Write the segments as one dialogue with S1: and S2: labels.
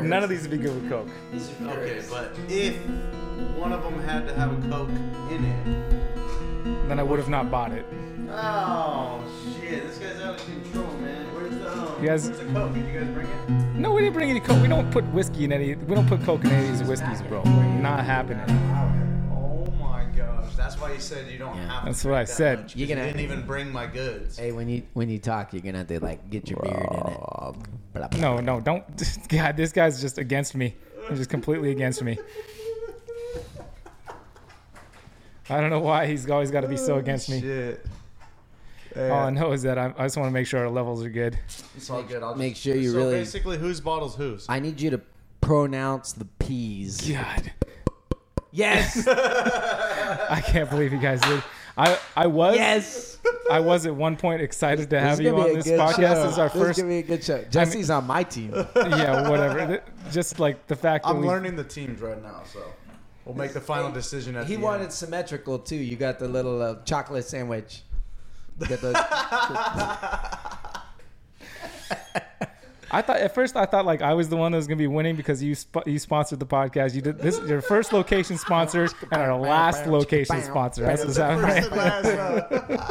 S1: None of these would be good with Coke.
S2: These are
S3: Okay,
S2: yours.
S3: but if one of them had to have a Coke in it.
S1: Then I would have not bought it.
S3: Oh, shit. This guy's out of control, man. Where's the, um,
S1: You guys-
S3: where's the Coke? Did you guys bring it?
S1: No, we didn't bring any Coke. We don't put whiskey in any. We don't put Coke in any of these whiskeys, bro. Not happening.
S3: Oh my gosh. That's why you said you don't have
S1: That's
S3: to.
S1: what
S3: drink
S1: I
S3: that
S1: said.
S3: Much,
S2: You're
S3: 'cause
S2: gonna-
S3: you didn't even bring my goods.
S2: Hey, when you when you talk, you're gonna have to like get your beard in it. Blah, blah.
S1: No, no, don't. God, this guy's just against me. He's just completely against me. I don't know why he's always got to be
S2: Oh,
S1: so against me.
S3: Shit.
S1: All I know is that I, I just want to make sure our levels are good.
S3: It's all good. I'll
S2: Make
S3: just-
S2: sure you
S3: so
S2: really.
S3: basically, whose bottle's whose?
S2: I need you to pronounce the P's.
S1: God,
S2: Yes.
S1: I can't believe you guys did. I I was
S2: yes.
S1: I was at one point excited to have
S2: is
S1: you
S2: gonna be
S1: on
S2: a
S1: this
S2: good
S1: podcast.
S2: show.
S1: This is our
S2: This
S1: first,
S2: gonna be a good show. Jesse's on my team.
S1: yeah, whatever. Th- Just like the fact that
S3: I'm
S1: we-
S3: learning the teams right now, so we'll make the final decision at
S2: He
S3: the
S2: wanted
S3: end.
S2: symmetrical too. You got the little uh, chocolate sandwich. You got the-
S1: I thought at first I thought like I was the one that was gonna be winning because you sp- you sponsored the podcast. You did this your first location sponsor and our last location sponsor. That's what's happening.
S3: First and last,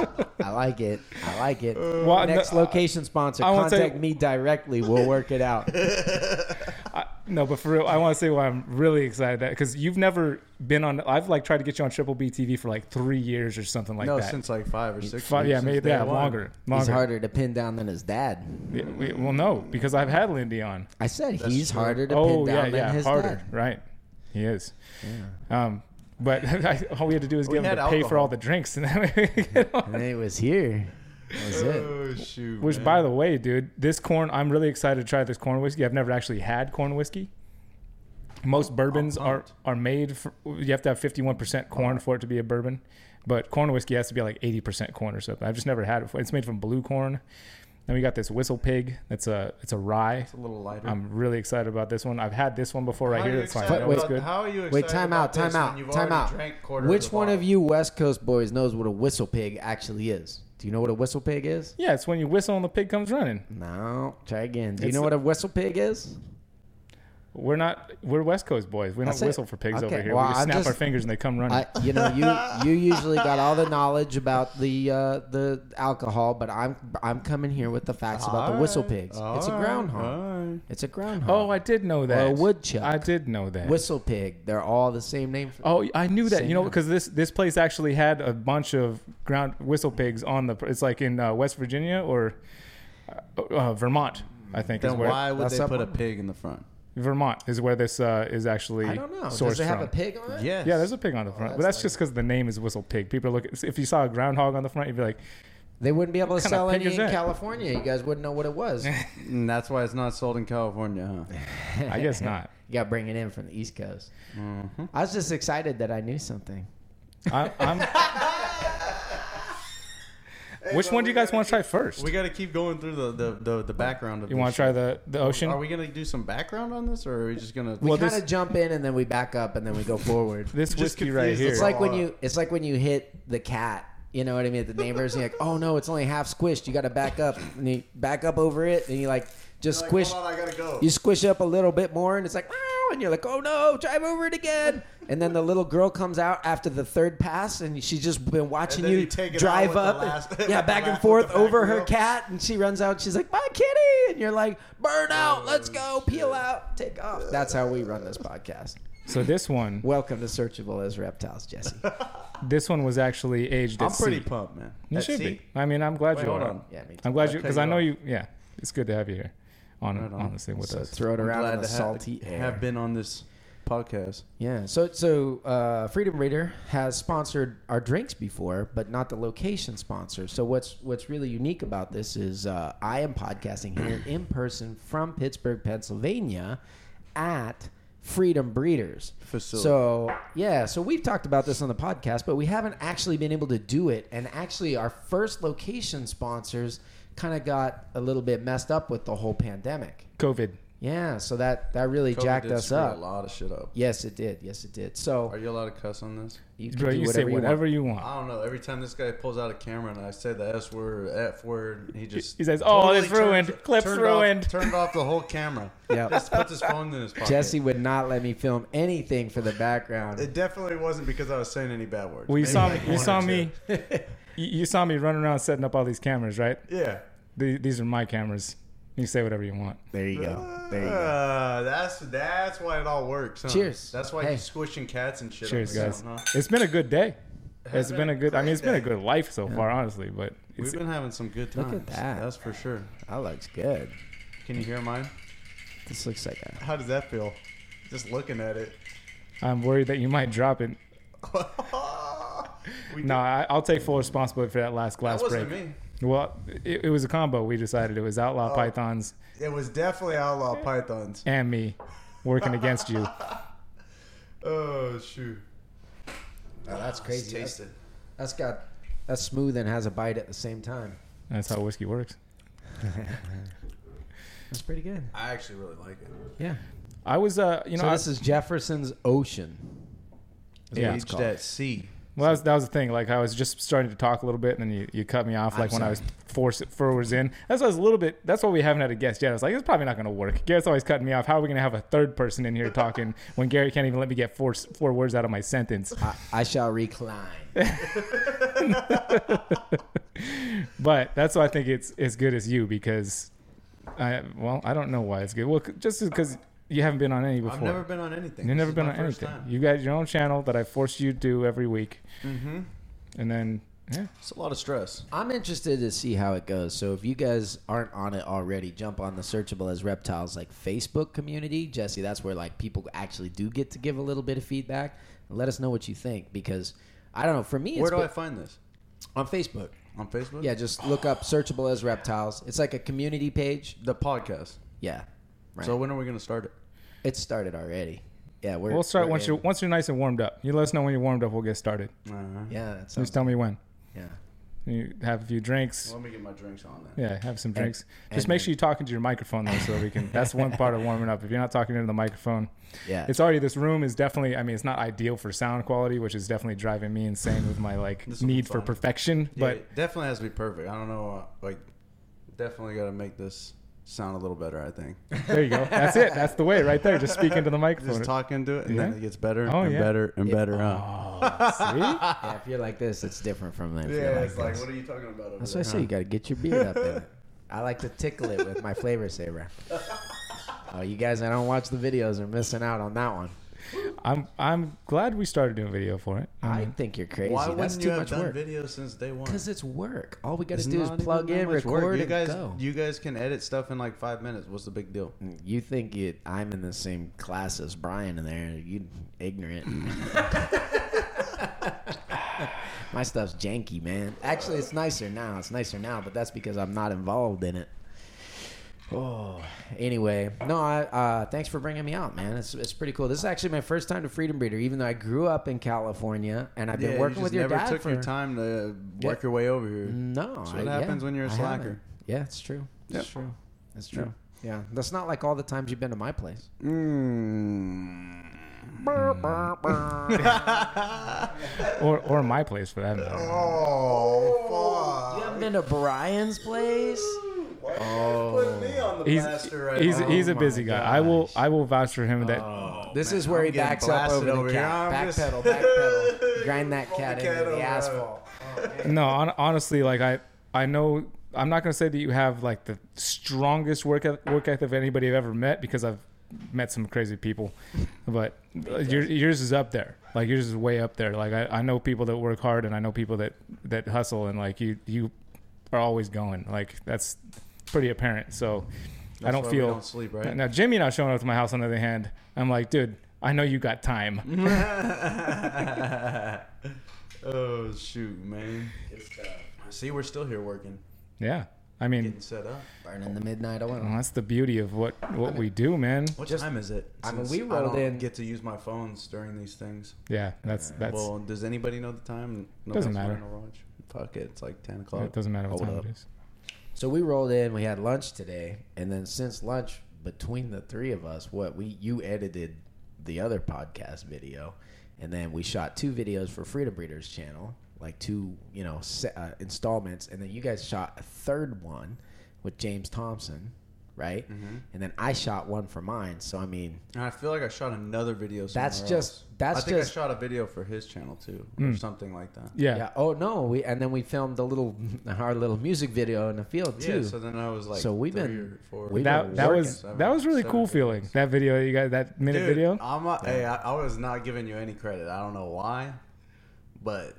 S3: uh,
S2: I like it. I like it.
S1: Well,
S2: Next
S1: Uh, no,
S2: location sponsor,
S1: I won't tell
S2: contact
S1: you-
S2: me directly. We'll work it out.
S1: I- no, but for real, I want to say why I'm really excited that because you've never been on. I've like tried to get you on Triple B TV for like three years or something like
S3: no,
S1: that.
S3: since like five or six.
S1: Five,
S3: years,
S1: yeah,
S3: since
S1: maybe
S3: day
S1: yeah,
S3: one.
S1: longer,
S2: He's
S1: longer.
S2: harder to pin down than his dad.
S1: Yeah, we- well, no, because I've had Lindy on.
S2: I said he's
S3: true.
S2: harder to pin
S1: Oh
S2: down
S1: yeah,
S2: than
S1: yeah,
S2: his
S1: harder,
S2: dad.
S1: right? He is. Um, but I, all we had to do is
S3: We
S1: get him
S3: had
S1: to pay for
S3: alcohol.
S1: all the drinks, and then we could get on.
S2: And it was here. That was it.
S3: Oh shoot.
S1: Which,
S3: man.
S1: by the way, dude, this corn, I'm really excited to try this corn whiskey. I've never actually had corn whiskey.
S3: Oh,
S1: Most bourbons are, are made, for, you have to have 51% corn for it to be a bourbon. But corn whiskey has to be like 80% corn or something. I've just never had it before. It's made from blue corn. Then we got this whistle pig. That's a, it's a rye.
S3: it's a little lighter.
S1: I'm really excited about this one. I've had this one before right
S3: How are
S1: here.
S3: you
S1: That's why I
S3: excited
S1: know it's
S3: about-
S1: good.
S3: How are you excited
S2: Wait, time
S3: about
S2: out, time
S3: this when you've
S2: out, time
S3: already
S2: out.
S3: drank quarter
S2: Which
S3: the
S2: one of
S3: bottle?
S2: you West Coast boys knows what a whistle pig actually is? Do you know what a whistle pig is?
S1: Yeah, it's when you whistle and the pig comes running.
S2: No. Try again. Do you
S1: It's
S2: know
S1: a-
S2: what a whistle pig is?
S1: We're not, we're West Coast boys. We don't
S2: That's it.
S1: whistle for pigs
S2: Okay,
S1: over here.
S2: well,
S1: we just
S2: I'm
S1: snap our
S2: just-
S1: fingers and they come running.
S2: I, you know, you you usually got all the knowledge about the uh, the alcohol, but I'm I'm coming here with the facts about the
S3: Alright,
S2: whistle pigs. it's a
S3: alright,
S2: groundhog.
S3: alright.
S2: It's a groundhog.
S1: Oh, I did know that.
S2: a woodchuck.
S1: I did know that.
S2: whistle pig. They're all the same name. For
S1: oh, I knew that.
S2: Same
S1: You know,
S2: name.
S1: because this this place actually had a bunch of ground whistle pigs on the. It's like in uh, West Virginia or uh, uh, Vermont. I think is
S3: Then
S1: where
S3: why would
S2: That's
S3: they
S2: up
S3: put a
S2: on-
S3: pig in the front?
S1: Vermont is where this uh, is actually.
S2: I don't know.
S1: Sourced
S2: Does it have
S1: from.
S2: a pig on it?
S3: Yes.
S1: Yeah, there's a pig on the front, but
S2: that's
S1: that's just because the name is whistle pig. People look. If you saw a groundhog on the front, you'd be like,
S2: They wouldn't be able to
S1: kind of
S2: sell
S1: pig
S2: any
S1: is
S2: in
S1: that?
S2: California. You guys wouldn't know what it was. you
S3: And that's why it's not sold in California, huh?
S1: I guess not.
S2: got to bring it in from the East Coast. I was just excited that I knew something.
S1: I, I'm. Which one do you guys want to try first?
S3: We got to keep going through the the, the, the background of.
S1: You
S3: this
S1: want to try
S3: shit.
S1: the the ocean?
S3: Are we gonna do some background on this, or are we just gonna?
S2: We
S1: Well,
S2: kind
S1: this-
S2: of jump in and then we back up and then we go forward.
S1: this
S3: just
S1: whiskey right
S3: confused
S1: here.
S3: us
S2: It's
S3: Sure.
S2: like when you it's like when you hit the cat. You know what I mean? At the neighbors, and you're like, oh no, it's only half squished. You got to back up, and you back up over it, and you like just squish.
S3: I gotta go.
S2: you squish up a little bit more, and it's like, "Meow," and you're like, oh no, drive over it again. And then the little girl comes out after the third pass, and she's just been watching
S3: then
S2: you,
S3: you take it out
S2: drive
S3: with the
S2: up, and-
S3: last- with the
S2: yeah, back
S3: last-
S2: and
S3: with
S2: forth
S3: the back
S2: over her
S3: wheel.
S2: cat, and she runs out. She's like, my kitty, and you're like, burn
S3: Oh,
S2: out, let's go, peel out, take off. That's how we run this podcast.
S1: so this one,
S2: Welcome to Searchable as Reptiles, Jesse.
S1: this one was actually aged.
S3: I'm
S1: at
S3: pretty
S1: sea.
S3: pumped, man.
S1: You
S3: At
S1: should
S3: sea?
S1: be. I mean, I'm glad
S3: Wait,
S1: you
S3: hold
S1: are.
S3: on.
S2: Yeah, me too.
S1: I'm glad
S3: I'll
S1: you
S3: tell
S1: because
S3: you
S1: I know
S3: what.
S1: you. Yeah, it's good to have you here on
S3: Right on.
S1: on this thing with
S2: So
S1: us.
S2: throw it
S3: I'm
S2: around
S3: glad
S2: in the
S3: to have-
S2: salty air.
S3: have been on this podcast.
S2: Yeah. So so uh, Freedom Raider has sponsored our drinks before, but not the location sponsor. So what's what's really unique about this is uh, I am podcasting here in person from Pittsburgh, Pennsylvania, at Freedom Breeders
S3: Facility.
S2: So yeah, so we've talked about this on the podcast, but we haven't actually been able to do it. And actually, our first location sponsors kind of got a little bit messed up with the whole pandemic.
S1: COVID.
S2: Yeah, so that that really
S4: COVID
S2: jacked
S4: did
S2: us
S4: screw A
S2: up.
S4: lot of shit up.
S2: Yes, it did. Yes, it did.
S4: Are
S2: So
S4: you allowed to cuss on this?
S2: you can
S1: Bro,
S2: do
S1: you
S2: whatever
S1: say
S2: you want.
S1: whatever you want.
S4: I don't know. Every time this guy pulls out a camera and I say the S word, F word, he just
S1: He says, "Oh,
S4: totally
S1: it's ruined.
S4: turned-
S1: Clip's
S4: turned
S1: ruined."
S4: Off, turned off the whole camera.
S2: Yep.
S4: just puts his phone in his pocket.
S2: Jesse would not let me film anything for the background.
S4: It definitely wasn't because I was saying any bad words.
S1: Well, you
S4: Maybe
S1: saw
S4: like
S1: you
S4: one
S1: saw
S4: or two.
S1: me. you, you saw me running around setting up all these cameras, right?
S4: Yeah.
S1: The- These are my cameras. You say whatever you want.
S2: There you go. There you go.
S4: Uh, that's that's why it all works. Huh?
S2: Cheers.
S4: That's why
S2: Hey.
S4: he's squishing cats and shit.
S1: Cheers,
S4: up
S1: guys.
S4: and down, huh?
S1: It's been a good day. It's
S4: been
S1: been
S4: a
S1: a good. I mean,
S4: great
S1: it's been a
S4: day.
S1: good life so far, honestly. But
S4: We've
S1: it's,
S4: been having some good
S2: Look
S4: times.
S2: at that.
S4: That's for sure.
S2: That looks good.
S4: Can you hear mine?
S2: This looks like a.
S4: How does that feel? Just looking at it.
S1: I'm worried that you might drop it.
S4: we
S1: No, I, I'll take full responsibility for that last
S4: that
S1: glass
S4: wasn't
S1: break.
S4: me.
S1: Well, it, it was a combo. We decided it was outlaw pythons
S4: It was definitely outlaw pythons.
S1: and me working against you.
S4: Oh shoot!
S2: that's
S4: Just
S2: crazy.
S4: taste
S2: That's,
S4: it.
S2: that's got that's smooth and has a bite at the same time.
S1: That's how whiskey works.
S2: That's pretty good.
S4: I actually really like it.
S2: Yeah.
S1: I was, uh, you know,
S2: so
S1: I-
S2: this is Jefferson's Ocean. is what
S1: Yeah.
S2: it's
S4: Aged
S2: called.
S4: at sea.
S1: Well, that was, that was the thing. Like, I was just starting to talk a little bit, and then you, you cut me off. Like when I was four forwards in, that's why I was a little bit. That's why we haven't had a guest yet. I was like, it's probably not going to work. Garrett's always cutting me off. How are we going to have a third person in here talking when Garrett can't even let me get four s- four words out of my sentence?
S2: I, I shall recline.
S1: But that's why I think it's as good as you because, I well, I don't know why it's good. Well, c- just because you haven't been on any before.
S4: I've never been on anything.
S1: You've
S4: This
S1: never
S4: is
S1: been
S4: my
S1: on
S4: first
S1: anything.
S4: time.
S1: You got your own channel that I forced you to do every week, mm-hmm. and then yeah,
S4: It's a lot of stress.
S2: I'm interested to see how it goes. So if you guys aren't on it already, jump on the searchable as reptiles like Facebook community, Jesse. That's where like people actually do get to give a little bit of feedback. Let us know what you think because I don't know. For me, it's
S4: Where do
S2: been-
S4: I find this?
S2: on Facebook.
S4: On Facebook?
S2: Yeah, just look up searchable as reptiles. It's like a community page.
S4: The podcast.
S2: Yeah, right.
S4: So when are we going to start it?
S2: it started already. Yeah, we're,
S1: We'll start
S2: we're
S1: once
S2: in.
S1: you're once you're nice and warmed up. You let us know when you're warmed up. We'll get started.
S4: Uh-huh.
S2: Yeah, that sounds.
S1: Just tell me when.
S2: Yeah,
S1: You have a few drinks.
S4: Let me get my drinks on then.
S1: Yeah, have some drinks.
S2: and-
S1: Just make sure you're talking to your microphone though, so we can. That's one part of warming up. If you're not talking into the microphone,
S2: yeah.
S1: it's already this room is definitely. I mean, it's not ideal for sound quality, which is definitely driving me insane with my like
S4: This'll be
S1: need for
S4: fun.
S1: perfection.
S4: Yeah,
S1: But
S4: it definitely has to be perfect. I don't know. Uh, like, definitely got to make this sound a little better. I think
S1: there you go. That's it. That's the way right there. Just speak into the
S4: just
S1: microphone.
S4: talk into it, and then
S1: Yeah.
S4: it gets better
S1: Oh,
S4: and
S1: yeah. Oh,
S4: better and better. huh?
S1: See?
S2: yeah, if you're like this, it's different from if you're like this.
S4: are you talking about? Over
S2: That's why I say you gotta get your beard up in it. I like to tickle it with my flavor saver. Oh, you guys I don't watch the videos are missing out on that one.
S1: I'm I'm glad we started doing video for it. Um, I
S2: I
S1: mean,
S2: think you're crazy.
S4: Why
S2: That's
S4: wouldn't
S2: too
S4: you have
S2: much
S4: done
S2: work.
S4: videos since day one?
S2: Because it's work. All we gotta
S4: It's
S2: do is
S4: not even
S2: plug
S4: that
S2: in,
S4: much work.
S2: record,
S4: You guys,
S2: and go. You,
S4: you guys can edit stuff in like five minutes. What's the big deal?
S2: think it, I'm in the same class as Brian in there? You ignorant. my stuff's janky, man. Actually, it's nicer now. It's nicer now, but that's because I'm not involved in it. Oh, anyway, no, I uh, thanks for bringing me out, man. It's, it's pretty cool. This is actually my first time to Freedom Breeder, even though I grew up in California and I've been
S4: you
S2: working
S4: just
S2: with your
S4: never
S2: dad
S4: took
S2: for
S4: your time to work
S2: Yeah.
S4: your way over here.
S2: no.
S4: That's what happens when you're a
S2: I haven't.
S4: slacker.
S2: Yeah, it's true. It's
S4: Yep.
S2: true. It's true. Yeah. that's not like all the times you've been to my place. Mm.
S1: or or my place for that matter.
S4: Oh,
S2: You haven't been to Brian's place.
S4: Put me on the
S1: He's
S4: blaster right
S1: he's,
S4: now.
S1: he's a
S2: my
S1: busy guy. I will I will vouch for him that
S2: This is where he
S4: getting
S2: backs up
S4: blasted
S2: over,
S4: over
S2: the
S4: here.
S2: cat.
S4: I'm just-
S2: backpedal, backpedal. Grind that
S4: Roll the
S2: cat
S4: cat
S2: into
S4: over.
S2: the asphalt.
S1: no hon- honestly like i i know i'm not going to say that you have like the strongest work eth- work ethic of anybody i've ever met because i've met some crazy people but uh, your, yours is up there like yours is way up there like I, I know people that work hard and i know people that that hustle and like you you are always going like that's pretty apparent so i
S4: That's
S1: don't
S4: why we
S1: feel
S4: don't sleep, right?
S1: now jimmy not showing up to my house on the other hand i'm like dude i know you got
S4: Mm-hmm.
S1: time
S4: oh shoot, man. See, we're still here working,
S1: yeah i mean
S4: getting set up.
S2: Burning the midnight
S1: well,
S2: oil.
S1: that's the beauty of what what we do man
S4: What time is it?
S2: I mean,
S4: Since
S2: we rolled
S4: I don't
S2: in-
S4: Get to use my phones during these things.
S1: yeah that's that's
S4: well, does anybody know the time? No
S1: Doesn't
S4: one's
S1: matter.
S4: wearing a watch. Fuck it. It's like ten o'clock.
S1: It doesn't matter what
S4: Hold
S1: time
S4: up.
S1: it is.
S2: So we rolled in. We had lunch today, and then since lunch, between the three of us, what we you edited the other podcast video, and then we shot two videos for Freedom Breeders channel, like two you know se- uh, installments, and then you guys shot a third one with James Thompson, right?
S4: Mm-hmm.
S2: And then I shot one for mine. So I mean,
S4: And I feel like I shot another video.
S2: That's
S4: somewhere
S2: just-
S4: else.
S2: that's
S4: I think
S2: just-
S4: I shot a video for his channel too,
S1: Hmm.
S4: or something like that.
S1: Yeah.
S2: yeah. Oh no, we and then we filmed a little our little music video in the field
S4: Yeah.
S2: too.
S4: So then I was like,
S2: So we've
S4: three
S2: been-
S4: or four.
S2: we've been
S1: That, that
S2: working.
S1: was
S4: Seven-
S1: that was really
S4: seven
S1: cool
S4: videos.
S1: feeling. That video you got that minute
S4: Dude,
S1: video.
S4: I'm a, hey, I, I was not giving you any credit. I don't know why, but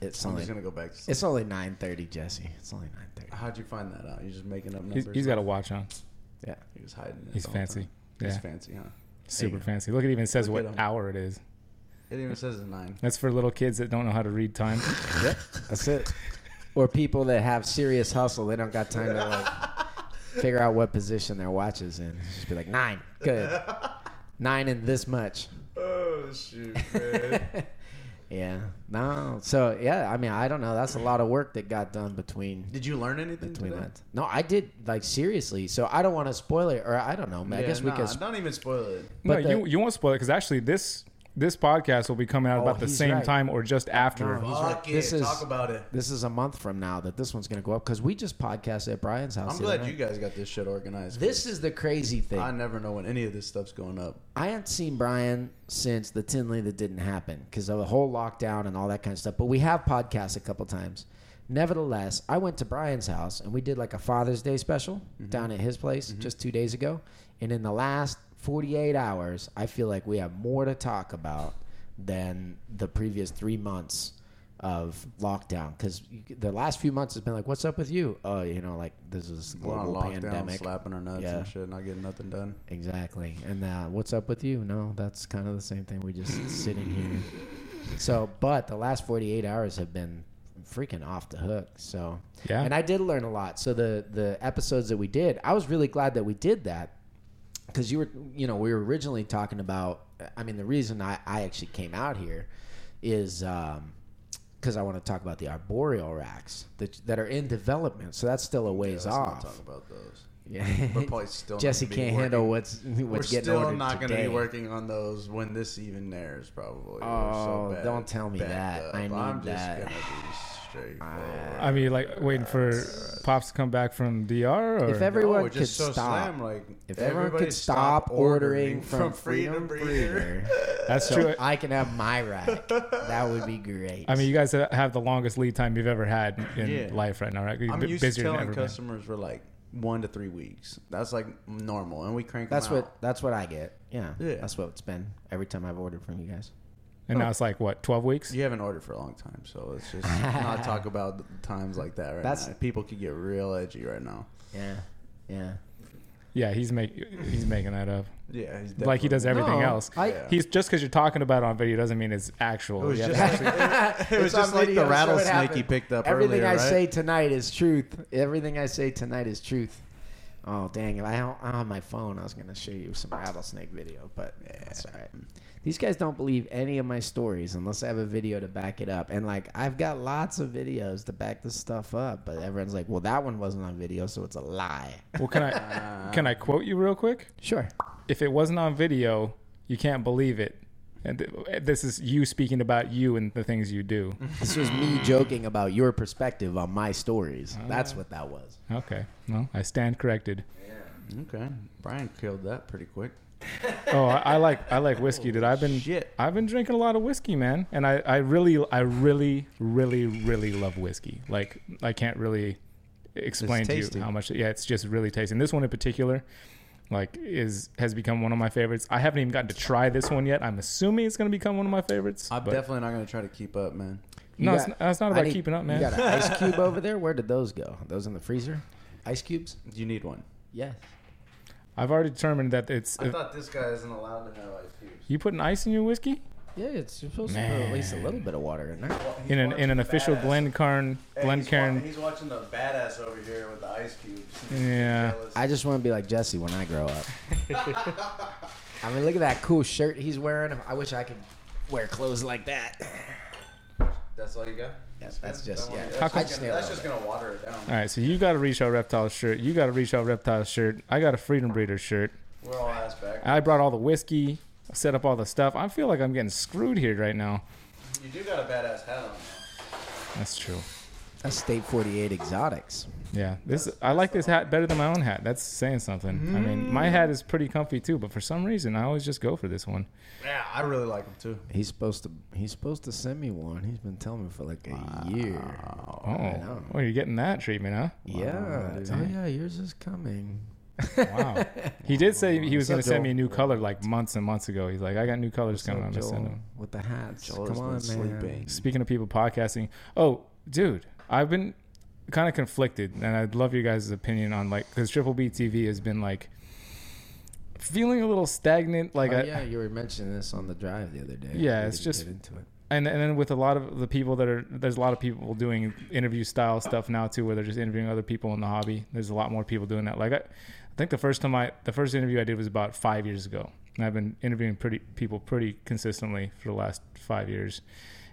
S2: it's
S4: I'm
S2: only
S4: just gonna go back. To
S2: it's only nine thirty, Jesse. It's only nine thirty.
S4: How'd you find that out? You're just making up numbers.
S1: He's, he's got a watch on.
S2: Yeah.
S4: He was hiding it.
S1: He's
S4: the whole time.
S1: fancy.
S4: He's
S1: Yeah.
S4: fancy, huh?
S1: Super fancy. Look, it even says
S4: Look at
S1: what
S4: him.
S1: hour it is.
S4: It even says it's nine.
S1: That's for little kids that don't know how to read time.
S2: Yep, that's it. Or people that have serious hustle, they don't got time to like figure out what position their watch is in. Just be like nine, good, nine and this much.
S4: Oh shoot,
S2: yeah, no. So yeah, I mean, I don't know. That's a lot of work that got done between
S4: Did you learn anything
S2: between
S4: today?
S2: that. No, I did like seriously. So I don't want to spoil it, or I don't know. I
S4: Yeah,
S2: guess we
S4: nah,
S2: could.
S4: Don't even spoil it.
S1: no,
S2: But the-
S1: you you won't spoil it because actually this this podcast will be coming out
S2: Oh,
S1: about the
S2: he's
S1: same
S2: right.
S1: time or just after.
S2: No, He's right.
S4: Fuck it.
S2: This is-
S4: Talk about it.
S2: This is a month from now that this one's going to go up because we just podcasted at Brian's house.
S4: I'm
S2: the other
S4: glad
S2: night.
S4: you guys got this shit organized.
S2: This is the crazy thing.
S4: I never know when any of this stuff's going up.
S2: I haven't seen Brian since the Tinley that didn't happen because of the whole lockdown and all that kind of stuff. But we have podcasts a couple times. Nevertheless, I went to Brian's house and we did like a Father's Day special down at his place just two days ago. And in the last 48 hours, I feel like we have more to talk about than the previous three months of lockdown because the last few months has been like, what's up with you? Oh, you know, like this is
S4: We're on
S2: global
S4: lockdown,
S2: pandemic.
S4: slapping our nuts
S2: Yeah.
S4: and shit, not getting nothing done.
S2: Exactly. And uh, what's up with you? No, that's kind of the same thing. We're just sitting here. So, but the last 48 hours have been freaking off the hook. So,
S1: Yeah.
S2: And I did learn a lot. So, the, the episodes that we did, I was really glad that we did that because you were, you know, we were originally talking about, I mean, the reason I, I actually came out here is, um, because I want to talk about the arboreal racks that, that are in development, so that's still a ways
S4: Let's not
S2: off.
S4: talk about those.
S2: Yeah,
S4: We're probably still not
S2: Jesse
S4: gonna be
S2: can't
S4: working.
S2: handle what's
S4: We're
S2: what's getting
S4: still
S2: ordered
S4: not going to
S2: today.
S4: be working on those when this even airs, probably. We're
S2: Oh,
S4: so bad-
S2: don't tell me
S4: backed
S2: that.
S4: up.
S2: I
S4: I'm just
S2: need that. Ah.
S4: gonna be straight. forward.
S1: I mean, like waiting for pops to come back from DR. Or?
S2: If everyone
S4: No, it's
S2: could
S4: just so
S2: stop,
S4: slam, like,
S2: if everyone
S4: everybody
S2: could stop ordering from, Freedom, Breeder,
S1: That's
S2: so
S1: true.
S2: I can have my rack. That would be great.
S1: I mean, you guys have the longest lead time you've ever had in
S4: Yeah.
S1: life right now, right? You're
S4: I'm
S1: bu-
S4: used to
S1: busier than
S4: telling
S1: ever been.
S4: customers for like one to three weeks. That's like normal, and we crank.
S2: that's
S4: them
S2: what
S4: out.
S2: that's what I get. Yeah,
S4: Yeah.
S2: that's what it's been every time I've ordered from you guys.
S1: And now it's like what, twelve weeks?
S4: You haven't ordered for a long time, so let's just not talk about times like that right
S2: That's-
S4: now. People could get real edgy right now.
S2: Yeah, yeah.
S1: Yeah, he's making he's making that up.
S4: Yeah, he's
S1: Like he does
S4: definitely-
S1: everything
S2: No,
S1: else.
S2: I-
S4: Yeah.
S1: He's just because you're talking about it on video doesn't mean it's actual.
S4: It was
S1: Yeah,
S4: just,
S1: that's-
S4: like, it was
S2: It's on
S4: just like
S2: video,
S4: the
S2: so it
S4: rattlesnake he
S2: happened.
S4: picked up
S2: Everything
S4: earlier,
S2: I
S4: right?
S2: say tonight is truth. Everything I say tonight is truth. Oh dang! If I don't I don't have my phone, I was going to show you some rattlesnake video, but that's all right. These guys don't believe any of my stories unless I have a video to back it up. And like I've got lots of videos to back this stuff up, but everyone's like, "Well, that one wasn't on video, so it's a lie."
S1: well, can I can I quote you real quick?
S2: Sure.
S1: If it wasn't on video, you can't believe it. And th- this is you speaking about you and the things you do.
S2: This was me joking about your perspective on my stories. That's
S4: Ah.
S2: what that was.
S1: Okay, well, I stand corrected.
S4: Okay, Brian killed that pretty quick.
S1: Oh, I, I like I like whiskey, dude. I've been
S4: shit.
S1: I've been drinking a lot of whiskey, man, and I, I really I really really really love whiskey. Like I can't really explain
S4: It's
S1: to you
S4: tasty.
S1: how much. Yeah, it's just really tasty. And this one in particular, like is has become one of my favorites. I haven't even gotten to try this one yet. I'm assuming it's going to become one of my favorites.
S4: I'm
S1: but-
S4: definitely not gonna try to keep up, man.
S1: no,
S2: You
S1: it's,
S2: got-
S1: not, it's not
S2: I
S1: about
S2: need-
S1: keeping up,
S2: You
S1: man.
S2: got an ice cube over there? Where did those go? Those in the freezer? Ice cubes?
S4: You need one.
S2: Yes.
S1: I've already determined that it's. if-
S4: thought this guy isn't allowed to have ice cubes.
S1: you putting ice in your whiskey
S2: Yeah, it's supposed to put at least a little bit of water in there.
S1: in an in an official Glencairn Glencairn.
S4: He's watching the badass over here with the ice cubes.
S1: Yeah,
S2: I just want to be like Jesse when I grow up. I mean, look at that cool shirt he's wearing. I wish I could wear clothes like that.
S4: That's all you got?
S2: That's, that's just yeah.
S4: That's,
S2: I
S4: just
S2: just
S4: gonna,
S2: nailed
S4: that's
S2: it.
S4: just gonna water it down.
S1: All right, so you got a Reach Out Reptiles shirt. You got a Reach Out Reptiles shirt. I got a Freedom Breeder shirt.
S4: We're all ass back.
S1: I brought all the whiskey, set up all the stuff. I feel like I'm getting screwed here right now.
S4: You do got a badass hat on.
S1: That's true.
S2: That's State 48 Exotics.
S1: Yeah, this I like this hat better than my own hat. That's saying something. I mean, my hat is pretty comfy too, but for some reason I always just go for this one.
S4: Yeah, I really like him too.
S2: He's supposed to. He's supposed to send me one. He's been telling me for like a year.
S1: Oh,
S2: know.
S1: well, you're getting that treatment, huh?
S2: Yeah.
S4: dude.
S2: Oh yeah, yours is coming.
S1: Wow. he did say he was
S2: What's up,
S1: going to send
S2: Joel?
S1: me a new color like months and months ago. He's like, I got new colors coming. I'm
S2: Joel
S1: going to send them.
S2: with the hats.
S4: Joel's
S2: Come on, man.
S4: been sleeping.
S1: Speaking of people podcasting, oh, dude, I've been kind of conflicted, and I'd love your guys' opinion on like because Triple B TV has been like feeling a little stagnant. Like,
S2: Oh,
S1: I,
S2: yeah, you were mentioning this on the drive the other day.
S1: Yeah,
S2: We
S1: it's
S2: didn't
S1: just-
S2: get into it.
S1: and and then with a lot of the people that are there's a lot of people doing interview style stuff now too, where they're just interviewing other people in the hobby. There's a lot more people doing that. Like I, I think the first time I the first interview I did was about five years ago, and I've been interviewing pretty people pretty consistently for the last five years,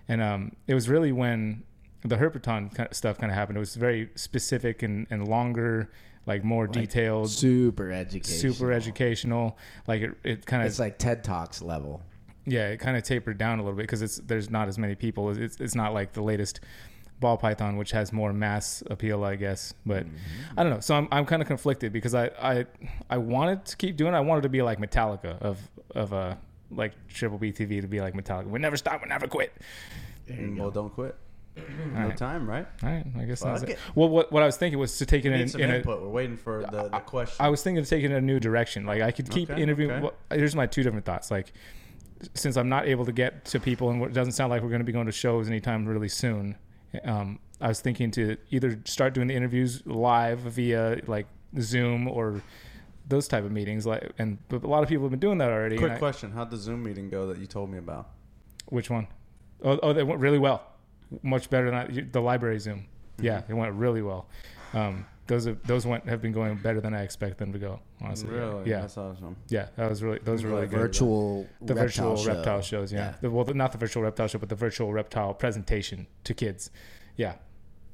S1: and um, it was really when the Herpeton kind of stuff kind of happened. It was very specific and and longer, like more detailed,
S2: Super education.
S1: super educational. Like it it kind of
S2: It's like TED Talks level.
S1: yeah, it kind of tapered down a little bit because it's there's not as many people. It's it's not like the latest ball python, which has more mass appeal, I guess. But
S4: Mm-hmm.
S1: I don't know. So I'm I'm kind of conflicted because I I I wanted to keep doing. It. I wanted to be like Metallica of of uh like Triple B TV to be like Metallica. We never stop. We never quit.
S4: Mm, Well, don't quit. no
S1: right.
S4: time, right?
S1: All right. I guess that's
S4: Fuck
S1: it.
S4: it.
S1: Well, what what I was thinking was to take it
S4: We
S1: in,
S4: need some
S1: in a,
S4: input. We're waiting for the, the question.
S1: I was thinking of taking it a new direction. Like I could keep
S4: Okay,
S1: interviewing.
S4: okay.
S1: Well, here's my two different thoughts. Like since I'm not able to get to people, and it doesn't sound like we're going to be going to shows anytime really soon, um, I was thinking to either start doing the interviews live via like Zoom or those type of meetings. Like, and but a lot of people have been doing that already.
S4: Quick
S1: and I-
S4: question: How'd the Zoom meeting go that you told me about?
S1: Which one? Oh, oh, they went really well. Much better than I, the library Zoom.
S4: Mm-hmm.
S1: Yeah, it went really well. Um, those have, those went have been going better than I expect them to go. Honestly,
S4: Really?
S1: yeah,
S4: That's awesome.
S1: yeah, that was really those were really good.
S2: virtual
S1: The
S2: reptile
S1: virtual
S2: show.
S1: reptile shows, yeah.
S2: Yeah.
S1: The, well, not the virtual reptile show, but the virtual reptile presentation to kids. Yeah.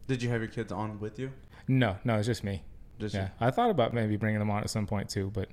S4: Did you have your kids on with you?
S1: No, no, it's just me.
S4: Just
S1: yeah. I thought about maybe bringing them on at some point too, but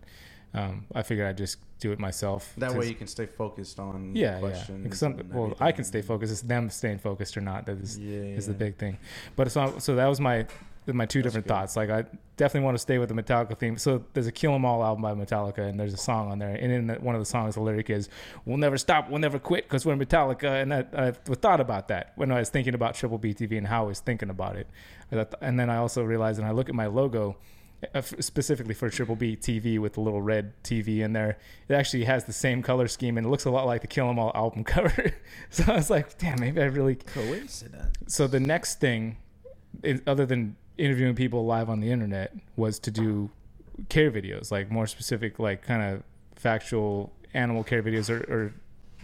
S1: um, I figured I'd just do it myself.
S4: that way
S1: since-
S4: you can stay focused on
S1: yeah,
S4: the
S1: yeah.
S4: questions.
S1: Because Some,
S4: and
S1: well, I can
S4: everything.
S1: stay focused. It's them staying focused or not that is
S4: Yeah,
S1: is the
S4: yeah.
S1: big thing. But so so that was my my two different
S4: good.
S1: thoughts. Like I definitely want to stay with the Metallica theme. So there's a Kill 'Em All album by Metallica, and there's a song on there, and in that- one of the songs, the lyric is "We'll never stop, we'll never quit, because we're Metallica." And that I thought about that when I was thinking about Triple BTV and how I was thinking about it, And I th- and then I also realized when I look at my logo. uh, f- Specifically for Triple B TV with the little red TV in there, it actually has the same color scheme and it looks a lot like the Kill 'Em All album cover. so I was like, damn, maybe I really
S2: Coincidence.
S1: so the next thing is, other than interviewing people live on the internet was to do care videos like more specific like kind of factual animal care videos or, or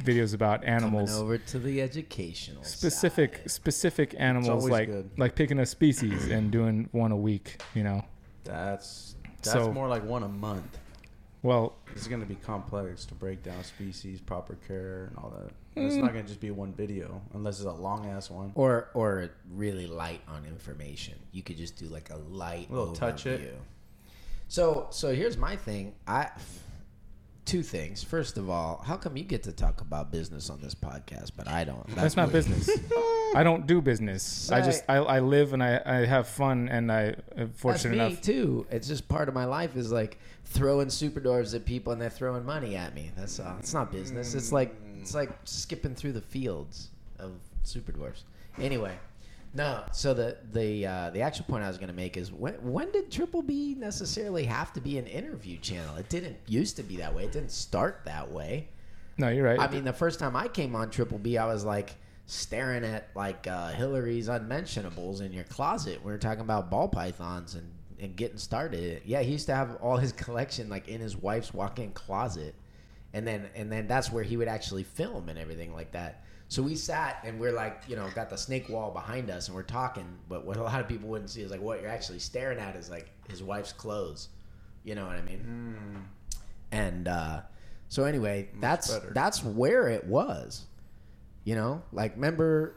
S1: videos about
S2: Coming
S1: animals
S2: over to the educational
S1: specific
S2: side.
S1: specific animals
S4: always
S1: like
S4: good.
S1: like picking a species and doing one a week you know
S4: That's that's
S1: So-
S4: more like one a month.
S1: well
S4: It's going to be complex to break down species, proper care, and all that. And
S1: Mm.
S4: It's not going to just be one video unless it's a long ass one.
S2: Or or really light on information. You could just do like a light
S4: Little touch it.
S2: overview. So so here's my thing. I two things. First of all, how come you get to talk about business on this podcast, but I don't?
S1: that's not
S2: weird.
S1: business i don't do business i just I, I live and i i have fun and i am
S2: That's
S1: fortunate
S2: me
S1: enough
S2: too. It's just part of my life is like throwing super doors at people and they're throwing money at me. That's all. It's not business. It's like it's like skipping through the fields of super dwarfs. Anyway, no. So the the uh, the actual point I was going to make is when when did Triple B necessarily have to be an interview channel? It didn't used to be that way. It didn't start that way.
S1: no you're right
S2: I mean, the first time I came on Triple B, I was like staring at like uh, Hillary's unmentionables in your closet. We were talking about ball pythons and and getting started. Yeah, he used to have all his collection like in his wife's walk-in closet, and then and then that's where he would actually film and everything like that. So we sat and we're like, you know, got the snake wall behind us and we're talking. But what a lot of people wouldn't see is like what you're actually staring at is like his wife's clothes. You know what I mean? and uh, so anyway, that's
S4: better.
S2: that's where it was. You know, like remember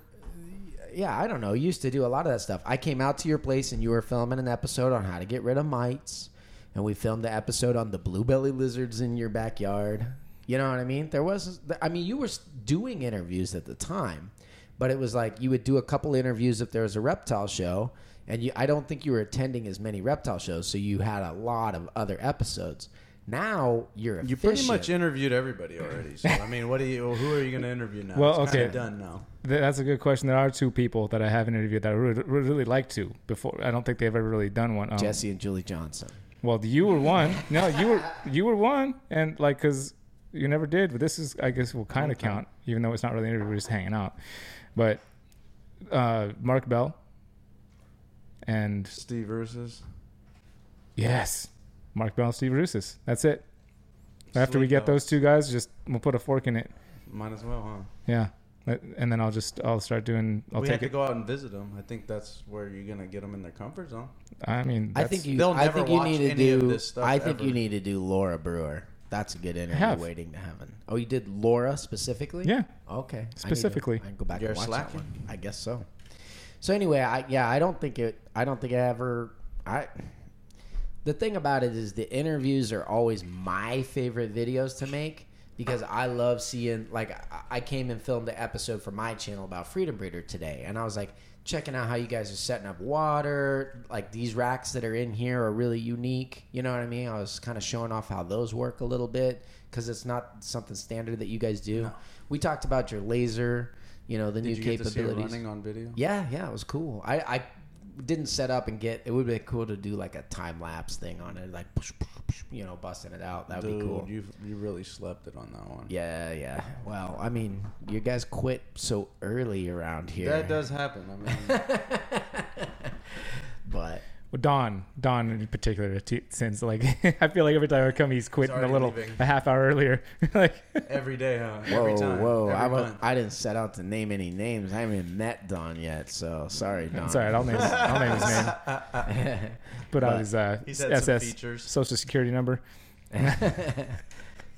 S2: yeah, I don't know. Used to do a lot of that stuff. I came out to your place and you were filming an episode on how to get rid of mites, and we filmed the episode on the bluebelly lizards in your backyard. You know what I mean? There was, I mean, you were s- doing interviews at the time, but it was like you would do a couple interviews if there was a reptile show, and you, I don't think you were attending as many reptile shows, so you had a lot of other episodes. Now you're
S4: You
S2: efficient.
S4: pretty much interviewed everybody already. So I mean, what do you? Who are you going to interview now?
S1: Well,
S4: It's kinda
S1: okay.
S4: done now.
S1: Th- That's a good question. There are two people that I haven't interviewed that I would would really like to before. I don't think they've ever really done one. Um,
S2: Jesse and Julie Johnson.
S1: Well, you were one. No, you were you were one, and like because you never did. But this is, I guess, will kind of count, even though it's not really an interview. We're just hanging out. But uh, Mark Bell and
S4: Steve versus.
S1: yes, Mark Bell and Steve Rusis. That's it. After we
S4: Sleep
S1: get
S4: though.
S1: those two guys, just we'll put a fork in it.
S4: Might as well, huh?
S1: Yeah, Let- and then I'll just I'll start doing. I'll
S4: we have
S1: take it.
S4: to go out and visit them. I think that's where you're going to get them in their comfort zone.
S1: I mean,
S2: I
S1: that's-
S2: think you.
S4: They'll
S2: I
S4: never
S2: think you
S4: watch
S2: need to
S4: any
S2: do.
S4: of this stuff
S2: I think you
S4: ever.
S2: need to do Laura Brewer. That's a good interview.
S1: have.
S2: Waiting to heaven. Oh, you did Laura specifically?
S1: Yeah.
S2: Okay. I need to-
S1: Specifically.
S2: I can go back
S4: You're
S2: and watch that
S4: slacking.
S2: one. I guess so. So anyway, I yeah, I don't think it. I don't think I ever. I. The thing about it is the interviews are always my favorite videos to make because I love seeing like I- I came and filmed an episode for my channel about Freedom Breeder today and I was like checking out how you guys are setting up water like these racks that are in here are really unique you know what I mean I was kind of showing off how those work a little bit because it's not something standard that you guys do we talked about your laser you know the
S4: Did
S2: new
S4: you get to see it
S2: capabilities
S4: running on video?
S2: yeah, yeah, it was cool. I, I didn't set up and get. It would be cool to do like a time lapse thing on it, like you know, busting it out. That'd
S4: Dude,
S2: be cool.
S4: you you really slept it on that one.
S2: yeah, yeah. Well, I mean, you guys quit so early around here.
S4: That does happen. I mean,
S2: But
S1: Well, Don, Don in particular, t- since like I feel like every time I come, he's quitting a
S4: already
S1: little,
S4: leaving.
S1: a half hour earlier. like,
S4: every day, huh?
S2: whoa,
S4: every time.
S2: whoa!
S4: Every
S2: I, was,
S4: time.
S2: I didn't set out to name any names. I haven't even met Don yet, so sorry, Don.
S1: it's all right. I'll name, I'll name his name. Put out his uh,
S4: He's had some
S1: SS
S4: features.
S1: social security number.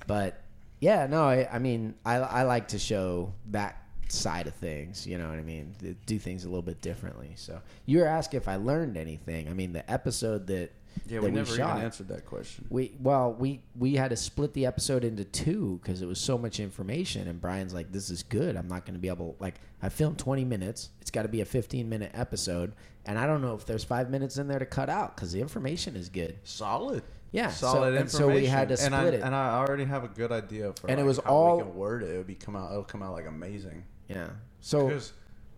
S2: but yeah, no, I, I mean, I, I like to show that side of things. You know what I mean? To Do things a little bit differently. So you were asking if I learned anything. I mean, the episode that
S4: Yeah,
S2: that
S4: we never
S2: shot,
S4: even answered that question.
S2: we well, we we had to split the episode into two because it was so much information. And Brian's like, "This is good. I'm not going to be able like I filmed 20 minutes. It's got to be a 15 minute episode, and I don't know if there's five minutes in there to cut out because the information is good.
S4: Solid.
S2: Yeah, so-
S4: Solid
S2: and so
S4: information.
S2: we had to
S4: and I,
S2: split it.
S4: And I already have a good idea for.
S2: And it
S4: like,
S2: was
S4: how
S2: all-
S4: we can word it. It would be come out. It'll come out like amazing.
S2: Yeah. So
S4: Because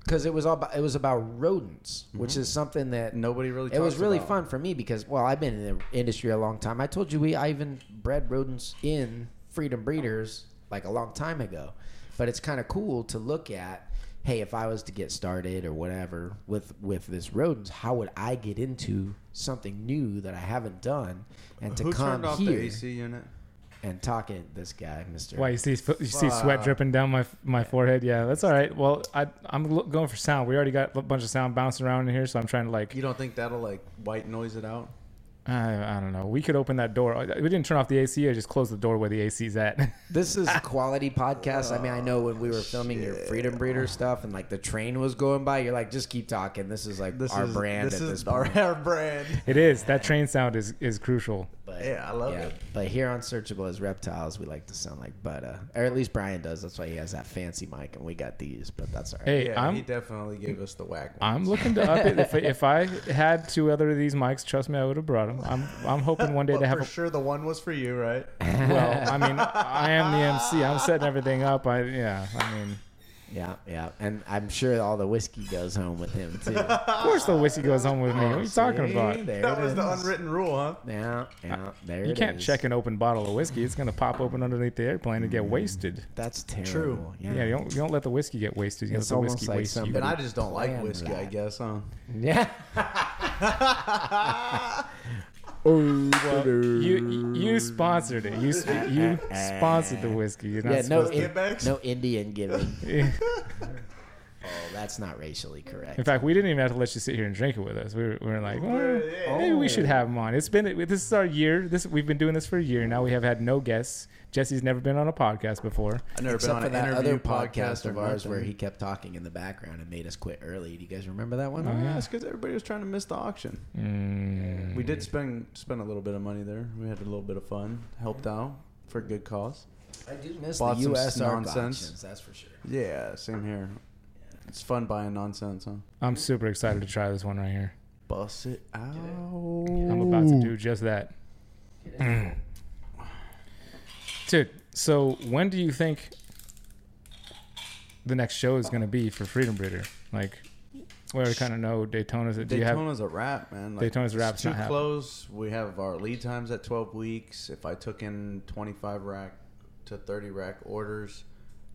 S2: because it was all about, it was about rodents, which is something that
S4: Mm-hmm. nobody really.
S2: it was
S4: talks
S2: really
S4: about.
S2: fun for me because well I've been in the industry a long time. I told you we I even bred rodents in Freedom Breeders like a long time ago, but it's kind of cool to look at. Hey, if I was to get started or whatever with with this rodents, how would I get into something new that I haven't done, and to
S4: Who
S2: come
S4: turned off
S2: here
S4: the AC unit?
S2: and talk at this guy, Mister.
S1: Why you see you see sweat
S4: Fuck.
S1: dripping down my my forehead? Yeah, that's all right. Well, I I'm lo- going for sound. We already got a bunch of sound bouncing around in here, so I'm trying to like
S4: You don't think that'll like white noise it out?
S1: I, I don't know. We could open that door. Uh, We didn't turn off the AC. I just closed the door where the AC's at.
S2: This is quality podcast. I mean, I know when we
S4: Oh,
S2: were filming your Freedom Breeder stuff and like the train was going by, you're like, just keep talking. This is like
S4: This
S2: our
S4: is,
S2: brand
S4: This
S2: at
S4: is
S2: this
S4: our,
S2: point.
S4: our brand.
S1: it is that train sound is is crucial.
S2: But,
S4: Yeah, I love it.
S2: But here on Searchable as Reptiles, we like to sound like Butta. Or at least Brian does. That's why he has that fancy mic and we got these, but that's all right.
S1: Hey,
S4: Yeah,
S1: I'm
S4: he definitely gave us the whack. one.
S1: I'm looking to up it. If, if I had two other of these mics, trust me, I would have brought them. I'm I'm hoping one day
S4: But
S1: to have
S4: for
S1: a.
S4: sure, the one was for you, right?
S1: Well, I mean, I am the MC. I'm setting everything up. I yeah. I mean,
S2: Yeah, yeah. And I'm sure all the whiskey goes home with him too.
S1: of course the whiskey goes home with me. What are you talking
S2: Oh, See?
S1: about?
S2: There
S4: that
S2: it
S4: was the
S2: is.
S4: unwritten rule, huh?
S2: Yeah, yeah. There
S1: You
S2: it
S1: can't
S2: is.
S1: check an open bottle of whiskey. It's gonna pop open underneath the airplane and get wasted.
S2: That's terrible.
S4: True.
S2: Mm. Yeah.
S1: Yeah, you don't you don't let the whiskey get wasted. You
S2: It's
S1: let the
S2: almost
S1: whiskey
S2: like
S1: waste you.
S2: something-
S4: And I just don't like
S2: Planned
S4: whiskey, I
S2: that.
S4: guess, huh?
S2: yeah.
S4: Oh,
S1: Well, you you sponsored it. You sp- you sponsored the whiskey. You're not
S2: Yeah, no,
S1: supposed to-
S2: in-
S4: Get back.
S2: no Indian giving. Oh, that's not racially correct.
S1: In fact, we didn't even have to let you sit here and drink it with us. We were, we were like, "Well,
S3: yeah.
S1: maybe we should have him on. It's been this is our year. This we've been doing this for a year now. We have had no guests. Jesse's never been on a podcast before.
S4: I've never
S2: Except
S4: been on
S2: for
S4: an
S2: that
S4: interview
S2: other podcast
S4: or
S2: of ours
S4: nothing.
S2: where he kept talking in the background and made us quit early. Do you guys remember that one?
S4: Oh, yeah, it's because everybody was trying to miss the auction.
S1: Mm.
S4: We did spend spend a little bit of money there. We had a little bit of fun, helped out for a good cause.
S2: I do miss
S4: Bought
S2: the
S4: some
S2: U.S. nonsense.
S4: nonsense.
S2: Auctions, that's for sure.
S4: Yeah, same here. It's fun buying nonsense, huh?
S1: I'm super excited to try this one right here.
S4: Bust it out.
S2: Oh.
S1: I'm about to do just that. Mm. Dude, so when do you think the next show is going to be for Freedom Breeder? Like, we already kind of know Daytona's. Do you have?
S4: Daytona's a wrap, man. Like,
S1: Daytona's a wrap, it's
S4: It's too
S1: not happening.
S4: close. We have our lead times at 12 weeks. If I took in 25 rack to 30 rack orders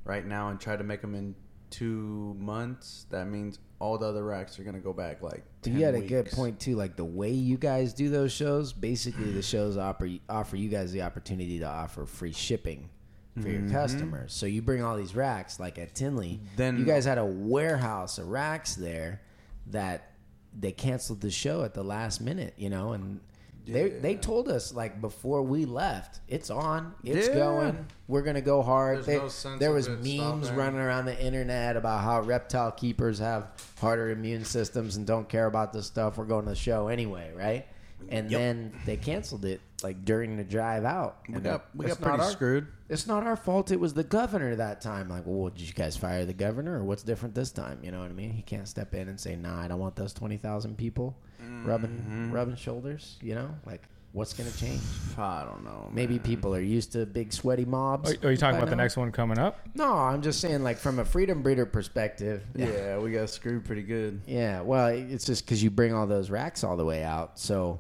S4: right now and try to make them in two months, that means all the other racks are going to go back like. 10
S2: You had a good
S4: weeks.
S2: point too. Like the way you guys do those shows, basically the shows offer offer you guys the opportunity to offer free shipping for
S4: Mm-hmm.
S2: your customers. So you bring all these racks, like at Tinley,
S4: Then-
S2: you guys had a warehouse of racks there that they canceled the show at the last minute. You know, and they they told us like before we left, it's on, it's
S4: Yeah.
S2: going, we're gonna go hard.
S4: There's
S2: They-
S4: no sense
S2: there
S4: of
S2: was
S4: it
S2: memes
S4: stopping.
S2: running running around the internet about how reptile keepers have harder immune systems and don't care about this stuff. We're going to the show anyway, right? And then they canceled it like during the drive out.
S4: We
S2: And
S4: got, we
S2: it's
S4: got
S2: not
S4: pretty
S2: our-
S4: screwed.
S2: It's not our fault. It was the governor that time. Like, well, did you guys fire the governor, or what's different this time? You know what I mean? He can't step in and say, "Nah, I don't want those twenty thousand people rubbing
S4: Mm-hmm.
S2: rubbing shoulders." You know, like what's going to change?
S4: I don't know.
S2: Maybe people are used to big sweaty mobs.
S1: Are, are you talking
S2: by
S1: about the
S2: now.
S1: next one coming up?
S2: No, I'm just saying, like from a freedom breeder perspective.
S4: Yeah, we got screwed pretty good.
S2: Yeah, well, it's just because you bring all those racks all the way out, so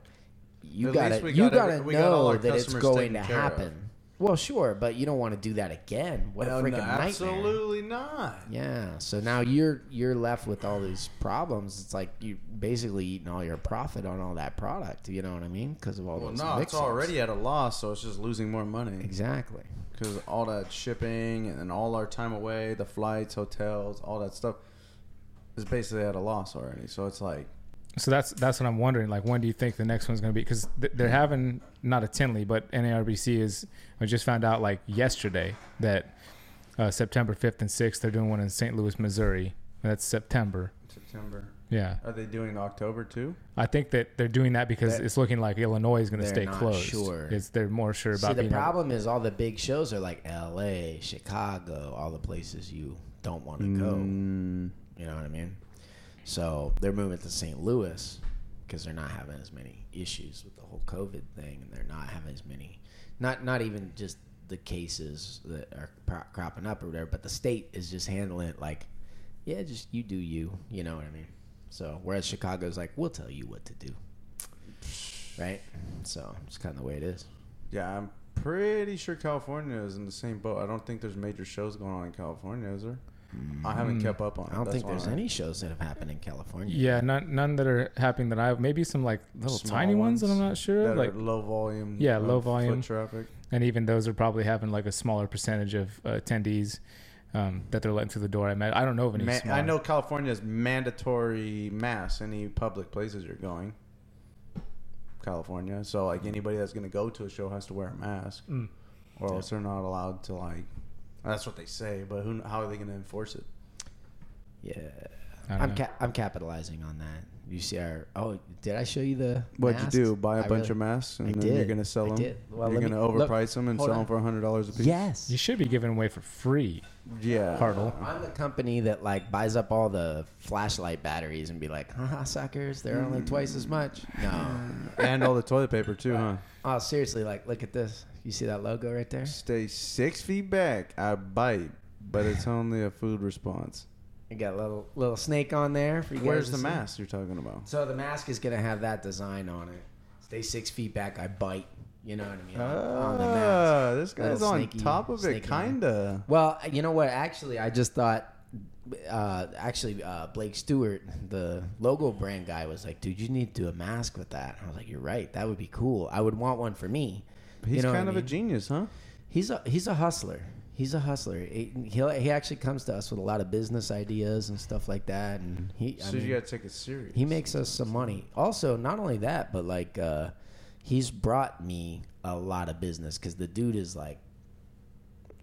S2: you
S4: At
S2: got
S4: least
S2: to
S4: we
S2: you
S4: got
S2: got
S4: every-
S2: to
S4: we got all
S2: know
S4: our
S2: that it's
S4: customers
S2: going
S4: taken
S2: to
S4: care of.
S2: happen. Well, sure, but you don't want to do that again. What
S4: No,
S2: a freaking
S4: no,
S2: nightmare!
S4: absolutely not.
S2: Yeah, so now you're you're left with all these problems. It's like you basically eating all your profit on all that product. You know what I mean? Because of all
S4: Well,
S2: those.
S4: no, it's
S2: mix-ups.
S4: already at a loss, so it's just losing more money.
S2: exactly.
S4: because all that shipping and then all our time away, the flights, hotels, all that stuff is basically at a loss already. So it's like
S1: So that's that's what I'm wondering. Like, when do you think the next one's going to be? Because th- they're having not a Tinley, but NARBC is. I just found out like yesterday that uh, September 5th and 6th they're doing one in St. Louis, Missouri. That's September.
S4: September.
S1: Yeah,
S4: Are they doing October too?
S1: I think that they're doing that because
S2: That-
S1: it's looking like Illinois is going to
S2: They're
S1: stay
S2: not
S1: closed.
S2: sure.
S1: It's, they're more sure about
S2: See, the
S1: being able-
S2: problem is all the big shows are like L.A., Chicago, all the places you don't want to go.
S4: Mm,
S2: You know what I mean? So they're moving to St. Louis because they're not having as many issues with the whole COVID thing, and they're not having as many, not not even just the cases that are pro- cropping up or whatever, but the state is just handling it like, yeah, just you do you. You know what I mean? So whereas Chicago's like, we'll tell you what to do, right? So it's kind of the way it is.
S4: yeah, I'm pretty sure California is in the same boat. I don't think there's major shows going on in California, is there? I haven't kept up on. it,
S2: I don't
S4: that's
S2: think
S4: why.
S2: there's any shows that have happened in California.
S1: Yeah, none none that are happening that I maybe some like little
S4: Small
S1: tiny ones, that I'm not sure.
S4: that
S1: of. Like,
S4: are low volume.
S1: Yeah,
S4: of
S1: low volume.
S4: foot traffic.
S1: and even those are probably having like a smaller percentage of uh, attendees um, that they're letting through the door. I mean, I don't know of any.
S4: Ma- I
S1: smaller-
S4: know California is mandatory mass any public places you're going. California, so like anybody that's going to go to a show has to wear a mask,
S1: Mm.
S4: or else they're not allowed to like. That's what they say, but who? How are they going to enforce it?
S2: yeah.
S1: I don't
S2: I'm
S1: know.
S2: ca- I'm capitalizing on that. You see our oh did I show you the
S4: What'd
S2: masks?
S4: you do? Buy a
S2: I
S4: bunch
S2: really-
S4: of masks, and
S2: I
S4: then
S2: did.
S4: you're going to sell
S2: I
S4: them.
S2: did. Well,
S4: you're
S2: let
S4: going
S2: me-
S4: to
S2: look,
S4: overprice them and
S2: hold
S4: sell them
S2: on.
S4: for hundred dollars a piece.
S2: Yes.
S1: You should be giving away for free,
S4: yeah.
S1: Cardinal.
S2: I'm the company that like buys up all the flashlight batteries and be like, haha, suckers, they're only
S4: Mm.
S2: twice as much. No.
S4: and all the toilet paper too, huh?
S2: oh, seriously, like look at this. You see that logo right there?
S4: Stay six feet back. I bite, but it's only a food response.
S2: You got a little little snake on there for you guys
S4: Where's
S2: to
S4: the
S2: see.
S4: mask you're talking about?
S2: So the mask is gonna have that design on it. Stay six feet back, I bite. You know what I mean? on the mask.
S4: Ah, this guy's
S2: Little
S4: on
S2: snaky-
S4: top of it,
S2: snaky man.
S4: kinda.
S2: Well, you know what? Actually, I just thought. Uh, actually, uh, Blake Stewart, the logo brand guy, was like, "Dude, you need to do a mask with that." I was like, "You're right. That would be cool. I would want one for me."
S4: He's
S2: you know
S4: kind
S2: what
S4: of
S2: I
S4: a
S2: mean?
S4: genius, huh?
S2: He's a he's a hustler. He's a hustler. He he'll- he actually comes to us with a lot of business ideas and stuff like that, and he I
S4: So
S2: mean,
S4: you gotta take it serious.
S2: he makes us some money. Also, not only that, but like uh, he's brought me a lot of business because the dude is like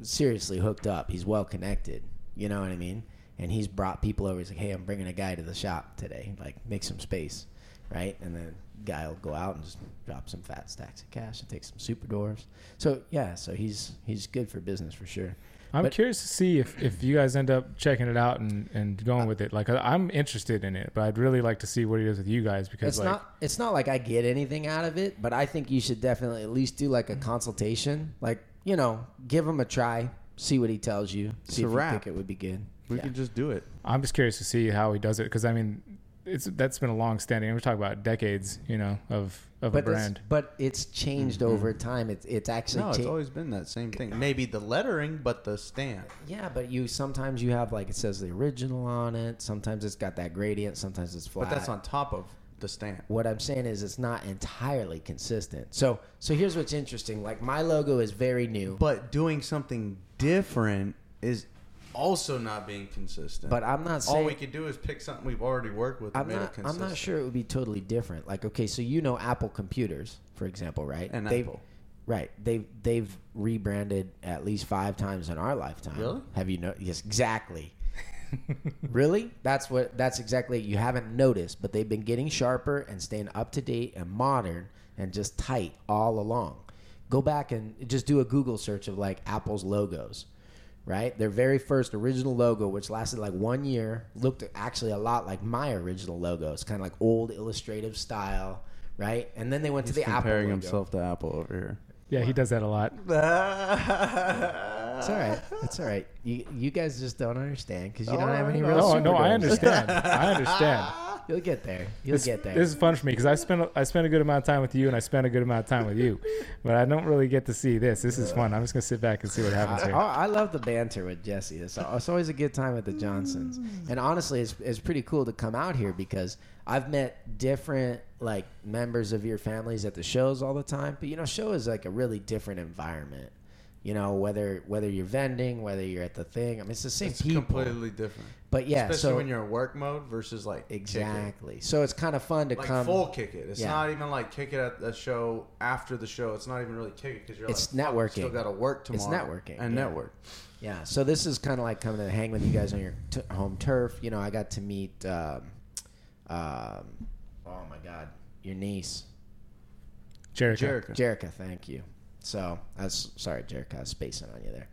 S2: seriously hooked up. He's well connected. You know what I mean? And he's brought people over. He's like, hey, I'm bringing a guy to the shop today. Like, make some space, right? And then guy will go out and just drop some fat stacks of cash and take some super doors. So yeah, so he's he's good for business for sure.
S1: I'm
S2: But-
S1: curious to see if, if you guys end up checking it out and, and going with it. Like I, I'm interested in it, but I'd really like to see what he does with you guys because
S2: It's
S1: like
S2: not. It's not like I get anything out of it, but I think you should definitely at least do like a consultation. Like you know, give him a try, see what he tells you, see
S4: a
S2: if you
S4: wrap.
S2: think it would be good.
S4: We
S2: Yeah.
S4: can just do it.
S1: I'm just curious to see how he does it because I mean it's that's been a long standing. We're talking about decades, you know, of of a
S2: but it's,
S1: brand.
S2: but it's changed over time. It's it's actually
S4: Mm-hmm. No, it's
S2: cha-
S4: always been that same thing. Maybe the lettering, but the stamp.
S2: yeah. But you sometimes you have like it says the original on it. Sometimes it's got that gradient. Sometimes it's flat.
S4: But that's on top of the stamp.
S2: what I'm saying is it's not entirely consistent. So so here's what's interesting. Like my logo is very new.
S4: But doing something different is also not being consistent.
S2: But I'm not saying
S4: all we could do is pick something we've already worked with and
S2: I'm
S4: made
S2: not,
S4: it
S2: I'm
S4: consistent.
S2: not sure it would be totally different. Like, okay, so you know Apple computers, for example, right?
S4: And
S2: They've-
S4: Apple.
S2: Right. They've they've rebranded at least five times in our lifetime.
S4: Really?
S2: Have you know yes, exactly. really? That's what that's exactly you haven't noticed, but they've been getting sharper and staying up to date and modern and just tight all along. Go back and just do a Google search of like Apple's logos. Right? Their very first original logo, which lasted like one year, looked actually a lot like my original logo. It's kind of like old illustrative style, right? And then they went to the
S4: comparing
S2: Apple logo.
S4: himself to Apple over here.
S1: yeah, he does that a lot.
S2: It's all right. It's all right. You, you guys just don't understand because you don't have any
S4: Alright,
S2: real.
S1: Oh, No,
S2: super
S1: no, I
S2: goals.
S1: understand. I understand.
S2: You'll get there. You'll
S1: This,
S2: get there.
S1: this is fun for me because I spent I spent a good amount of time with you and I spent a good amount of time with you, but I don't really get to see this. This is fun. I'm just gonna sit back and see what happens
S2: I,
S1: here.
S2: Oh, I I love the banter with Jesse. It's, al- it's always a good time with the Johnsons. And honestly, it's, it's pretty cool to come out here because I've met different like members of your families at the shows all the time. But you know, show is like a really different environment. You know, whether whether you're vending, whether you're at the thing. I mean, it's the same
S4: It's
S2: people.
S4: completely different.
S2: but yeah,
S4: Especially
S2: so
S4: when you're in work mode versus like kick it.
S2: exactly. So it's kind of fun to
S4: Like
S2: come.
S4: full kick it. It's
S2: Yeah.
S4: not even like kick it at the show after the show. It's not even really kick it because you're
S2: It's
S4: like, fuck,
S2: networking.
S4: Still got to work
S2: It's
S4: tomorrow.
S2: networking,
S4: and
S2: yeah.
S4: network.
S2: Yeah, so this is kind of like coming to hang with you guys on your t- home turf. You know, I got to meet, um, um, oh my God, your niece,
S1: Jericho.
S4: Jericho.
S2: Jerica. Thank you. So I was sorry, Jerica, I was spacing on you there,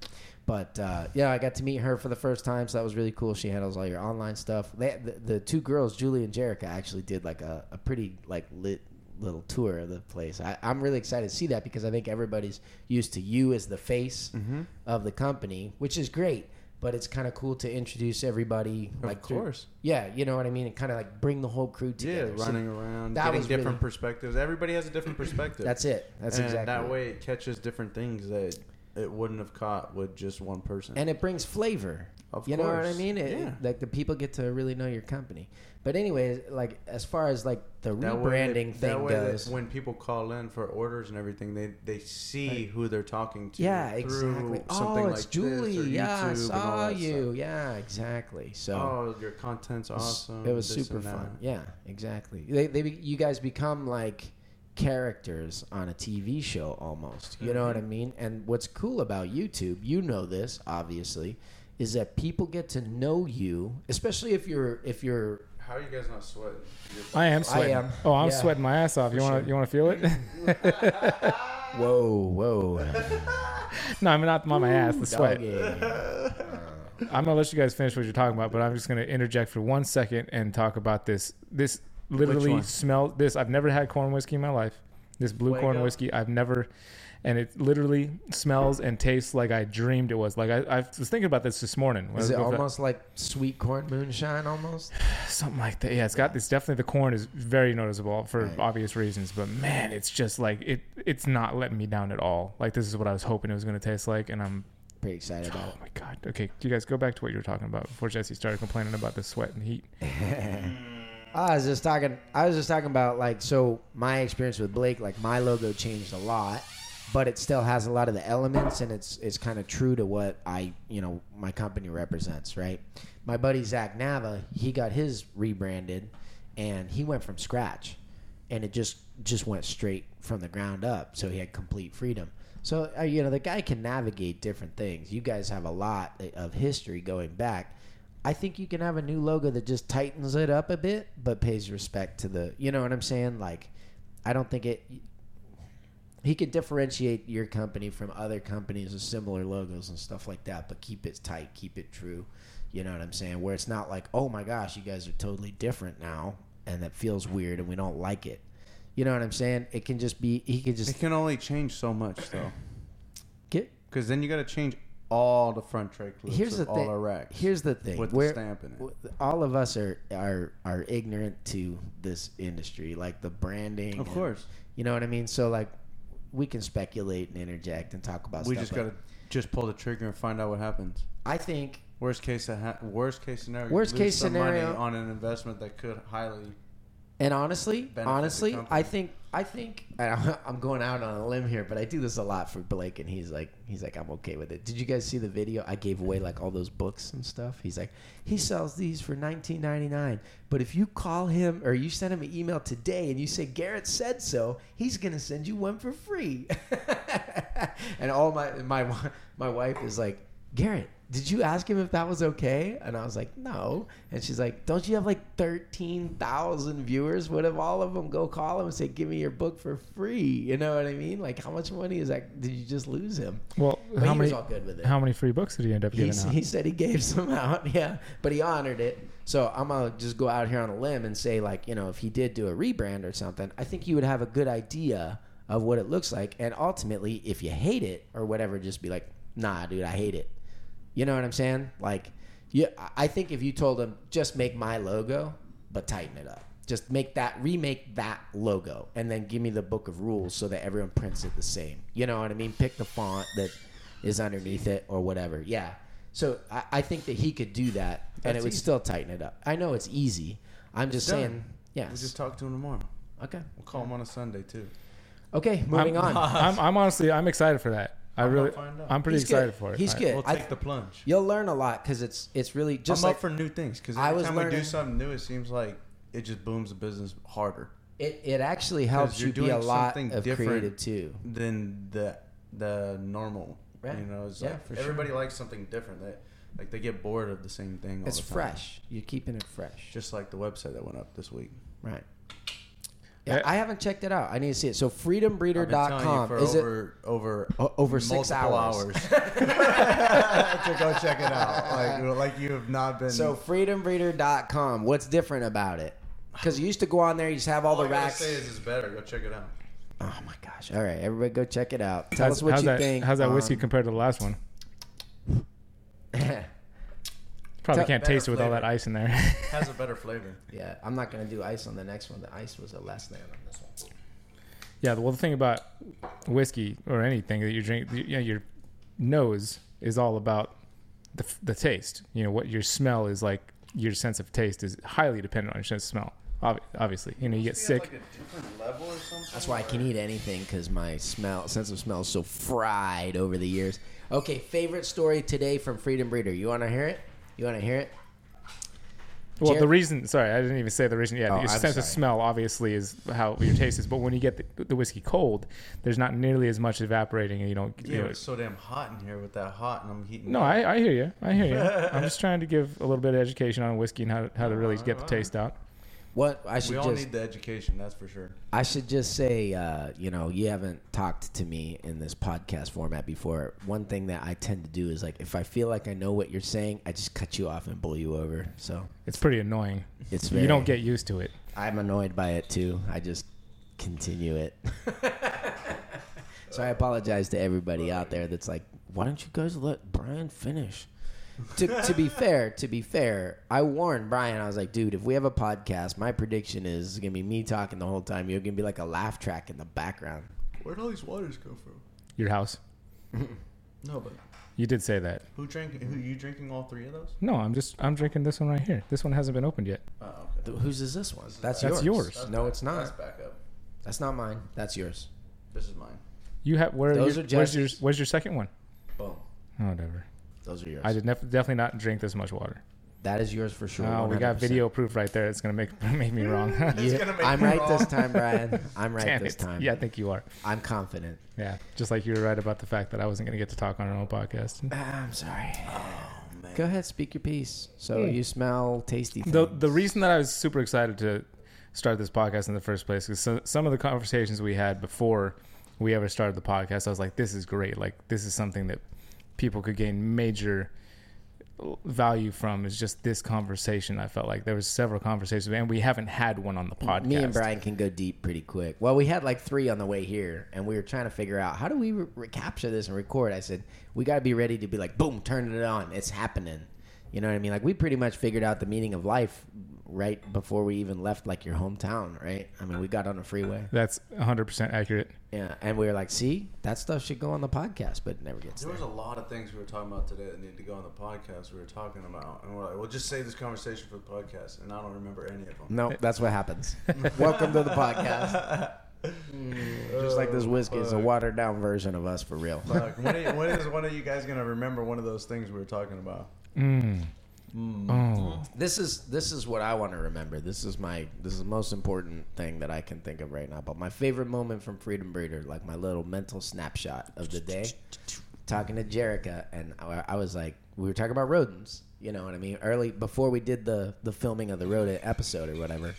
S2: but uh, yeah, I got to meet her for the first time, so that was really cool. She handles all your online stuff. They, the, the two girls, Julie and Jerica, actually did like a, a pretty like lit little tour of the place. I, I'm really excited to see that because I think everybody's used to you as the face
S4: Mm-hmm.
S2: of the company, which is great. But it's kind of cool to introduce everybody. Of like, through-
S4: course.
S2: yeah, you know what I mean, and kind of like bring the whole crew
S4: Yeah,
S2: together. So
S4: running around,
S2: that
S4: getting
S2: was really-
S4: different perspectives. Everybody has a different perspective.
S2: that's it. That's
S4: and
S2: exactly
S4: that
S2: it.
S4: way it catches different things that it wouldn't have caught with just one person.
S2: and it brings flavor.
S4: Of
S2: you know what I
S4: course.
S2: mean? It,
S4: Yeah.
S2: Like the people get to really know your company. But anyways, like as far as like the
S4: that way
S2: rebranding
S4: that-
S2: thing
S4: that way that
S2: goes,
S4: when people call in for orders and everything, they they see who they're talking to.
S2: yeah,
S4: through
S2: exactly.
S4: Something
S2: oh,
S4: like
S2: it's
S4: this or
S2: Julie. yeah, I
S4: YouTube and all
S2: saw
S4: that
S2: you. Yeah, exactly. So.
S4: stuff. Oh, your content's awesome.
S2: It was
S4: this
S2: super
S4: and that.
S2: fun. Yeah, exactly. They, they, be- you guys become like characters on a TV show almost. You know what
S4: Mm-hmm.
S2: I mean? And what's cool about YouTube, you know this obviously, is that people get to know you, especially if you're if you're
S4: How are you guys not sweating? You're
S1: I am sweating.
S2: am.
S1: Oh, I'm
S2: Yeah.
S1: sweating my ass off. You want to you want to feel it?
S2: whoa whoa
S1: no, I'm not on my ass. The sweat.
S2: doggy.
S1: I'm gonna let you guys finish what you're talking about, but I'm just gonna interject for one second and talk about this. This literally
S4: one?
S1: smells. This I've never had corn whiskey in my life. This blue
S4: Fuego?
S1: corn whiskey I've never, and it literally smells and tastes like I dreamed it was. Like I, I was thinking about this this morning. when I
S2: Is
S1: was
S2: it
S1: going for that-
S2: almost like sweet corn moonshine almost?
S1: something like that? Yeah, it's got. It's definitely the corn is very noticeable for
S2: Right.
S1: obvious reasons, but man, it's just like it. It's not letting me down at all. Like this is what I was hoping it was gonna taste like, and I'm
S2: Pretty excited about
S1: Oh my god. Okay, you guys go back to what you were talking about before Jesse started complaining about the sweat and heat.
S2: I was just talking. I was just talking about like so my experience with Blake. Like my logo changed a lot, but it still has a lot of the elements and it's it's kind of true to what I you know my company represents, right? My buddy Zach Nava, he got his rebranded, and he went from scratch, and it just just went straight from the ground up, so he had complete freedom. So uh, you know the guy can navigate different things. You guys have a lot of history going back. I think you can have a new logo that just tightens it up a bit, but pays respect to the. You know what I'm saying? Like, I don't think it he could differentiate your company from other companies with similar logos and stuff like that, but keep it tight, keep it true. You know what I'm saying? Where it's not like, oh my gosh, you guys are totally different now, and that feels weird, and we don't like it. You know what I'm saying? It can just be he could just
S4: It can only change so much though,
S2: get.
S4: because then you got to change all the front tray clips
S2: Here's the
S4: of all
S2: thing.
S4: our racks.
S2: Here's the thing.
S4: with
S2: We're-
S4: the stamp in it.
S2: w- all of us are are are ignorant to this industry, like the branding.
S4: Of
S2: and-
S4: course.
S2: you know what I mean. So like, we can speculate and interject and talk about.
S4: we
S2: stuff
S4: just
S2: like-
S4: got to just pull the trigger and find out what happens.
S2: I think
S4: Worst case, that ha- worst case scenario. you
S2: Worst
S4: lose
S2: case
S4: some money
S2: scenario-
S4: on an investment that could highly.
S2: And honestly,
S4: Benefit the
S2: honestly,
S4: company.
S2: I think I think and I'm going out on a limb here, but I do this a lot for Blake, and he's like, he's like, I'm okay with it. Did you guys see the video? I gave away like all those books and stuff. He's like, he sells these for 19.99, but if you call him or you send him an email today and you say Garrett said so, he's gonna send you one for free. and all my my wi- my wife is like, Garrett, did you ask him if that was okay? And I was like, no. And she's like, don't you have like 13,000 viewers? What if all of them go call him and say, give me your book for free? You know what I mean? Like, how much money is that? Did you just lose him?
S1: Well,
S2: But
S1: how
S2: he
S1: many
S2: was all good with it.
S1: how many free books did he end up
S2: he,
S1: giving out?
S2: he said he gave some out, yeah, but he honored it. So I'm gonna just go out here on a limb and say, like, you know, if he did do a rebrand or something, I think you would have a good idea of what it looks like, and ultimately, if you hate it or whatever, just be like, nah, dude, I hate it. You know what I'm saying? Like, yeah, I- I think if you told him just make my logo, but tighten it up, just make that remake that logo, and then give me the book of rules so that everyone prints it the same. You know what I mean? Pick the font that is underneath it or whatever. Yeah. So I, I think that he could do that, and it
S4: That's
S2: would
S4: easy.
S2: still tighten it up. I know it's easy. I'm just
S4: done.
S2: saying. Yeah.
S4: We just talk to him tomorrow.
S2: okay.
S4: We'll call him on a Sunday too.
S2: Okay. Moving
S1: I'm,
S2: on.
S1: I'm, I'm honestly, I'm excited for that. I
S4: I'm
S1: really,
S4: gonna find out.
S1: I'm pretty
S2: He's good.
S1: excited for it.
S2: He's
S1: I-
S2: good.
S4: We'll
S2: I-
S4: take the plunge.
S2: You'll learn a lot because it's it's really just
S4: I'm
S2: like
S4: up for new things because
S2: I
S4: every
S2: was
S4: time we do
S2: learning-
S4: something new, it seems like it just booms the business harder
S2: it, it actually helps
S4: you're
S2: you be a
S4: doing
S2: lot
S4: something
S2: of
S4: different.
S2: creative too.
S4: than the the normal.
S2: Right.
S4: You know, it's
S2: Yeah,
S4: like
S2: for sure.
S4: everybody likes something different. They, like they get bored of the same thing. All
S2: It's
S4: the time.
S2: fresh. You're keeping it fresh.
S4: Just like the website that went up this week.
S2: Right.
S1: Yeah.
S2: Yeah, I haven't checked it out. I need to see it. So
S4: I've been telling you
S2: freedombreeder.com
S4: for
S2: is it
S4: over over
S2: O- over six
S4: multiple
S2: hours.
S4: to go check it out. Like you- like you have not been.
S2: so freedombreeder.com. What's different about it? Because you used to go on there, you just have all,
S4: all I
S2: the
S4: gotta
S2: racks.
S4: say is it's better. Go check it out.
S2: oh my gosh! All right, everybody, go check it out. Tell
S1: How's,
S2: us what
S1: how's
S2: you
S1: that,
S2: think. um,
S1: How's that whiskey
S2: on-
S1: compared to the last one?
S2: Um,
S1: Probably
S2: Tell-
S1: can't
S4: better
S1: taste it with all
S4: flavor.
S1: that ice in there.
S4: Has a better flavor.
S2: yeah, I'm not gonna do ice on the next one. The ice was the last name on this one.
S1: yeah. Well, the thing about whiskey or anything that you drink, you know, your nose is all about the, f- the taste. You know, what your smell is like. Your sense of taste is highly dependent on your sense of smell. Ob- Obviously, you know, you get sick.
S4: Like a different level or something.
S2: That's why I can eat anything because my smell sense of smell is so fried over the years. Okay, favorite story today from Freedom Breeder. You want to hear it? You want to hear it?
S1: Well, the
S2: Jared-
S1: reason, sorry, I didn't even say the reason. Yeah,
S2: Oh,
S1: your
S2: I'm
S1: sense of
S2: sorry.
S1: smell obviously is how your taste is, but when you get the, the whiskey cold, there's not nearly as much evaporating, and you don't.
S4: Yeah,
S1: you know,
S4: it's so damn hot in here with that hot, and I'm heating.
S1: no, I, I hear you. I hear you. I'm just trying to give a little bit of education on whiskey and how to, how to really get the taste out.
S2: What I
S4: we
S2: should
S4: all
S2: just
S4: need the education. That's for sure.
S2: I should just say, uh, you know, you haven't talked to me in this podcast format before. One thing that I tend to do is like, if I feel like I know what you're saying, I just cut you off and blow you over. So
S1: It's pretty annoying.
S2: it's very,
S1: You don't get used to it.
S2: I'm annoyed by it too. I just continue it. so I apologize to everybody out there that's like, why don't you guys let Brian finish? to, to be fair, to be fair, I warned Brian. I was like, dude, if we have a podcast, my prediction is it's gonna be me talking the whole time. You're gonna be like a laugh track in the background.
S4: Where'd all these waters come from?
S1: Your house.
S4: No, but
S1: You did say that.
S4: who drank? Who you drinking all three of those?
S1: No, I'm just I'm drinking this one right here. This one hasn't been opened yet.
S4: Oh, okay.
S2: Th- whose is this one? That's,
S1: That's yours.
S2: No, it's
S4: That's
S2: not.
S4: back up.
S2: That's not mine. That's yours.
S4: This is mine.
S1: You have where?
S2: Those
S1: your,
S2: are
S1: where's your
S2: Jesse's.
S1: Where's your second one?
S2: Boom.
S1: Oh, whatever.
S2: Those are yours.
S1: I did nef- definitely not drink this much water.
S2: That is yours for sure.
S1: Oh, we got
S2: 100%.
S1: video proof right there. It's gonna make make me wrong.
S2: Yeah,
S3: gonna make
S2: I'm
S3: me
S2: right
S3: wrong.
S2: this time, Brian. I'm right
S1: Damn
S2: this
S1: it.
S2: time.
S1: Yeah, I think you are.
S2: I'm confident.
S1: Yeah, just like you were right about the fact that I wasn't gonna get to talk on our own podcast.
S2: Ah, I'm sorry. Go ahead, speak your piece. So you smell tasty.
S1: the
S2: things.
S1: the reason that I was super excited to start this podcast in the first place because so, some of the conversations we had before we ever started the podcast, I was like, "This is great! Like, this is something that people could gain major value from." Is just this conversation. I felt like there was several conversations, and we haven't had one on the podcast.
S2: Me and Brian can go deep pretty quick. Well, we had like three on the way here, and we were trying to figure out how do we re- recapture this and record. I said we got to be ready to be like, boom, turn it on, it's happening. You know what I mean? Like we pretty much figured out the meaning of life right before we even left like your hometown, right? I mean, we got on a freeway,
S1: That's 100 percent accurate.
S2: yeah, and we were like, see, that stuff should go on the podcast, but it never gets
S4: There
S2: there.
S4: was a lot of things we were talking about today that need to go on the podcast. We were talking about, and we're like, "We'll just save this conversation for the podcast," and I don't remember any of them.
S2: No, that's what happens. Welcome to the podcast. Just like this whiskey is a watered down version of us for real.
S4: Fuck. When are you- when is one of you guys gonna remember one of those things we were talking about?
S1: Oh,
S2: This is this is what I want to remember. This is my this is the most important thing that I can think of right now. But my favorite moment from Freedom Breeder, like my little mental snapshot of the day, talking to Jerica, and I, I was like, we were talking about rodents. You know what I mean? Early before we did the the filming of the rodent episode or whatever,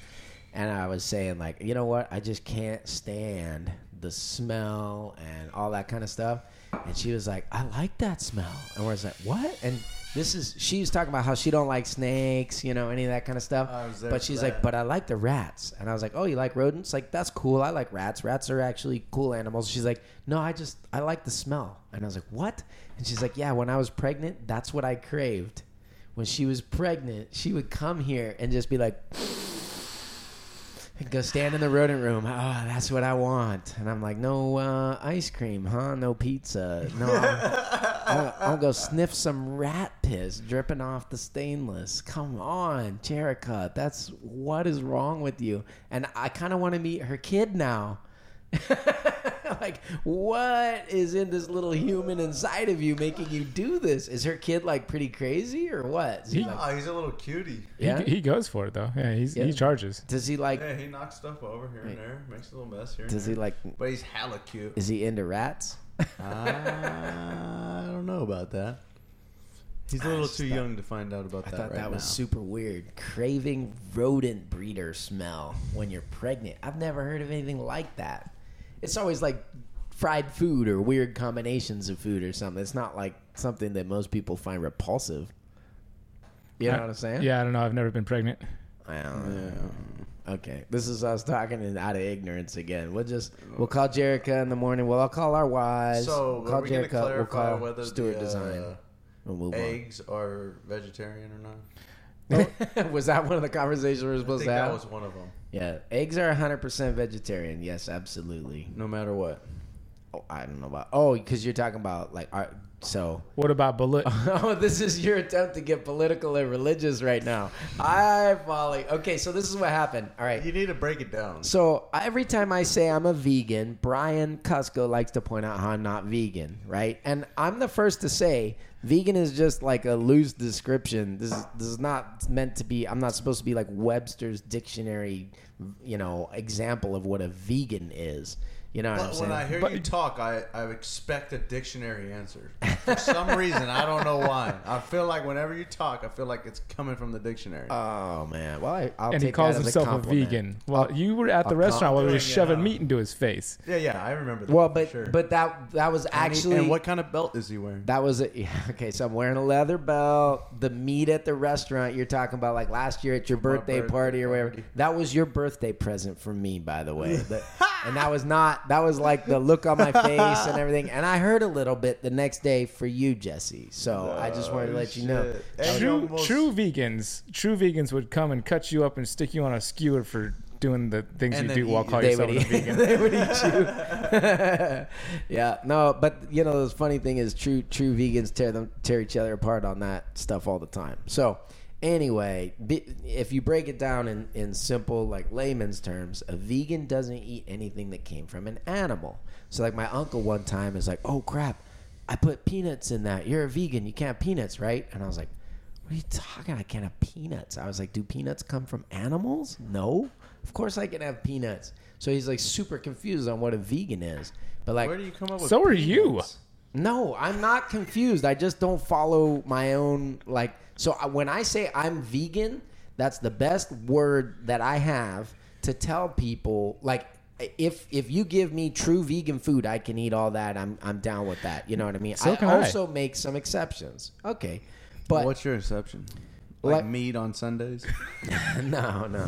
S2: and I was saying like, you know what? I just can't stand the smell and all that kind of stuff. And she was like, I like that smell. And we're just like, what? And this is she's talking about how she don't like snakes, you know, any of that kind of stuff.
S4: I was Oh, there
S2: But
S4: for
S2: she's
S4: that.
S2: like, but I like the rats. And I was like, oh, you like rodents? Like that's cool. I like rats. Rats are actually cool animals. She's like, no, I just I like the smell. And I was like, what? And she's like, yeah, when I was pregnant, that's what I craved. When she was pregnant, she would come here and just be like, Go stand in the rodent room. Oh, that's what I want. And I'm like, no uh, ice cream, huh? No pizza. No, I'll, I'll, I'll go sniff some rat piss dripping off the stainless. Come on, Jerica. That's what is wrong with you. And I kind of want to meet her kid now. like, what is in this little human inside of you making you do this? Is her kid like pretty crazy or what? Is he, like,
S4: Oh, he's a little cutie.
S2: yeah.
S1: he, he goes for it though. Yeah, he's,
S2: Yeah.
S1: he charges.
S2: Does he like?
S4: Yeah, he knocks stuff over here and there, makes a little mess here. and
S2: Does he
S4: there.
S2: like?
S4: But he's hella cute.
S2: Is he into rats?
S4: I don't know about that. He's a little too young to find out about
S2: I
S4: that
S2: thought
S4: right
S2: that was
S4: now.
S2: super weird. Craving rodent breeder smell when you're pregnant. I've never heard of anything like that. It's always like fried food or weird combinations of food or something. It's not like something that most people find repulsive. You know what I'm saying?
S1: Yeah, I don't know. I've never been pregnant.
S2: I don't know. Okay, this is us talking in, out of ignorance again. We'll just we'll call Jerica in the morning. Well, I'll call our wives.
S4: So,
S2: we'll
S4: are
S2: call
S4: we going to
S2: Jerica. We'll
S4: clarify
S2: call
S4: whether
S2: Stuart
S4: the uh,
S2: Design. We'll move
S4: eggs are vegetarian or not?
S2: on. was that one of the conversations we were
S4: I
S2: supposed
S4: think
S2: to have?
S4: that was one of them.
S2: Yeah, eggs are 100% vegetarian. Yes, absolutely.
S4: No matter what.
S2: Oh, I don't know about. Oh, because you're talking about like. Are, so,
S1: What about bullet?
S2: oh, this is your attempt to get political and religious right now. I folly. Okay, so this is what happened. All right.
S4: You need to break it down.
S2: So every time I say I'm a vegan, Brian Cusco likes to point out how I'm not vegan, right? And I'm the first to say vegan is just like a loose description. This is this is not meant to be. I'm not supposed to be like Webster's dictionary, you know, example of what a vegan is. You know what I'm
S4: But
S2: saying?
S4: when I hear you talk, I, I expect a dictionary answer. For some reason, I don't know why. I feel like whenever you talk, I feel like it's coming from the dictionary.
S2: oh man! Well, I, I'll
S1: and
S2: take
S1: he calls
S2: that as
S1: himself
S2: a,
S1: a,
S2: compliment.
S1: vegan. Well, you were at the restaurant while we were
S4: compliment,
S1: shoving
S4: yeah.
S1: meat into his face.
S4: yeah, yeah, I remember that.
S2: Well,
S4: for
S2: but
S4: sure.
S2: but that that was
S4: And he-
S2: actually
S4: and what kind of belt is he wearing?
S2: That was a, yeah, okay. So I'm wearing a leather belt. The meat at the restaurant you're talking about, like last year at your birthday,
S4: birthday
S2: party or whatever.
S4: party.
S2: That was your birthday present from me, by the way. That- and that was not. That was like the look on my face and everything. And I heard a little bit the next day for you, Jesse. So I just wanted to let you know.
S4: Shit. And
S1: True,
S4: almost-
S1: true vegans, true vegans would come and cut you up and stick you on a skewer for doing the things
S4: And
S1: you
S4: then
S1: do while
S4: eat you.
S1: calling
S2: They
S1: yourself
S2: would,
S1: a
S2: eat,
S1: vegan.
S2: they would eat you. yeah, no, but you know the funny thing is, true true vegans tear them tear each other apart on that stuff all the time. So anyway, be, if you break it down in in simple like layman's terms, a vegan doesn't eat anything that came from an animal. So like my uncle one time is like, "Oh crap, I put peanuts in that. You're a vegan. You can't have peanuts, right?" And I was like, "What are you talking? I can't have peanuts." I was like, "Do peanuts come from animals? No. Of course I can have peanuts." So he's like super confused on what a vegan is. But like
S4: Where do you come up with?
S1: So are you.
S2: no, I'm not confused. I just don't follow my own like. So I, when I say I'm vegan, that's the best word that I have to tell people. Like, if if you give me true vegan food, I can eat all that. I'm I'm down with that. You know what I mean?
S1: So
S2: I
S1: can I.
S2: also make some exceptions. Okay, but
S4: What's your exception? Like
S2: Like-
S4: meat on Sundays?
S2: no, no.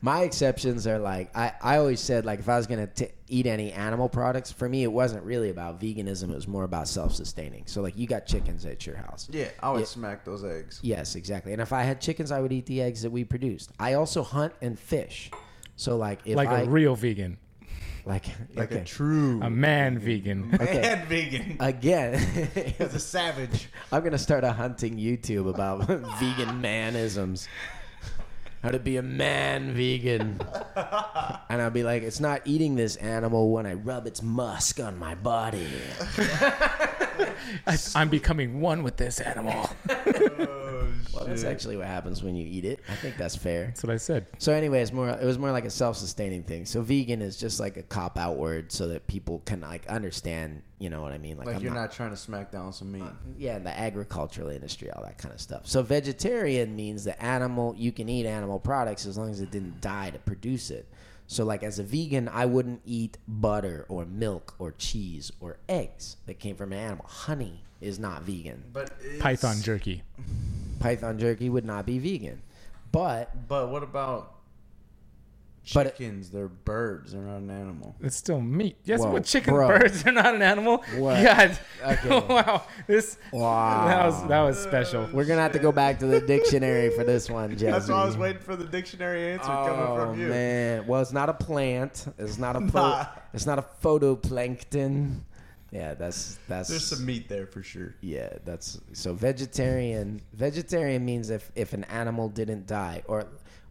S2: My exceptions are like I, I always said like if I was gonna t- eat any animal products, for me it wasn't really about veganism. It was more about self sustaining. So like you got chickens at your house.
S4: yeah, I would
S2: Yeah.
S4: smack those eggs.
S2: Yes, exactly. And if I had chickens, I would eat the eggs that we produced. I also hunt and fish. So like if
S1: Like
S2: I
S1: a real vegan,
S2: like
S4: Like
S2: okay.
S4: a true
S1: a man vegan.
S2: Okay.
S3: And vegan.
S2: again.
S3: He's a savage.
S2: I'm gonna start a hunting YouTube about vegan manisms. How to be a man vegan. And I'll be like, it's not eating this animal when I rub its musk on my body.
S1: I, I'm becoming one with this animal.
S2: Well, that's actually what happens when you eat it. I think that's fair.
S1: That's what I said.
S2: So anyway, it's more it was more like a self-sustaining thing. So vegan is just like a cop out word so that people can like understand, you know what I mean?
S4: Like you're not, trying to smack down some meat.
S2: yeah, the agricultural industry, all that kind of stuff. So vegetarian means the animal you can eat animal products as long as it didn't die to produce it. So like as a vegan, I wouldn't eat butter or milk or cheese or eggs that came from an animal. Honey is not vegan.
S4: But it's-
S1: Python jerky.
S2: Python jerky would not be vegan. But
S4: But what about
S2: But it-
S4: chickens? they're birds. They're not an animal.
S1: It's still meat. Yes,
S2: Whoa,
S1: well, chicken
S2: bro.
S1: birds are not an animal.
S2: What?
S1: God.
S2: Okay.
S1: wow. This.
S2: Wow.
S1: That was that was special.
S2: we're gonna have to go back to the dictionary for this one, Jesse.
S3: That's why I was waiting for the dictionary answer
S2: Oh
S3: coming from you.
S2: man! Well, it's not a plant. It's not a. Pho-
S3: Nah.
S2: It's not a photoplankton. Yeah, that's that's.
S3: There's some meat there for sure.
S2: Yeah, that's so vegetarian. Vegetarian means if if an animal didn't die, or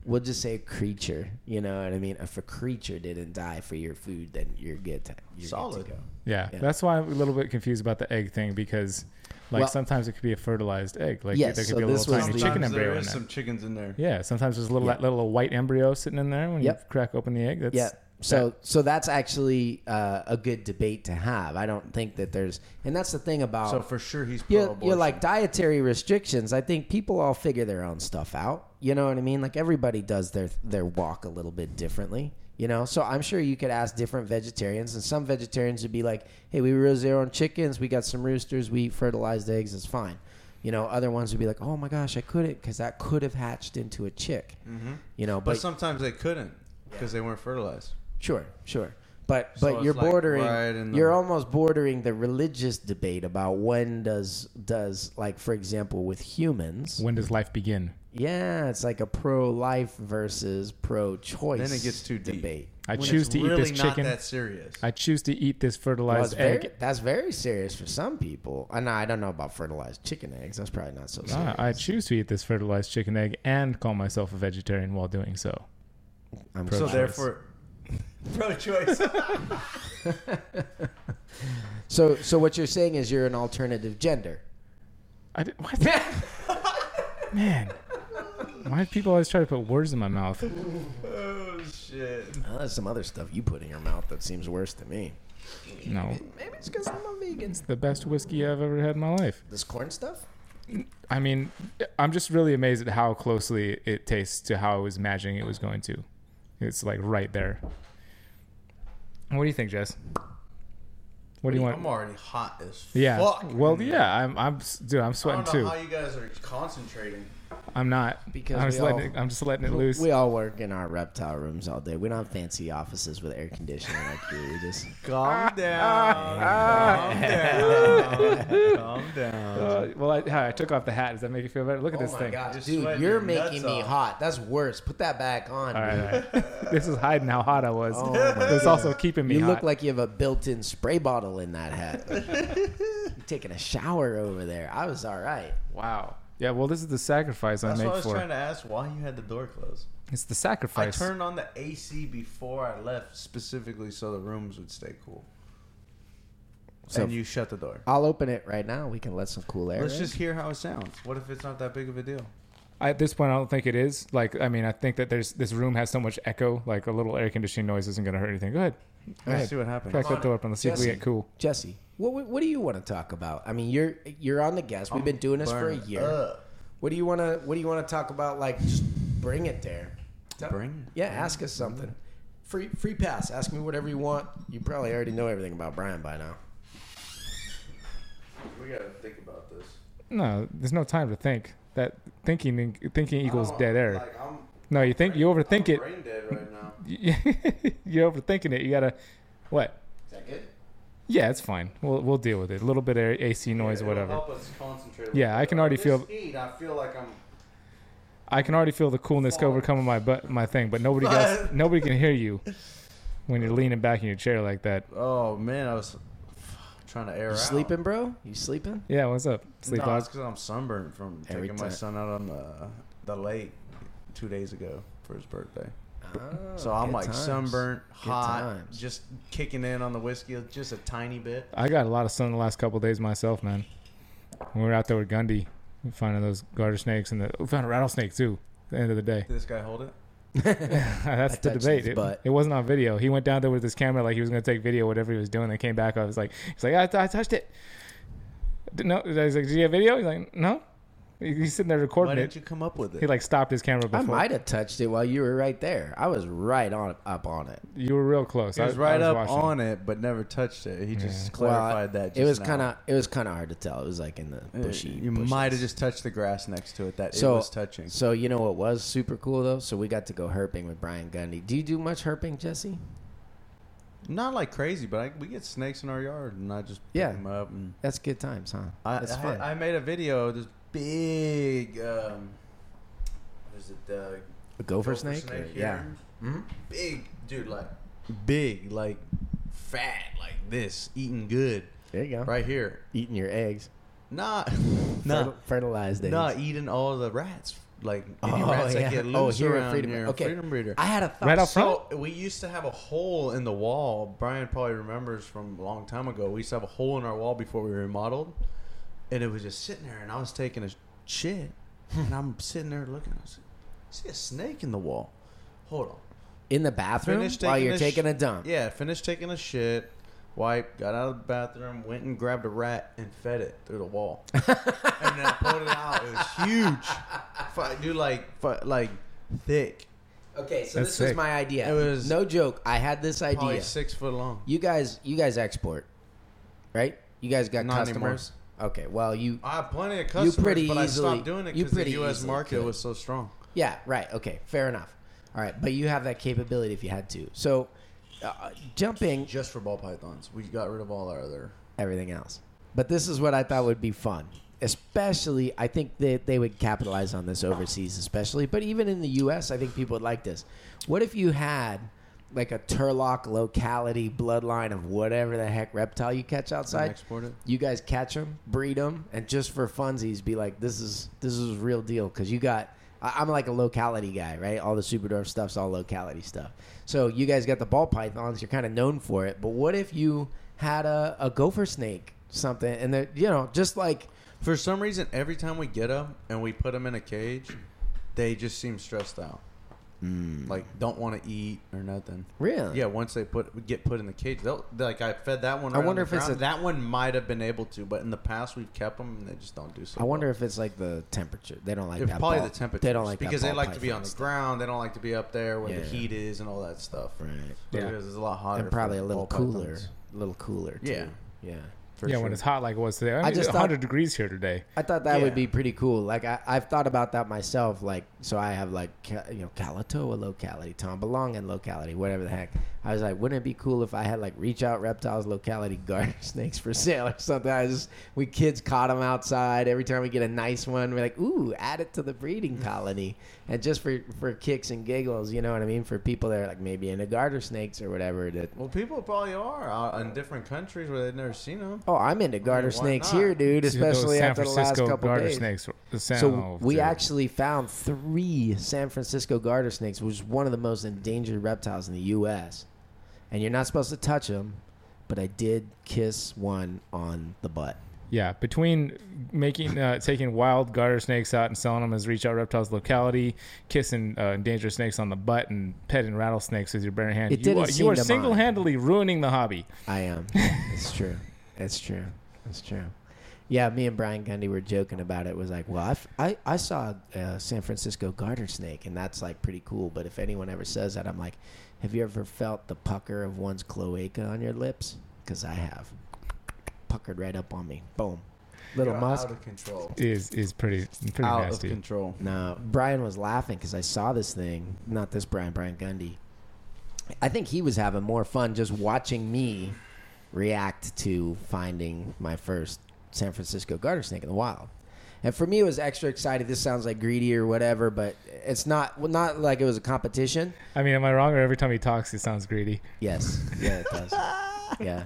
S2: we'll just say a creature. You know what I mean? If a creature didn't die for your food, then you're good. To, you're Good
S3: Solid.
S2: to go.
S1: Yeah,
S2: Yeah.
S1: that's why I'm a little bit confused about the egg thing because, like,
S2: Well-
S1: sometimes it could be a fertilized egg. Like,
S2: Yes,
S1: there could
S2: so
S1: be a
S2: this
S1: little
S2: was
S1: tiny
S2: the-
S1: chicken
S4: Sometimes
S1: embryo
S4: there
S1: in
S4: is
S1: there.
S4: some chickens in there.
S1: Yeah, sometimes there's a little
S2: Yeah.
S1: that little white embryo sitting in there when you
S2: Yep.
S1: crack open the egg. That's
S2: Yeah. So so that's actually uh, a good debate to have. I don't think that there's, and that's the thing about
S4: So Oh, for sure he's pro
S2: you're, you're like dietary restrictions. I think people all figure their own stuff out. You know what I mean? Like everybody does their their walk a little bit differently. You know, so I'm sure you could ask different vegetarians, and some vegetarians would be like, "Hey, we were zero on chickens. We got some roosters. We eat fertilized eggs. It's fine." You know, other ones would be like, "Oh my gosh, I couldn't because that could have hatched into a chick." You know,
S4: Mm-hmm. but
S2: but,
S4: sometimes they couldn't because they weren't fertilized.
S2: Sure, sure. But
S4: So
S2: but
S4: it's
S2: you're
S4: like
S2: bordering
S4: right in the-
S2: you're almost bordering the religious debate about when does does like for example with humans.
S1: When does life begin?
S2: yeah, it's like a pro life versus pro choice.
S4: Then it gets too deep.
S2: debate.
S1: I
S4: When
S1: choose
S4: it's
S1: to
S4: really
S1: eat this chicken.
S4: Not that serious.
S1: I choose to eat this
S2: Well,
S1: fertilized
S2: it's very-
S1: egg.
S2: that's very serious for some people. And I don't know about fertilized chicken eggs. That's probably not so serious.
S1: Ah, I choose to eat this fertilized chicken egg and call myself a vegetarian while doing so.
S2: I'm
S1: Pro
S4: so
S1: choice.
S4: therefore,
S3: Pro-choice.
S2: so so what you're saying is you're an alternative gender.
S1: I did, what? Man, why do people always try to put words in my mouth?
S3: oh shit.
S2: Well, that's some other stuff you put in your mouth that seems worse to me.
S1: No,
S2: Maybe it's because I'm a vegan.
S1: it's the best whiskey I've ever had in my life.
S2: This corn stuff?
S1: I mean, I'm just really amazed at how closely it tastes to how I was imagining it was going to. It's like right there. What do you think, Jess? What do you
S4: I'm
S1: want?
S4: already hot as
S1: Yeah.
S4: fuck.
S1: Well, yeah. I'm, I'm, s- dude. I'm
S4: I
S1: sweating
S4: don't know
S1: too.
S4: how you guys are concentrating.
S1: I'm not.
S2: Because
S1: I'm just
S2: we
S1: letting.
S2: all-
S1: it, I'm just letting it loose.
S2: We all work in our reptile rooms all day. We don't have fancy offices with air conditioning like you. We just
S4: Calm down. Calm down. Calm down.
S1: Uh, well, I, hi, I took off the hat. Does that make you feel better? Look
S4: Oh
S1: at this thing.
S2: gosh,
S4: Just
S2: dude,
S4: sweat
S2: you're
S4: your
S2: making
S4: nuts
S2: me
S4: off.
S2: hot. That's worse. Put that back on.
S1: All
S2: dude.
S1: right, all right. this is hiding how hot I was.
S2: Oh, my
S1: But it's also keeping me
S2: You
S1: hot.
S2: look like you have a built-in spray bottle in that hat. you're taking a shower over there. I was all right.
S1: wow. Yeah. Well, this is the sacrifice
S4: That's
S1: I
S4: why
S1: make
S4: I was
S1: for.
S4: trying to ask why you had the door closed.
S1: It's the
S4: I
S1: sacrifice.
S4: turned on the AC before I left specifically so the rooms would stay cool.
S2: So
S4: and you shut the door.
S2: I'll open it right now. We can let some cool air.
S4: Let's
S2: in.
S4: just hear how it sounds. What if it's not that big of a deal?
S1: I, at this point, I don't think it is. Like, I mean, I think that there's this room has so much echo. Like, a little air conditioning noise isn't going to hurt anything. Go ahead,
S2: Alright.
S4: Let's see what happens.
S1: crack that door open. Let's see if we
S2: Jesse.
S1: get cool.
S2: Jesse, what, what what do you want to talk about? I mean, you're you're on the guest. We've been doing this for a
S4: burning
S2: year. What do you want to What do you want to talk about? Like, just bring it there. Tell-
S4: Bring it.
S2: Yeah, ask us something. Free free pass. Ask me whatever you want. You probably already know everything about Brian by now.
S4: We gotta think about this.
S1: No, there's no time to think. That thinking thinking equals dead air.
S4: Oh, Like, I'm,
S1: No, you think you overthink it.
S4: brain dead right now.
S1: You're overthinking it. You gotta what?
S2: Is that good?
S1: Yeah, it's fine. We'll we'll deal with it. A little bit of AC noise, whatever. Yeah, I can already feel-
S4: I feel like I'm.
S1: I can already feel the coolness
S4: Fuck.
S1: overcoming my butt, my thing, but nobody else, nobody can hear you when you're leaning back in your chair like that.
S4: Oh man, I was trying to air
S2: You
S4: out.
S2: sleeping, bro? You sleeping?
S1: Yeah, what's up? Sleep
S4: No,
S1: out.
S4: it's because I'm sunburned from
S2: Every
S4: taking my
S2: time.
S4: son out on the the lake two days ago for his birthday.
S2: Oh,
S4: So I'm
S2: good
S4: like
S2: times.
S4: sunburnt, hot,
S2: times.
S4: just kicking in on the whiskey just a tiny bit.
S1: I got a lot of sun the last couple of days myself, man. When we were out there with Gundy, finding those garter snakes and the we found a rattlesnake too. At the end of the day,
S4: Did this guy hold it?
S1: that's the
S2: touched
S1: debate.
S2: his
S1: It,
S2: butt.
S1: it wasn't on video. He went down there with his camera like he was going to take video, whatever he was doing. They came back. I was like, he's like, I, I touched it. D- No, I was like, did you have video? He's like, no. He- He's sitting there
S4: Why
S1: recording
S4: didn't
S1: it.
S4: you come up with
S1: He
S4: it?
S1: like stopped his camera
S2: I
S1: before.
S2: might have touched it while you were right there. I was right on up on it.
S1: You were real close.
S4: He
S1: I-
S4: was right
S1: I
S4: up
S1: watching.
S4: on it, but never touched it. He just clarified that. Just
S2: it was
S4: now.
S2: kind of it was kind of hard to tell. It was like in the
S4: Uh,
S2: bushy.
S4: You
S2: bushes.
S4: might have just touched the grass next to it that
S2: so
S4: it was touching.
S2: So you know what was super cool though. So we got to go herping with Brian Gundy. Do you do much herping, Jesse?
S4: Not like crazy, but I, we get snakes in our yard, and I just pick
S2: Yeah.
S4: them up. And
S2: That's good times, huh?
S4: I,
S2: That's
S4: I-
S2: fun.
S4: I made a video. of This big, um, what is it? Uh,
S2: A gopher,
S4: gopher
S2: snake.
S4: snake
S2: yeah.
S4: here.
S1: Mm-hmm.
S2: Mhm.
S4: big dude, like big, like fat, like this, eating good,
S2: There you go.
S4: right here.
S2: Eating your eggs.
S4: Not, not,
S2: Fertil- fertilized eggs.
S4: not eating all the rats. Like any
S2: Oh,
S4: rats
S2: yeah.
S4: that get loose
S2: Oh, here at
S4: around
S2: Freedom-
S4: here.
S2: okay.
S4: Freedom breeder.
S2: I had a thought.
S1: Right out front.
S4: So we used to have a hole in the wall. Brian probably remembers from a long time ago. We used to have a hole in our wall before we remodeled, and it was just sitting there. And I was taking a shit, and I'm sitting there looking. I was like, "I see a snake in the wall. Hold on.
S2: in the bathroom
S4: Finished
S2: while you're
S4: sh-
S2: taking a dump.
S4: Yeah, finished taking a shit. Wipe, got out of the bathroom, went and grabbed a rat and fed it through the wall. and then I pulled it out. It was huge. Fu- Dude, like, fu- like thick.
S2: Okay, so
S1: That's
S2: this
S1: sick.
S2: was my idea.
S4: It was-
S2: no joke. I had this
S4: Probably
S2: idea.
S4: six foot long.
S2: You guys, you guys export, right? You guys got
S4: Not anymore.
S2: customers. Okay, well you,
S4: I have plenty of customers,
S2: pretty
S4: but I
S2: easily-
S4: stopped doing it
S2: you
S4: because the
S2: pretty
S4: U.S.
S2: easily
S4: market
S2: could.
S4: was so strong.
S2: yeah, right. Okay, fair enough. All right, but you have that capability if you had to. So, uh, jumping
S4: Just for ball pythons, we got rid of all our other.
S2: everything else. But this is what I thought would be fun. Especially, I think that they would capitalize on this overseas, especially. But even in the U.S., I think people would like this. What if you had like a Turlock locality bloodline of whatever the heck reptile you catch outside?
S4: export it?
S2: You guys catch them, breed them, and just for funsies, be like, this is this is real deal because you got. I- I'm like a locality guy, right? All the Superdorf stuff's all locality stuff. So you guys got the ball pythons. You're kind of known for it. But what if you had a, a gopher snake, something, and they're you know just like
S4: For some reason, every time we get them and we put them in a cage, they just seem stressed out. Like don't want to eat or nothing.
S2: really,
S4: Yeah, once they put get put in the cage, they'll they're like I fed that one.
S2: I
S4: right on
S2: wonder
S4: the
S2: if it's
S4: ground.
S2: a-
S4: that one might have been able to, but in the past we've kept them and they just don't do so.
S2: I wonder if it's like the temperature. They don't like
S4: It's
S2: that
S4: probably
S2: ball-
S4: the temperature.
S2: They don't like that
S4: because they
S2: ball
S4: like to be
S2: python
S4: on the
S2: stuff.
S4: ground. They don't like to be up there where
S2: Yeah.
S4: the heat is and all that stuff.
S2: right?
S1: Yeah.
S4: Because it's a lot hotter
S2: And probably
S4: for
S2: a little
S4: ball
S2: cooler,
S4: pythons.
S2: a little cooler. Too.
S4: Yeah.
S2: yeah.
S1: yeah, when it's hot like it was today. I, mean,
S2: I
S1: just
S2: just
S1: it's
S2: thought-
S1: 100 degrees here today.
S2: I thought that
S4: Yeah.
S2: would be pretty cool. Like I, I've thought about that myself. Like so, I have like Ca- you know Kalatoa locality, Tombalongan locality, whatever the heck. I was like, wouldn't it be cool if I had like reach out reptiles locality garter snakes for sale or something? I just we kids caught them outside. Every time we get a nice one, we're like, ooh, add it to the breeding colony, and just for for kicks and giggles, you know what I mean? For people that are like maybe into garter snakes or whatever. That
S4: Well, people probably are uh, in different countries where they've never seen them.
S2: oh, I'm into garter
S4: why
S2: snakes
S4: not?
S2: here, dude.
S1: Dude, those
S2: Especially
S1: San
S2: after the last
S1: Francisco
S2: couple
S1: garter
S2: days.
S1: snakes. The San-
S2: So
S1: oh,
S2: we
S1: dude.
S2: actually found three San Francisco garter snakes, which is one of the most endangered reptiles in the U.S. And you're not supposed to touch them, but I did kiss one on the butt.
S1: Yeah, between making uh, taking wild garter snakes out and selling them as reach out reptiles locality, kissing uh, endangered snakes on the butt, and petting rattlesnakes with your bare hand,
S2: It
S1: you
S2: didn't
S1: are,
S2: seem
S1: you are
S2: to mind.
S1: single handedly ruining the hobby.
S2: I am. it's true. It's true. It's true. Yeah, me and Brian Gundy were joking about it. Was like, well, I, f- I, I saw a San Francisco garter snake, and that's like pretty cool. But if anyone ever says that, I'm like, have you ever felt the pucker of one's cloaca on your lips? Because I have. Puckered right up on me. Boom. Little
S4: You're
S2: musk.
S4: Out of control.
S1: Is is pretty pretty
S4: out of
S1: nasty.
S4: control.
S2: No, Brian was laughing because I saw this thing. Not this Brian, Brian Gundy. I think he was having more fun just watching me react to finding my first San Francisco garter snake in the wild. And for me, it was extra excited. This sounds like greedy or whatever, but it's not. Well, not like it was a competition.
S1: I mean, am I wrong? Or every time he talks, he sounds greedy.
S2: Yes, yeah, it does. yeah,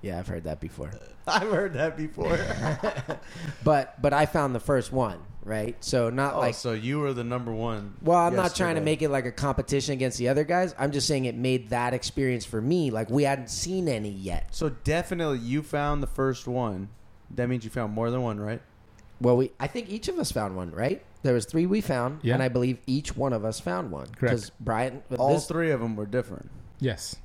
S2: yeah, I've heard that before.
S4: I've heard that before.
S2: But but I found the first one, right? So not
S4: oh,
S2: like
S4: so you were the number one.
S2: Well, I'm not trying to
S4: yesterday.
S2: make it like a competition against the other guys. I'm just saying it made that experience for me. Like we hadn't seen any yet.
S4: So definitely, you found the first one. That means you found more than one, right?
S2: Well, we I think each of us found one, right? There was three we found,
S1: Yeah.
S2: and I believe each one of us found one.
S1: Correct.
S2: Brian,
S4: All
S2: this-
S4: three of them were different.
S1: Yes,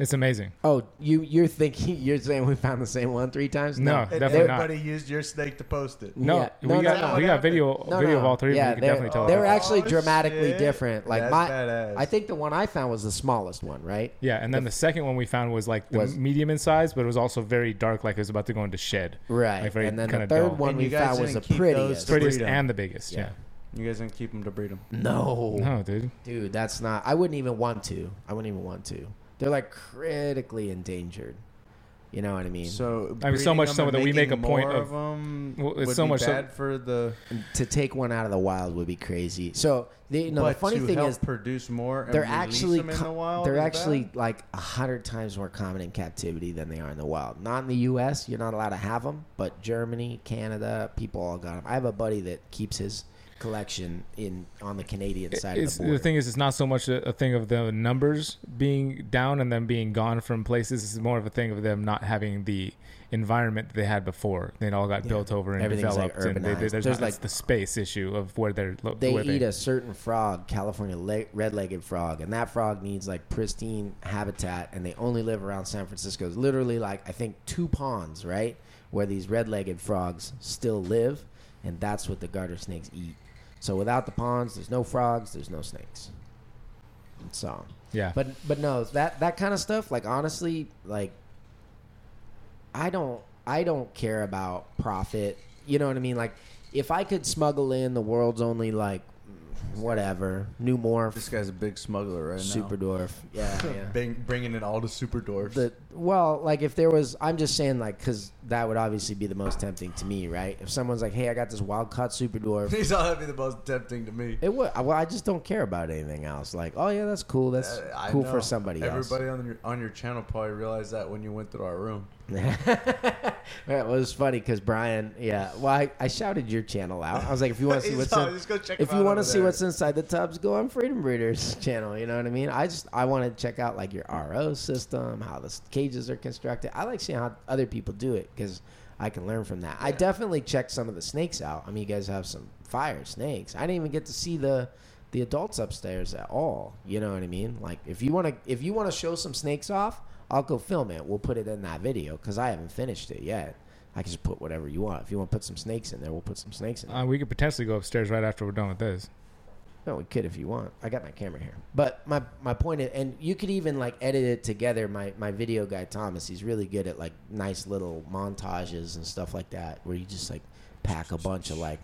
S1: it's amazing.
S2: oh, you you're thinking you're saying we found the same one three times?
S1: No, definitely not.
S4: used your snake to post it.
S1: No,
S2: Yeah.
S1: we
S2: No, no,
S1: got
S2: no.
S1: we got video
S2: No,
S1: video
S2: no.
S1: of all three.
S2: Yeah,
S1: Yeah, of them.
S2: they're-
S1: You can definitely tell.
S2: They were
S1: apart.
S2: actually
S4: Oh,
S2: dramatically
S4: shit.
S2: different. Like
S4: That's
S2: my,
S4: badass.
S2: I think the one I found was the smallest one, right?
S1: yeah, and then the, second one we found was like the
S2: Was-
S1: medium in size, but it was also very dark, like it was about to go into shed.
S2: Right.
S1: Like very
S2: and then the
S1: kinda
S2: third
S1: dull.
S2: one
S4: And
S2: we
S4: you guys
S2: found was the
S4: didn't keep
S2: prettiest.
S4: those to-
S1: prettiest
S4: Freedom.
S1: and the biggest. Yeah.
S4: You guys didn't keep them to breed them.
S2: no.
S1: No, dude.
S2: Dude, that's not. I wouldn't even want to. I wouldn't even want to. They're like critically endangered. You know what I mean?
S4: So
S1: I mean, so
S4: breeding
S1: much
S4: them
S1: so
S4: and
S1: that we make
S4: making
S1: a point
S4: more
S1: of-
S4: them
S1: Well, it's
S4: would
S1: so
S4: be
S1: much so-
S4: bad for the.
S2: to take one out of the wild would be crazy. So the, you know, the
S4: but
S2: funny
S4: to
S2: thing
S4: help
S2: is,
S4: produce more. And
S2: they're
S4: release
S2: actually
S4: them in
S2: co-
S4: the wild
S2: they're
S4: is
S2: actually
S4: bad?
S2: like a hundred times more common in captivity than they are in the wild. Not in the U.S. You're not allowed to have them, but Germany, Canada, people all got them. I have a buddy that keeps his collection in on the Canadian side
S1: It's,
S2: of the
S1: the
S2: border.
S1: thing is, it's not so much a, a thing of the numbers being down and them being gone from places. It's more of a thing of them not having the environment that they had before. They all got built over and
S2: Everything's, like,
S1: developed. and they, they,
S2: urbanized.
S1: there's
S2: There's,
S1: not, it's
S2: like-
S1: the space issue of where they're. Lo-
S2: they
S1: where
S2: eat a certain frog, California le- red-legged frog, and that frog needs like pristine habitat, and they only live around San Francisco. It's literally like I think two ponds, right, where these red-legged frogs still live, and that's what the garter snakes eat. So without the ponds, there's no frogs, there's no snakes. And so,
S1: Yeah.
S2: but but no, that that kind of stuff. Like honestly, like I don't I don't care about profit. You know what I mean? Like if I could smuggle in the world's only like whatever new
S4: This
S2: morph
S4: guy's a big smuggler right
S2: super dwarf. Yeah,
S4: now.
S2: yeah.
S4: Bring, bringing in all the super dwarfs.
S2: The, well, like if there was, I'm just saying, like, because that would obviously be the most tempting to me, right? If someone's like, "Hey, I got this wild caught super dwarf,"
S4: He's all that'd be the most tempting to me.
S2: it would. Well, I just don't care about anything else. Like, oh yeah, that's cool. That's
S4: Uh, I
S2: cool
S4: know.
S2: for somebody else.
S4: Everybody on your on your channel probably realized that when you went through our room.
S2: yeah, it was funny because Brian, yeah. Well, I, I shouted your channel out. I was like, if you want to see
S4: He's
S2: what's
S4: all,
S2: in,
S4: "Just go check
S2: if
S4: him
S2: you
S4: out
S2: want to
S4: over
S2: see
S4: there."
S2: what's inside the tubs, go on Freedom Breeders channel. You know what I mean? I just I want to check out like your RO system, how the s- cages are constructed. I like seeing how other people do it because I can learn from that. I definitely checked some of the snakes out. I mean, you guys have some fire snakes. I didn't even get to see the the adults upstairs at all. You know what I mean? Like if you want to if you want to show some snakes off, I'll go film it. We'll put it in that video because I haven't finished it yet. I can just put whatever you want. If you want to put some snakes in there, we'll put some snakes in.
S1: they,
S2: There.
S1: uh, we could potentially go upstairs right after we're done with this.
S2: No, we could if you want. I got my camera here. But my my point is, and you could even like edit it together. My my video guy Thomas, he's really good at like nice little montages and stuff like that, where you just like pack a bunch of like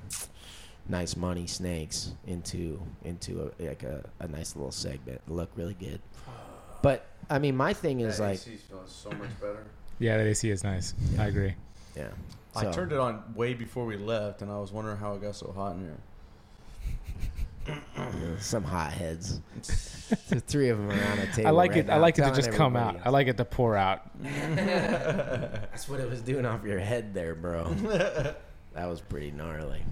S2: nice money snakes into into a, like a, a nice little segment. Look really good. But I mean, my thing is like,
S4: feeling so much better.
S1: Yeah, that AC is nice. I agree.
S2: yeah.
S4: I
S2: So-
S4: turned it on way before we left, and I was wondering how it got so hot in here.
S2: some hot heads. the three of them around a table.
S1: I like
S2: right
S1: it. I
S2: now,
S1: like it to
S2: telling
S1: just come out.
S2: everybody.
S1: I like it to pour out.
S2: That's what it was doing off your head there, bro. that was pretty gnarly.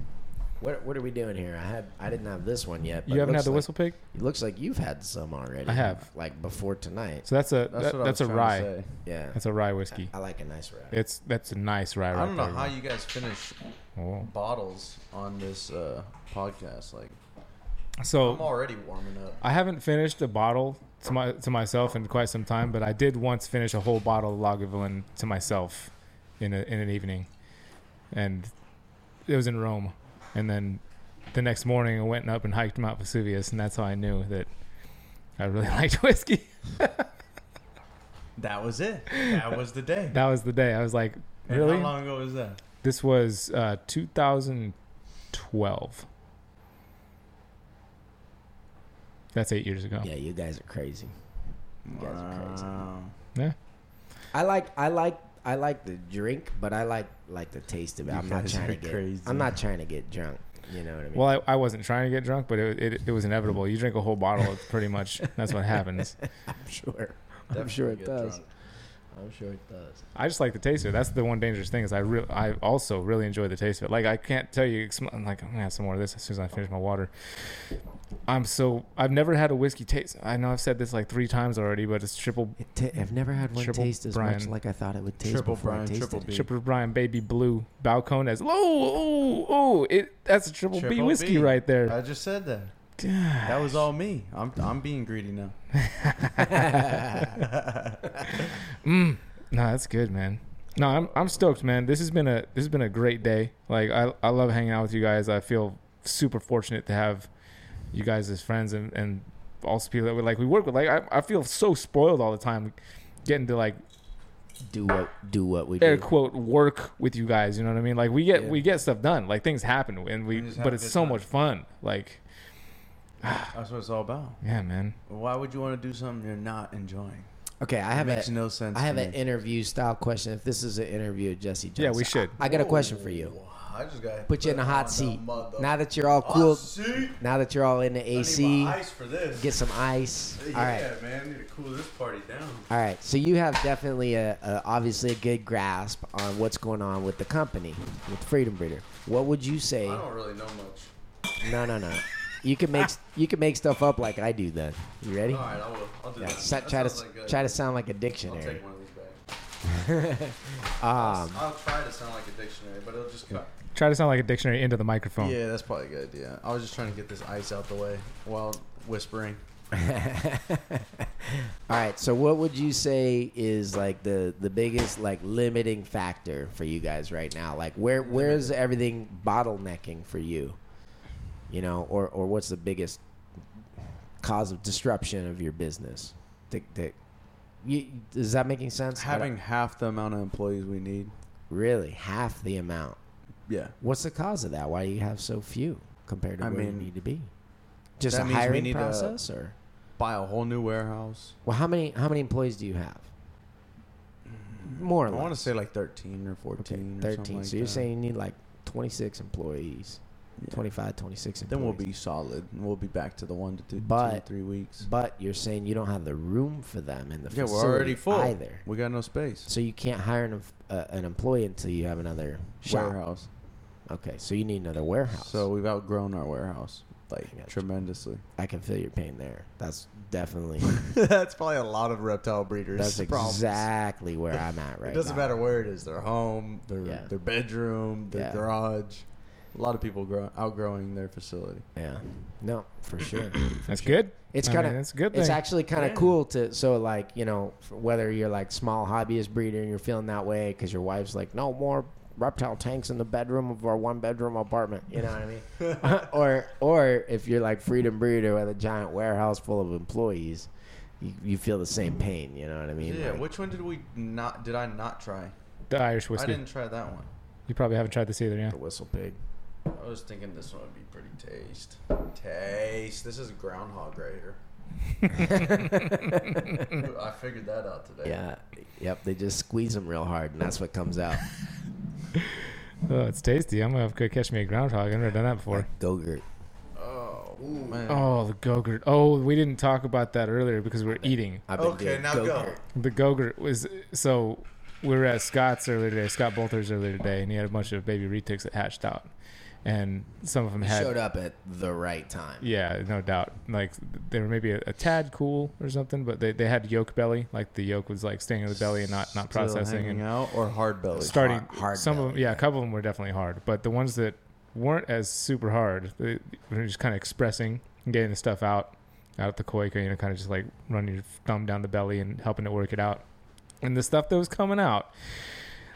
S2: What what are we doing here? I had I didn't have this one yet. but
S1: You
S2: it
S1: haven't had
S2: looks
S1: the
S2: like-
S1: whistle pig,
S2: It looks like you've had some already.
S1: I have.
S2: Like before tonight.
S1: so that's a
S4: That's
S1: that-
S4: what
S1: that's
S4: I
S1: a
S4: was
S1: rye.
S4: trying to say.
S2: Yeah.
S1: That's a rye whiskey.
S2: I like a nice wrap.
S1: It's that's a nice rye.
S4: I don't
S1: right
S4: know how you guys finish
S1: there. Oh.
S4: bottles on this uh, podcast. Like I'm
S1: So
S4: already warming up.
S1: I haven't finished a bottle to my to myself in quite some time, but I did once finish a whole bottle of Lagavulin to myself in a, in an evening, and it was in Rome. And then the next morning, I went up and hiked Mount Vesuvius, and that's how I knew that I really liked whiskey.
S4: That was it. That was the day.
S1: That was the day I was like,
S4: And
S1: really?
S4: How long ago was that?
S1: This was uh, 2012. That's eight years ago.
S2: Yeah, you guys are crazy. You guys are crazy.
S4: Wow.
S1: Yeah.
S2: I like I like I like the drink, but I like like the taste of it.
S4: You
S2: I'm not
S4: guys
S2: trying to
S4: are
S2: get
S4: crazy.
S2: I'm not trying to get drunk. You know what I mean?
S1: Well, I, I wasn't trying to get drunk, but it, it, it was inevitable. You drink a whole bottle, it's pretty much that's what happens.
S2: I'm sure. I'm
S4: Definitely
S2: sure it
S4: get
S2: does.
S4: drunk.
S2: I'm sure it does.
S1: I just like the taste of it. That's the one dangerous thing is I real I also really enjoy the taste of it. Like I can't tell you, it's- I'm like I'm gonna have some more of this as soon as I finish my water. I'm so I've never had a whiskey taste. I know I've said this like three times already, but it's triple
S2: It ta- I've never had one
S1: Triple
S2: taste as much
S1: Brian.
S2: like I thought it would taste
S4: Triple
S2: before I
S4: Brian,
S2: tasted
S4: triple
S2: it.
S4: B.
S1: Triple Brian Baby Blue Balcones. Oh, oh, oh! It that's a triple, B
S4: Triple
S1: whiskey
S4: B.
S1: right there.
S4: I just said that. That was all me. I'm I'm being greedy now.
S1: Mm. No, that's good, man. No, I'm I'm stoked, man. This has been a this has been a great day. Like I I love hanging out with you guys. I feel super fortunate to have you guys as friends and and also people that we like we work with. Like I I feel so spoiled all the time, getting to like
S2: Do what do what we
S1: air
S2: do.
S1: quote work with you guys. You know what I mean? Like we get
S2: Yeah.
S1: we get stuff done. Like things happen, and we
S4: We just have
S1: but
S4: a
S1: it's
S4: good
S1: so
S4: time.
S1: much fun. Like
S4: That's what it's all about.
S1: yeah, man.
S4: Why would you want to do something you're not enjoying?
S2: Okay, I have
S4: it makes
S2: a,
S4: no sense.
S2: I have
S4: to
S2: an
S4: me.
S2: interview style question. If this is an interview of Jesse Johnson,
S1: Yeah, we should.
S2: I, I got a question for you.
S4: I just got
S2: Put you in a hot seat.
S4: Mother-
S2: Now that you're all
S4: Hot
S2: cool,
S4: seat.
S2: now that you're all in the
S4: I need
S2: AC,
S4: my ice for this.
S2: get some ice.
S4: yeah,
S2: All right.
S4: man, I need to cool this party down.
S2: All right, so you have definitely a, a obviously a good grasp on what's going on with the company, with Freedom Breeder. What would you say?
S4: I don't really know much.
S2: No, no, no. You can make you can make stuff up like I do. Then you ready?
S4: All right, I will. I'll do
S2: Yeah,
S4: that.
S2: so-
S4: That
S2: try to
S4: sounds like a-
S2: try to sound like a
S4: I'll
S2: dictionary.
S4: take one of these back.
S2: Um,
S4: I'll try to sound like a dictionary, but it'll just cut.
S1: Try to sound like a dictionary into the microphone.
S4: Yeah, that's probably a good idea. I was just trying to get this ice out the way while whispering.
S2: All right. So, what would you say is like the the biggest like limiting factor for you guys right now? Like, where where is everything bottlenecking for you? You know, or or what's the biggest cause of disruption of your business? That, that, you, is that making sense? I don't-
S4: Having half the amount of employees we need.
S2: really half the amount.
S4: Yeah.
S2: What's the cause of that? Why do you have so few compared to
S4: I
S2: where you
S4: mean,
S2: need to be? Just
S4: that
S2: a
S4: means we
S2: hiring
S4: need to-
S2: process, or
S4: Buy a whole new warehouse.
S2: well, how many how many employees do you have? More or
S4: I want to
S2: less.
S4: say like 13 or 14
S2: Okay,
S4: or
S2: 13.
S4: something like
S2: so you're
S4: that.
S2: saying you need like 26 employees,
S4: Yeah.
S2: 25, 26 employees.
S4: Then we'll be solid and we'll be back to the one to two, two
S2: But-
S4: three weeks.
S2: But you're saying you don't have the room for them in the
S4: yeah,
S2: facility
S4: we're already full.
S2: either.
S4: We got no space.
S2: So you can't hire an, uh, an employee until you have another shop.
S4: Warehouse.
S2: Okay, so you need another warehouse.
S4: So we've outgrown our warehouse like
S2: I got you.
S4: tremendously.
S2: I can feel your pain there. That's definitely
S4: that's probably a lot of reptile breeders.
S2: that's
S4: problems.
S2: exactly where I'm at right
S4: It doesn't
S2: now.
S4: matter where it is. Their home, their
S2: Yeah.
S4: their bedroom, their
S2: Yeah.
S4: garage. A lot of people grow, outgrowing their facility.
S2: Yeah. No, for sure.
S1: That's good.
S2: It's
S1: I
S2: kind of
S1: mean, that's a good
S2: It's
S1: thing.
S2: actually kind of
S4: Yeah.
S2: cool to so like you know f- whether you're like small hobbyist breeder and you're feeling that way because your wife's like no more reptile tanks in the bedroom of our one bedroom apartment. You know what I mean? or or if you're like freedom breeder with a giant warehouse full of employees, you, you feel the same pain. You know what I mean?
S4: Yeah.
S2: Like,
S4: Which one did we not? Did I not try?
S1: The Irish
S4: I
S1: whiskey.
S4: didn't try that one.
S1: You probably haven't tried this either, yeah.
S2: the whistle pig.
S4: I was thinking this one would be pretty taste. Taste. This is groundhog right here. I figured that out today.
S2: Yeah. Yep. They just squeeze them real hard, and that's what comes out.
S1: Oh, it's tasty. I'm gonna have to catch me a groundhog. I've never done that before.
S2: Gogurt.
S4: Oh man.
S1: Oh, the gogurt. Oh, we didn't talk about that earlier because we are eating.
S2: I've been
S4: Okay,
S2: doing
S4: now go.
S2: Go-Gurt.
S1: The gogurt was so we were at Scott's earlier today, Scott Bolter's earlier today, and he had a bunch of baby retics that hatched out. and some of them
S2: You
S1: had
S2: showed up at the right time.
S1: yeah, no doubt. Like they were maybe a, a tad cool or something, but they, they had yolk belly. Like the yolk was like staying in the belly and not not
S4: Still
S1: processing
S4: hanging
S1: and
S4: out or hard belly.
S1: starting
S2: hard- hard
S1: some of them.
S2: belly,
S1: Yeah, a couple of them were definitely hard, but the ones that weren't as super hard, they were just kind of expressing, and getting the stuff out out at the cloaca. You know, kind of just like running your thumb down the belly and helping it work it out. And the stuff that was coming out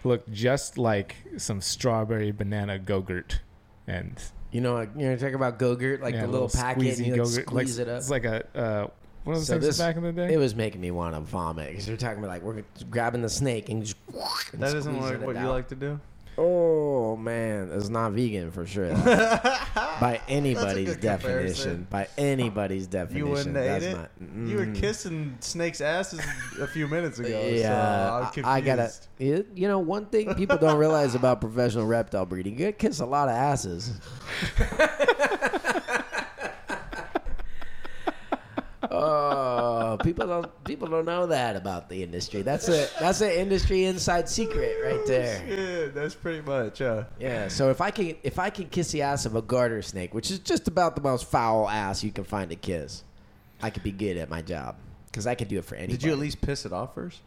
S1: looked just like some strawberry banana gogurt, and
S2: You know, like, you know, talk about Gogurt, like
S1: yeah,
S2: the little, packet, and you like,
S1: yogurt, like,
S2: squeeze it up.
S1: It's like a uh, one of those
S2: So
S1: things
S2: this-
S1: back in the day.
S2: It was making me want to vomit because you're talking about like we're grabbing the snake and just. and
S4: That isn't
S2: squeezing
S4: like
S2: it
S4: what you
S2: out.
S4: like to do.
S2: Oh man, it's not vegan for sure. by anybody's
S4: good comparison.
S2: definition, by anybody's definition,
S4: You wouldn't have
S2: that's
S4: ate it.
S2: not.
S4: You were
S2: Mm.
S4: kissing snakes' asses a few minutes ago. so I'm
S2: Yeah,
S4: confused.
S2: I, I gotta. It, you know, one thing people don't realize about professional reptile breeding, you gotta kiss a lot of asses. oh, people don't people don't know that about the industry. That's a that's an industry inside secret right there.
S4: Yeah, Oh, that's pretty much. uh, Yeah.
S2: Yeah, so if I can if I can kiss the ass of a garter snake, which is just about the most foul ass you can find to kiss, I could be good at my job because I could do it for anybody.
S4: Did you at least piss it off first?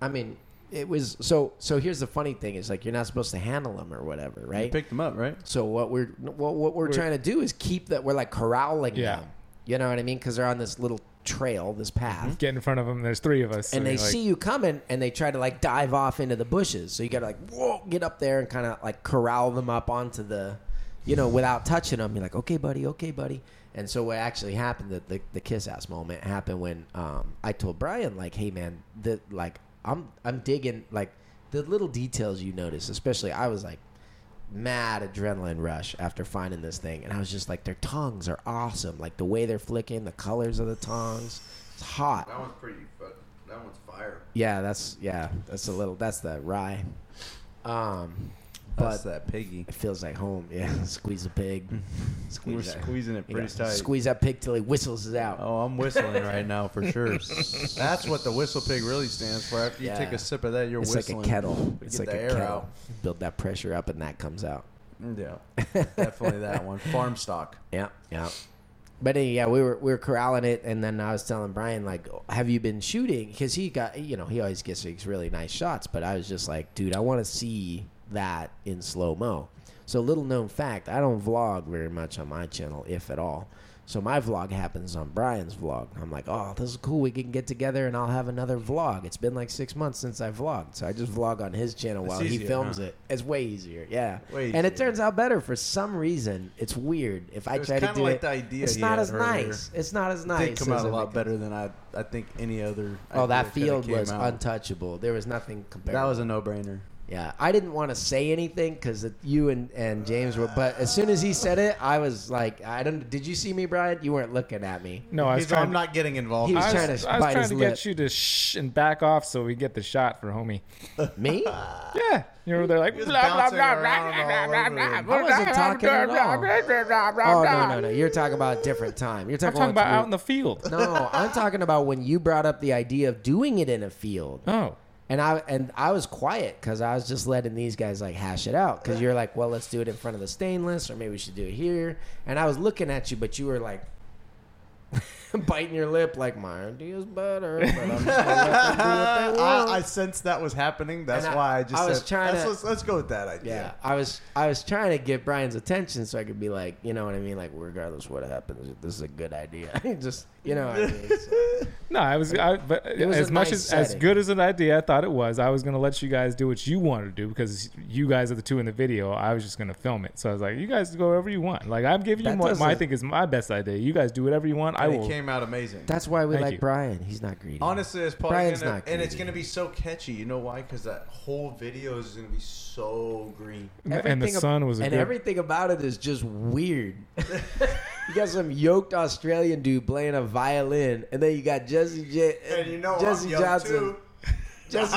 S2: I mean, it was so. So here's the funny thing: is like you're not supposed to handle them or whatever,
S4: You
S2: right?
S4: picked them up, right?
S2: so what we're what, what we're, trying to do is keep that we're like corralling
S1: Yeah.
S2: them. You know what I mean? Because they're on this little trail, this path.
S1: Get in front of them. There's three of us, so
S2: And they
S1: you're like-
S2: see you coming, and they try to like dive off into the bushes. So you got to like whoa, get up there and kind of like corral them up onto the, you know, without touching them. You're like, okay, buddy, okay, buddy. And so what actually happened, the the, the kiss ass moment happened when um, I told Brian like, hey man, the like I'm I'm digging like the little details you notice, especially I was like mad adrenaline rush after finding this thing and i was just like their tongues are awesome like the way they're flicking the colors of the tongues it's hot
S4: one's pretty. But that one's fire.
S2: yeah, that's yeah, that's a little that's that rye. Um
S4: That's
S2: but
S4: that piggy.
S2: it feels like home, yeah. Squeeze a pig.
S4: We're
S2: Squeeze that,
S4: squeezing it
S2: you
S4: pretty
S2: know,
S4: tight.
S2: Squeeze that pig till he whistles it out.
S4: Oh, I'm whistling right now for sure. That's what the whistle pig really stands for. After you
S2: Yeah.
S4: take a sip of that, you're
S2: it's
S4: whistling.
S2: like a kettle.
S4: We
S2: It's
S4: get
S2: like
S4: the
S2: a
S4: air
S2: kettle. Mm,
S4: out.
S2: Build that pressure up and that comes out.
S4: Yeah, definitely that one. Farm stock.
S2: Yeah, yeah. But anyway, yeah, we were we were corralling it, and then I was telling Brian like, "Have you been shooting?" Because he got you know he always gets these really nice shots, but I was just like, "Dude, I want to see that in slow mo." So little known fact, I don't vlog very much on my channel, if at all. So my vlog happens on Brian's vlog. I'm like, "Oh, this is cool. We can get together, and I'll have another vlog." It's been like six months since I vlogged, so I just vlog on his channel
S4: It's
S2: while he
S4: easier,
S2: films
S4: huh?
S2: it. It's way easier, yeah.
S4: Way
S2: and it
S4: easier.
S2: turns out better for some reason. It's weird. If I I
S4: It was
S2: tried to
S4: kinda
S2: do
S4: like
S2: it.
S4: the idea
S2: It's
S4: he
S2: not
S4: had
S2: as
S4: earlier.
S2: nice. It's not as nice.
S4: It did come out
S2: as
S4: a
S2: it
S4: lot
S2: could-
S4: better than I I think any other.
S2: Oh,
S4: idea
S2: that
S4: kinda
S2: field
S4: came
S2: was
S4: out.
S2: untouchable. There was nothing comparable.
S4: That was a no-brainer.
S2: yeah. I didn't want to say anything because you and, and James were, but as soon as he said it, I was like, I don't. Did you see me, Brian? You weren't looking at me.
S1: no, I was
S4: He's like,
S1: trying.
S4: I'm not getting involved.
S2: He was
S1: I
S2: trying
S1: was,
S2: to
S1: I was
S2: bite
S1: trying
S2: his
S1: to
S2: lip.
S1: get you to shh and back off so we get the shot for homie.
S2: Me?
S4: Oh,
S1: Yeah, you know they're like
S4: was
S1: blah blah blah
S4: bouncing
S1: blah
S4: around
S1: blah blah blah.
S4: all over the-
S1: blah,
S2: I wasn't
S1: blah,
S2: talking
S1: blah,
S2: at all.
S1: blah, blah, blah, blah,
S2: Oh no
S1: blah.
S2: no no! You're talking about a different time. You're
S1: I'm
S2: talking,
S1: talking about out in
S2: when
S1: the field.
S2: we- No, I'm talking about when you brought up the idea of doing it in a field.
S1: Oh,
S2: And I and I was quiet because I was just letting these guys like hash it out. Because you're like, well, let's do it in front of the stainless, or maybe we should do it here. And I was looking at you, but you were like biting your lip, like my idea is better. But I'm just gonna let them do what they want.
S4: I, I sensed that was happening. That's
S2: And I-
S4: why I just
S2: I was
S4: said,
S2: trying
S4: let's,
S2: to-
S4: let's, let's go with that
S2: yeah,
S4: idea.
S2: I was I was trying to get Brian's attention so I could be like, you know what I mean, like regardless of what happens, this is a good idea. just you know, what I mean? So-
S1: no, I was. I, but
S2: was a
S1: as much
S2: nice
S1: as as
S2: setting.
S1: good as an idea I thought it was, I was gonna let you guys do what you wanted to do because you guys are the two in the video. I was just gonna film it, so I was like, you guys go wherever you want. Like I'm giving
S2: That
S1: you what my, I
S2: doesn't-
S1: think is my best idea. You guys do whatever you want. I
S4: And it
S1: will.
S4: came out amazing.
S2: that's why we
S1: Thank
S2: like
S1: you.
S2: Brian. He's not greedy.
S4: Honestly, it's probably
S2: Brian's
S4: gonna,
S2: not
S4: and it's
S2: greedy.
S4: gonna be so catchy. You know why? Because that whole video is gonna be so green.
S1: and the
S2: Everything ab-
S1: sun was a
S2: and
S1: good.
S2: everything about it is just weird. you got some yoked Australian dude playing a violin, and then you got Jesse J-
S4: And you know I'm
S2: Jesse
S4: young,
S2: Johnson
S4: too.
S2: Jesse,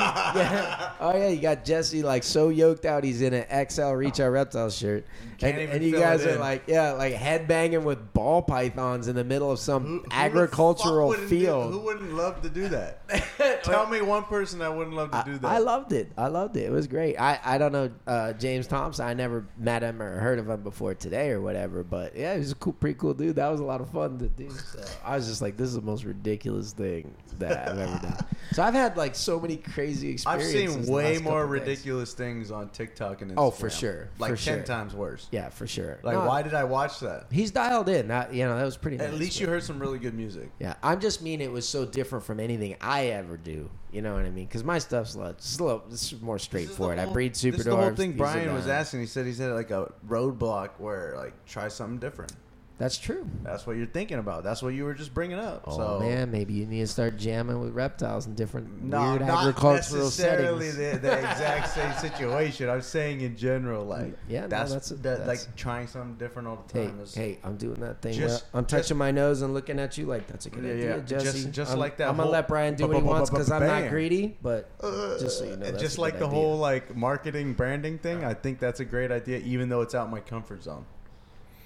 S2: yeah. Oh yeah, you got Jesse like so yoked out. He's in an XL Reach Our Reptiles shirt,
S4: Can't
S2: and,
S4: even
S2: and you
S4: fill
S2: guys
S4: it
S2: are
S4: in.
S2: like, yeah, like headbanging with ball pythons in the middle of some
S4: Who- who the fuck
S2: agricultural
S4: wouldn't do-
S2: field.
S4: who wouldn't love to do that? Tell me one person that wouldn't love to
S2: I,
S4: do that.
S2: I loved it. I loved it. It was great. I, I don't know uh, James Thompson. I never met him or heard of him before today or whatever. But yeah, he was a cool, pretty cool dude. That was a lot of fun to do. So I was just like, this is the most ridiculous thing that I've ever done. So I've had like so many crazy
S4: I've
S2: experiences.
S4: seen
S2: the
S4: way
S2: last
S4: more
S2: couple days.
S4: ridiculous things on TikTok and Instagram.
S2: Oh, for sure.
S4: Like
S2: For
S4: ten
S2: sure.
S4: times worse.
S2: Yeah, for sure.
S4: Like,
S2: No,
S4: why did I watch that?
S2: He's dialed in. That you know, that was pretty.
S4: At
S2: nice,
S4: least
S2: man.
S4: you heard some really good music.
S2: Yeah, I'm just mean it was so different from anything I ever do. You know what I mean? Because my stuff's like, it's, a little, it's more straightforward. I breed super
S4: This is the whole
S2: dwarves,
S4: thing
S2: these
S4: Brian
S2: are
S4: was
S2: done.
S4: asking. He said he's at like a roadblock where like try something different.
S2: That's true.
S4: That's what you're thinking about. That's what you were just bringing up.
S2: Oh
S4: so
S2: man, maybe you need to start jamming with reptiles in different
S4: No,
S2: weird
S4: not
S2: agricultural
S4: necessarily
S2: settings.
S4: The, the exact same situation. I'm saying in general, like
S2: Mm, Yeah, no,
S4: that's,
S2: that's a-
S4: that,
S2: that's-
S4: like trying something different all the
S2: Hey,
S4: time. is-
S2: hey, I'm doing that thing.
S4: Just-
S2: where I'm touching
S4: just-
S2: my nose and looking at you like that's a good
S4: Yeah,
S2: idea,
S4: yeah.
S2: Jesse.
S4: Just- just
S2: I'm-
S4: like that
S2: I'm gonna
S4: whole-
S2: let Brian do what he wants because I'm not
S4: Bam.
S2: greedy. But
S4: Uh,
S2: just so you know,
S4: and
S2: that's
S4: just
S2: a
S4: like
S2: good
S4: the
S2: idea.
S4: whole like marketing branding thing, I think that's a great idea, even though it's out my comfort zone.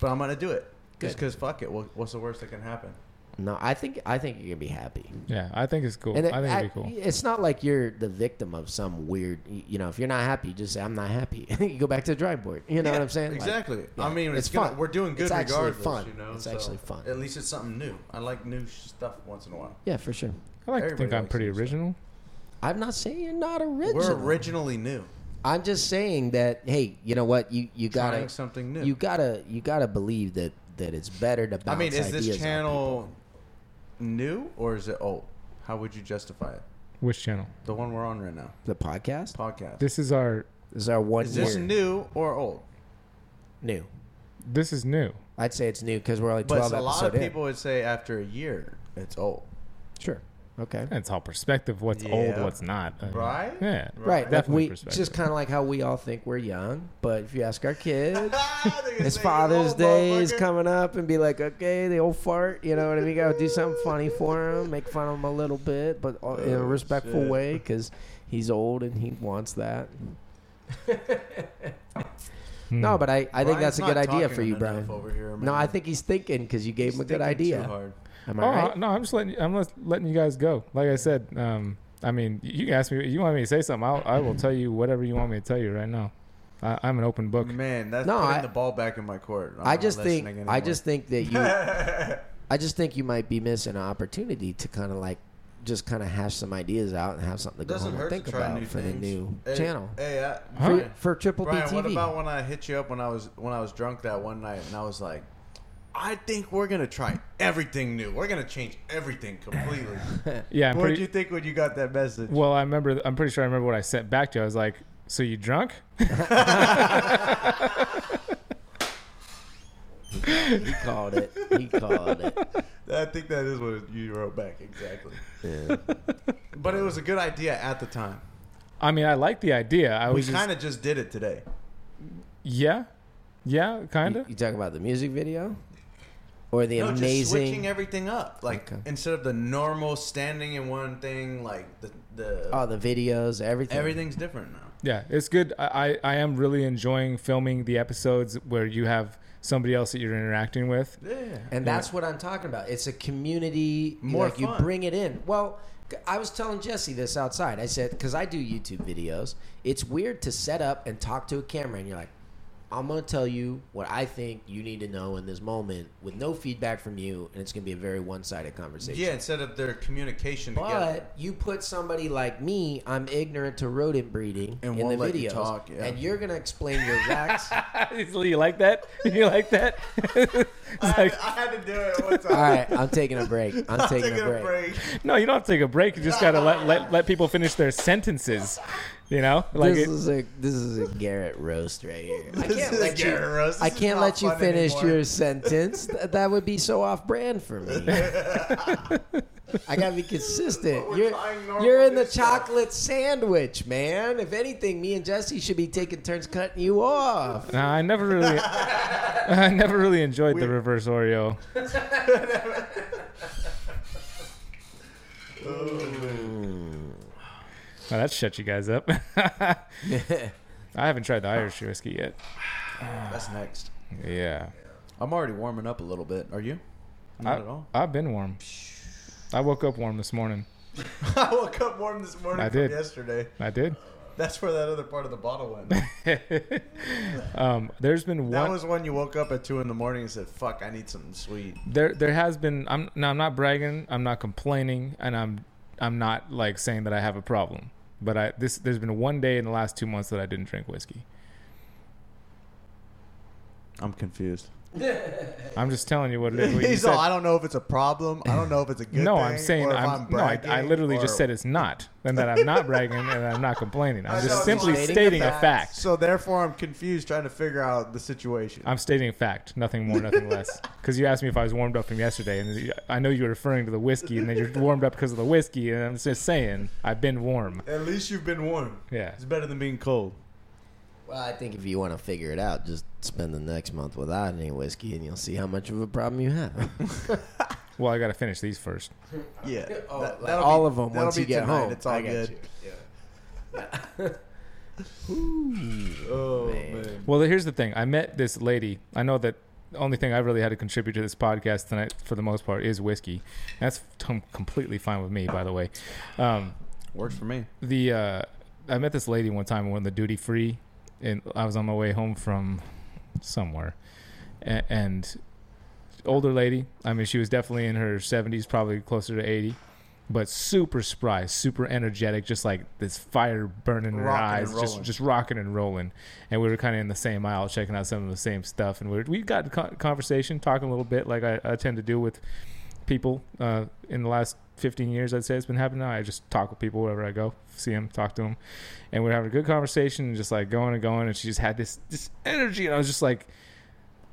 S4: But I'm gonna do it just
S2: Good.
S4: because fuck it. What, what's the worst that can happen?
S2: No, I think I think you're gonna be happy.
S1: Yeah, I think it's cool.
S2: And
S1: I
S2: it-
S1: think
S2: I-
S1: it'd be cool.
S2: It's not like you're the victim of some weird. y- You know, if you're not happy, you just say I'm not happy. you go back to the drawing board. You know
S4: Yeah,
S2: what I'm saying? Like,
S4: Exactly.
S2: yeah,
S4: I mean, it's,
S2: it's
S4: gonna-
S2: fun.
S4: We're doing good
S2: It's actually
S4: regardless.
S2: fun.
S4: You know,
S2: It's
S4: so
S2: actually fun.
S4: At least it's something new. I like new stuff once in a while.
S2: yeah, for sure.
S1: I like to think
S4: everybody
S1: I'm
S4: likes
S1: pretty
S4: to do stuff.
S1: original.
S2: I'm not saying you're not original.
S4: We're originally new.
S2: I'm just saying that. Hey, you know what? You you
S4: trying
S2: gotta
S4: something new.
S2: you gotta you gotta believe that that it's better to.
S4: I
S2: Bounce
S4: mean, is
S2: ideas
S4: this
S2: on
S4: channel new or is it old? How would you justify it?
S1: Which channel?
S4: The one we're on right now,
S2: people. the podcast?
S4: podcast.
S1: This is our.
S2: This is our one
S4: is this
S2: year.
S4: new or old?
S2: New.
S1: This is new.
S2: I'd say it's new because we're only
S4: But
S2: twelve
S4: a lot of
S2: episodes in.
S4: people would say after a year, it's old.
S2: Sure. Okay.
S1: It's all perspective. What's
S4: Yeah.
S1: old, what's not. I mean,
S4: Right?
S1: Yeah.
S2: Right, like
S1: Definitely
S2: we it's just
S1: perspective.
S2: kind of like how we all think we're young, but if you ask our kids, it's
S4: it's
S2: Father's Day is coming up, and be like, okay, the old fart, you know what I mean? Gotta do something funny for him, make fun of him a little bit, but uh, in a
S4: Oh,
S2: respectful way,
S4: shit.
S2: 'cause way, because he's old and he wants that.
S1: Hmm.
S2: No, but I, I think that's a good idea for you, Brian.
S4: Over here,
S2: No, I think he's thinking because you gave him a good idea. Am I
S1: Oh
S2: right?
S1: no, I'm just letting you, I'm just letting you guys go. Like I said, um, I mean, you can ask me. You want me to say something? I'll, I will tell you whatever you want me to tell you right now. I, I'm an open book.
S4: Man, that's
S2: No,
S4: putting
S2: I-
S4: the ball back in my court. I'm
S2: I
S4: not
S2: just think
S4: listening
S2: I
S4: anymore.
S2: just think that you I just think you might be missing an opportunity to kind of like just kind of hash some ideas out and have something to go home and think about for the
S4: things.
S2: new
S4: Hey,
S2: channel
S4: Hey, uh,
S1: Huh?
S2: for,
S4: Brian,
S2: for Triple
S4: Brian,
S2: B
S4: what about
S2: TV.
S4: when I hit you up when I was when I was drunk that one night and I was like, I think we're gonna try everything new. We're gonna change everything completely.
S1: Yeah, I'm
S4: what did
S1: pretty.
S4: you think when you got that message?
S1: well, I remember. I'm pretty sure I remember what I sent back to you. I was like, "So you drunk?"
S2: He called it. He called it.
S4: I think that is what you wrote back exactly. But it was a good idea at the time.
S1: I mean, I like the idea. I
S4: We
S1: was
S4: kind
S1: just,
S4: of just did it today.
S1: yeah, yeah, kind
S2: You,
S1: of.
S2: you talking about the music video or the
S4: No, just switching
S2: amazing?
S4: everything up. Like
S2: Okay.
S4: instead of the normal standing in one thing, like the the
S2: Oh, the videos, everything.
S4: everything's different now.
S1: Yeah, it's good. I, I I am really enjoying filming the episodes where you have somebody else that you're interacting with.
S4: Yeah.
S2: And that's what I'm talking about. It's a community.
S4: More
S2: like you
S4: fun.
S2: bring it in. Well, c- I was telling Jesse this outside. I said because I do YouTube videos. It's weird to set up and talk to a camera, and you're like, "I'm going to tell you what I think you need to know in this moment, with no feedback from you, and it's going to be a very one-sided conversation."
S4: Yeah, instead of their communication together.
S2: But you put somebody like me, I'm ignorant to rodent breeding
S4: And
S2: in the
S4: won't let
S2: videos,
S4: you talk, yeah.
S2: and you're gonna explain your racks.
S1: you like that? You like that? It's like,
S4: I had to do it one time.
S2: All right, I'm taking a break. I'm, taking, a break.
S1: No, you don't have to take a break. You just gotta let let, let people finish their sentences. You know, like
S2: this
S1: it,
S2: is a this is a Garrett roast right here. I
S4: This
S2: can't
S4: is
S2: let you.
S4: Garrett roast.
S2: I
S4: This is
S2: can't
S4: not
S2: let you
S4: fun
S2: finish
S4: anymore.
S2: your sentence. Th- that would be so off brand for me. I gotta be consistent.
S4: We're
S2: You're
S4: trying normal
S2: you're in the
S4: new stuff.
S2: chocolate sandwich, man. If anything, me and Jesse should be taking turns cutting you off.
S1: nah, I never really, I never really enjoyed the
S4: We-
S1: reverse Oreo. Well, Oh, that shut you guys up. I haven't tried the Irish whiskey yet.
S4: That's next.
S1: Yeah.
S4: I'm already warming up a little bit. Are you? Not
S1: I,
S4: at all.
S1: I've been warm. I woke up warm this morning.
S4: I woke up warm this morning
S1: I did.
S4: yesterday.
S1: I did.
S4: That's where that other part of the bottle went. that
S1: um, there's been one.
S4: was when you woke up at two in the morning and said, "Fuck, I need something sweet."
S1: there there has been I'm now I'm not bragging, I'm not complaining, and I'm I'm not like saying that I have a problem. But I this there's been one day in the last two months that I didn't drink whiskey.
S4: I'm confused.
S1: I'm just telling you what it is. What you
S4: He's
S1: said-
S4: all, I don't know if it's a problem. I don't know if it's a good
S1: no,
S4: thing.
S1: I'm saying
S4: or if
S1: I'm, no. I, I
S4: bragging,
S1: literally
S4: or-
S1: just said it's not, and that I'm not bragging and I'm not complaining. I'm
S4: I
S1: just
S4: know,
S1: simply
S4: it's
S1: stating,
S4: fine.
S1: a fact.
S4: So therefore, I'm confused, trying to figure out the situation.
S1: I'm stating a fact, nothing more, nothing less. Because you asked me if I was warmed up from yesterday, and you- I know you were referring to the whiskey, and then you're warmed up because of the whiskey, and I'm just saying I've been warm.
S4: At least you've been warm.
S1: Yeah.
S4: It's better than being cold.
S5: Well, I think if you want to figure it out, just spend the next month without any whiskey, and you'll see how much of a problem you have.
S1: Well, I got to finish these first.
S4: Yeah.
S5: Oh,
S4: That-
S5: like
S4: that'll
S5: all
S4: be-
S5: of 'em
S4: that'll
S5: once
S4: be
S5: you get
S4: tonight.
S5: home.
S4: It's all
S5: I got
S4: good.
S5: you.
S4: Oh man.
S1: Well, here's the thing. I met this lady. I know that the only thing I really had to contribute to this podcast tonight, for the most part, is whiskey. That's t- completely fine with me, by the way. Um,
S4: Works for me.
S1: the uh, I met this lady one time when the duty free, and I was on my way home from somewhere, and, and older lady. I mean, she was definitely in her seventies, probably closer to eighty, but super spry, super energetic, just like this fire burning in her
S4: Rocking and
S1: eyes, just
S4: rolling.
S1: just rocking and rolling. And we were kind of in the same aisle, checking out some of the same stuff, and we were, we got co- conversation, talking a little bit, like I, I tend to do with people uh, in the last 15 years i'd say it's been happening i just talk with people wherever i go see them talk to them and we are having a good conversation and just like going and going and she just had this this energy and i was just like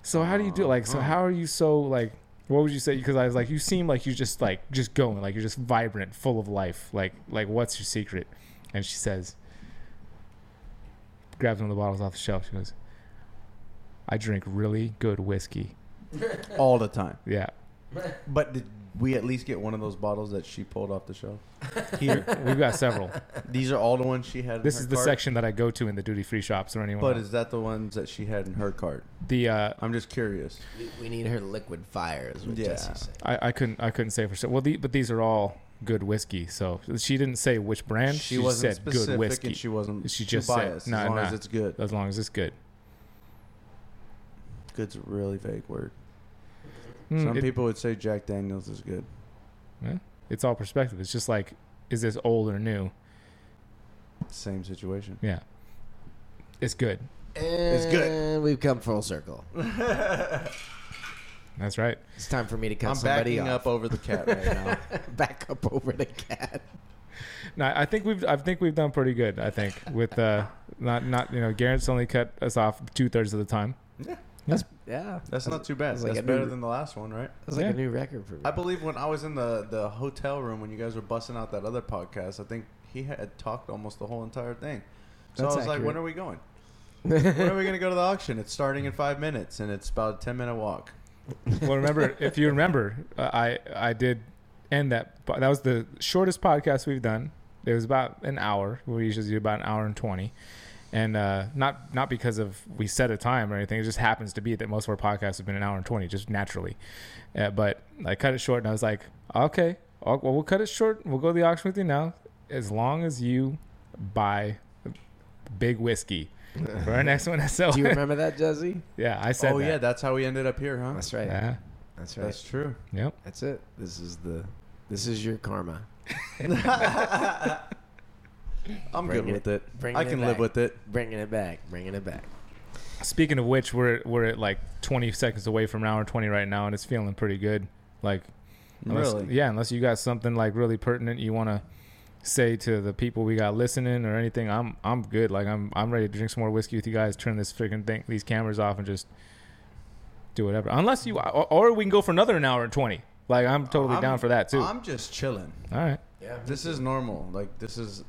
S1: so how do you do like so how are you so like what would you say because i was like you seem like you just like just going like you're just vibrant full of life like like what's your secret and she says grabs one of the bottles off the shelf she goes i drink really good whiskey
S4: All the time.
S1: yeah
S4: But did we at least get one of those bottles that she pulled off the shelf? Here,
S1: we've got several
S4: these are all the ones she had. In
S1: This
S4: her
S1: is the
S4: cart,
S1: section that I go to in the duty free shops or anyone.
S4: But
S1: else.
S4: is that the ones that she had in her cart?
S1: the uh,
S4: I'm just curious.
S5: We, we need her liquid fire, is what
S4: Yeah.
S5: Jesse said.
S1: I, I couldn't I couldn't say for sure. Well, the, but these are all good whiskey. So she didn't say which brand. She, said good whiskey.
S4: and she wasn't.
S1: She just
S4: too
S1: said-
S4: biased.
S1: nah,
S4: as long
S1: nah.
S4: as it's good.
S1: as long as it's good.
S4: Good's a really vague word.
S1: Mm,
S4: Some
S1: it-
S4: people would say Jack Daniels is good.
S1: it's all perspective. It's just like, is this old or new?
S4: Same situation.
S1: Yeah, it's good.
S5: It's
S4: good.
S5: And we've come full circle.
S1: That's right.
S5: It's time for me to cut
S4: I'm
S5: somebody
S4: backing
S5: off.
S4: up over the cat right now.
S5: back up over the cat.
S1: No, I think we've I think we've done pretty good. I think with uh, not not you know Garrett's only cut us off two thirds of the time.
S5: Yeah, I
S4: That's not too bad.
S5: It's like
S4: That's
S5: a
S4: better
S5: new-
S4: than the last one, right?
S5: was like
S1: Yeah.
S5: a new record for me.
S4: I believe when I was in the, the hotel room when you guys were busting out that other podcast, I think he had talked almost the whole entire thing. So
S5: That's
S4: I was like, when
S5: accurate.
S4: are we going? when are we going to go to the auction? It's starting in five minutes, and it's about a ten minute walk.
S1: well, remember if you remember, uh, I I did end that. po- That was the shortest podcast we've done. It was about an hour. We usually do about an hour and twenty, and uh, not not because of we set a time or anything. It just happens to be that most of our podcasts have been an hour and twenty, just naturally. Uh, but I cut it short, and I was like, okay, I'll, well, we'll cut it short. We'll go to the auction with you now, as long as you buy big whiskey for our next one. So
S5: Do you remember that, Jesse?
S1: yeah, I said
S4: oh yeah,
S1: that.
S4: that's how we ended up here, huh?
S5: That's right.
S1: Yeah,
S5: That's right.
S4: That's true.
S1: yep.
S5: That's it. This is the. This is your karma.
S4: I'm
S5: Bring
S4: good
S5: it-
S4: with it.
S5: bring
S4: I
S5: it
S4: can live
S5: back.
S4: with it.
S5: Bringing it back. Bringing it back.
S1: Speaking of which, we're we're at like 20 seconds away from an hour 20 right now, and it's feeling pretty good. Like, unless,
S4: Really?
S1: yeah. Unless you got something like really pertinent you want to say to the people we got listening or anything, I'm I'm good. Like I'm I'm ready to drink some more whiskey with you guys. Turn this freaking thing, these cameras off, and just do whatever. Unless you, or, or we can go for another an hour and 20. Like I'm totally
S4: I'm-
S1: down for that too.
S4: I'm just chilling.
S1: All right.
S5: Yeah.
S4: This is normal. Like this is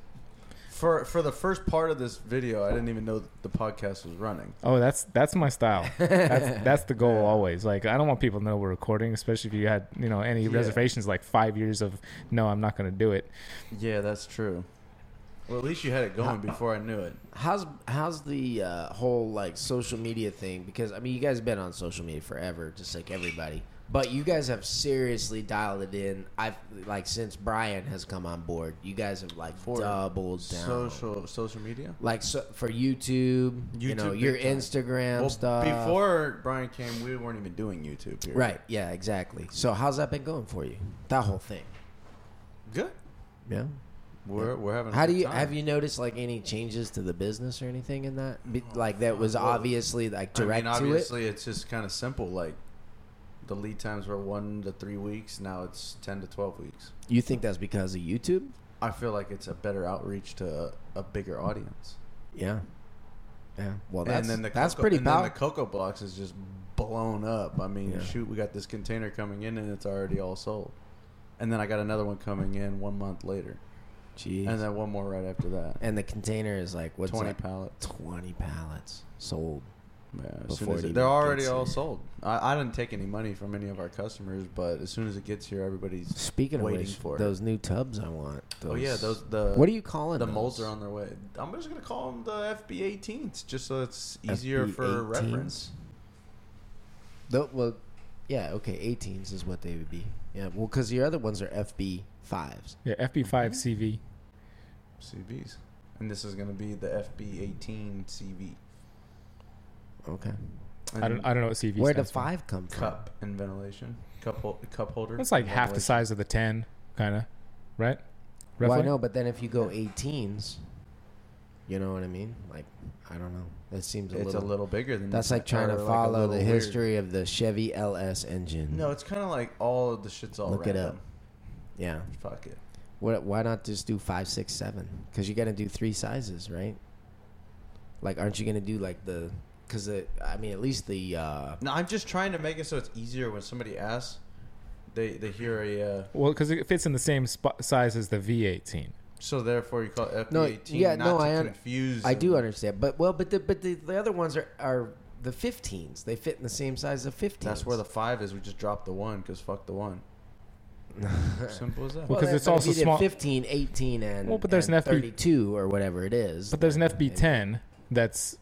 S4: for for the first part of this video, I didn't even know the podcast was running.
S1: Oh, that's that's my style. That's that's the goal always. Like I don't want people to know we're recording, especially if you had you know any
S4: Yeah.
S1: reservations. Like five years of no, I'm not going to do it.
S4: Yeah, that's true. Well, at least you had it going before I knew it.
S2: How's how's the uh, whole like social media thing? Because I mean, you guys have been on social media forever, just like everybody. But you guys have seriously dialed it in. I've like since Brian has come on board, you guys have like doubled down.
S4: Social social media.
S2: like so, for YouTube, you know,
S4: YouTube
S2: your
S4: big time.
S2: Instagram
S4: Well,
S2: stuff.
S4: before Brian came, we weren't even doing YouTube. Here.
S2: right? Yeah, exactly. So how's that been going for you? That whole thing.
S4: Good.
S2: Yeah.
S4: We're we're having. a
S2: How do
S4: good
S2: you
S4: time.
S2: have you noticed like any changes to the business or anything in that? Be- Like that was obviously like direct
S4: I mean,
S2: to it.
S4: obviously, it's just kind of simple. Like the lead times were one to three weeks. Now it's ten to twelve weeks.
S2: You think that's because of YouTube?
S4: I feel like it's a better outreach to a, a bigger audience.
S2: Yeah. Yeah. Well, that's
S4: and then the
S2: that's
S4: cocoa,
S2: pretty
S4: and then
S2: powerful.
S4: the cocoa box is just blown up. I mean,
S2: Yeah.
S4: shoot, we got this container coming in and it's already all sold. And then I got another one coming in one month later,
S2: Jeez.
S4: and then one more right after that.
S2: And the container is like what's
S4: Twenty
S2: that?
S4: pallets.
S2: Twenty pallets sold.
S4: Yeah, as soon
S2: Before
S4: as
S2: it
S4: it,
S2: even
S4: they're already
S2: gets
S4: all
S2: here.
S4: sold. I, I didn't take any money from any of our customers, but as soon as it gets here, everybody's.
S2: Speaking of
S4: Waiting
S2: which,
S4: for it.
S2: those new tubs I want.
S4: Oh yeah, those the
S2: What are you calling
S4: the
S2: those?
S4: molds are on their way. I'm just gonna call them the FB18s, just so it's easier for
S2: FB18s?
S4: reference.
S2: Tho- well, yeah, okay, 18s is what they would be. Yeah, well, because your other ones are FB fives.
S1: Yeah,
S2: Mm-hmm.
S1: FP5 CV.
S4: CVs, and this is gonna be the FB18 CV.
S2: Okay.
S1: I don't I don't know what CV.
S2: Mm-hmm. Where did
S1: stands for.
S2: five come from?
S4: cup and ventilation cup hol- cup holder.
S1: That's like half the
S4: ventilation.
S1: size of the 10, kind of, right?
S2: Well, I
S1: Roughly?
S2: know, but then if you go 18s, you know what I mean? Like, I don't know. That seems a
S4: It's
S2: little.
S4: a little bigger than
S2: that's
S4: that,
S2: like trying
S4: or
S2: to
S4: a
S2: follow
S4: little
S2: the
S4: weird.
S2: history of the Chevy LS engine.
S4: No, it's kind of like all of the shit's all
S2: Look it
S4: random.
S2: Yeah.
S4: Fuck it.
S2: What, why not just do five, six, seven? Because you got to do three sizes, right? Like, aren't you going to do like the? Because the, I mean, at least the. uh
S4: No, I'm just trying to make it so it's easier when somebody asks. They they hear a uh,
S1: Well, because it fits in the same spot size as the V18.
S4: so therefore you call it
S2: No,
S4: FB18.
S2: yeah,
S4: not
S2: no,
S4: to
S2: I un-
S4: confuse.
S2: I do
S4: them.
S2: understand, but well, but the but the, the other ones are are the 15s. They fit in the same size of 15s.
S4: That's where the five is. We just drop the one because fuck the one. Simple as that.
S1: Well, 'cause
S2: that-
S1: it's
S2: but if
S1: also
S2: you did
S1: small-
S2: 15, 18, and
S1: Well, but there's
S2: and
S1: an FB
S2: 32 or whatever it is.
S1: But there's an
S2: then-
S1: FB10 that's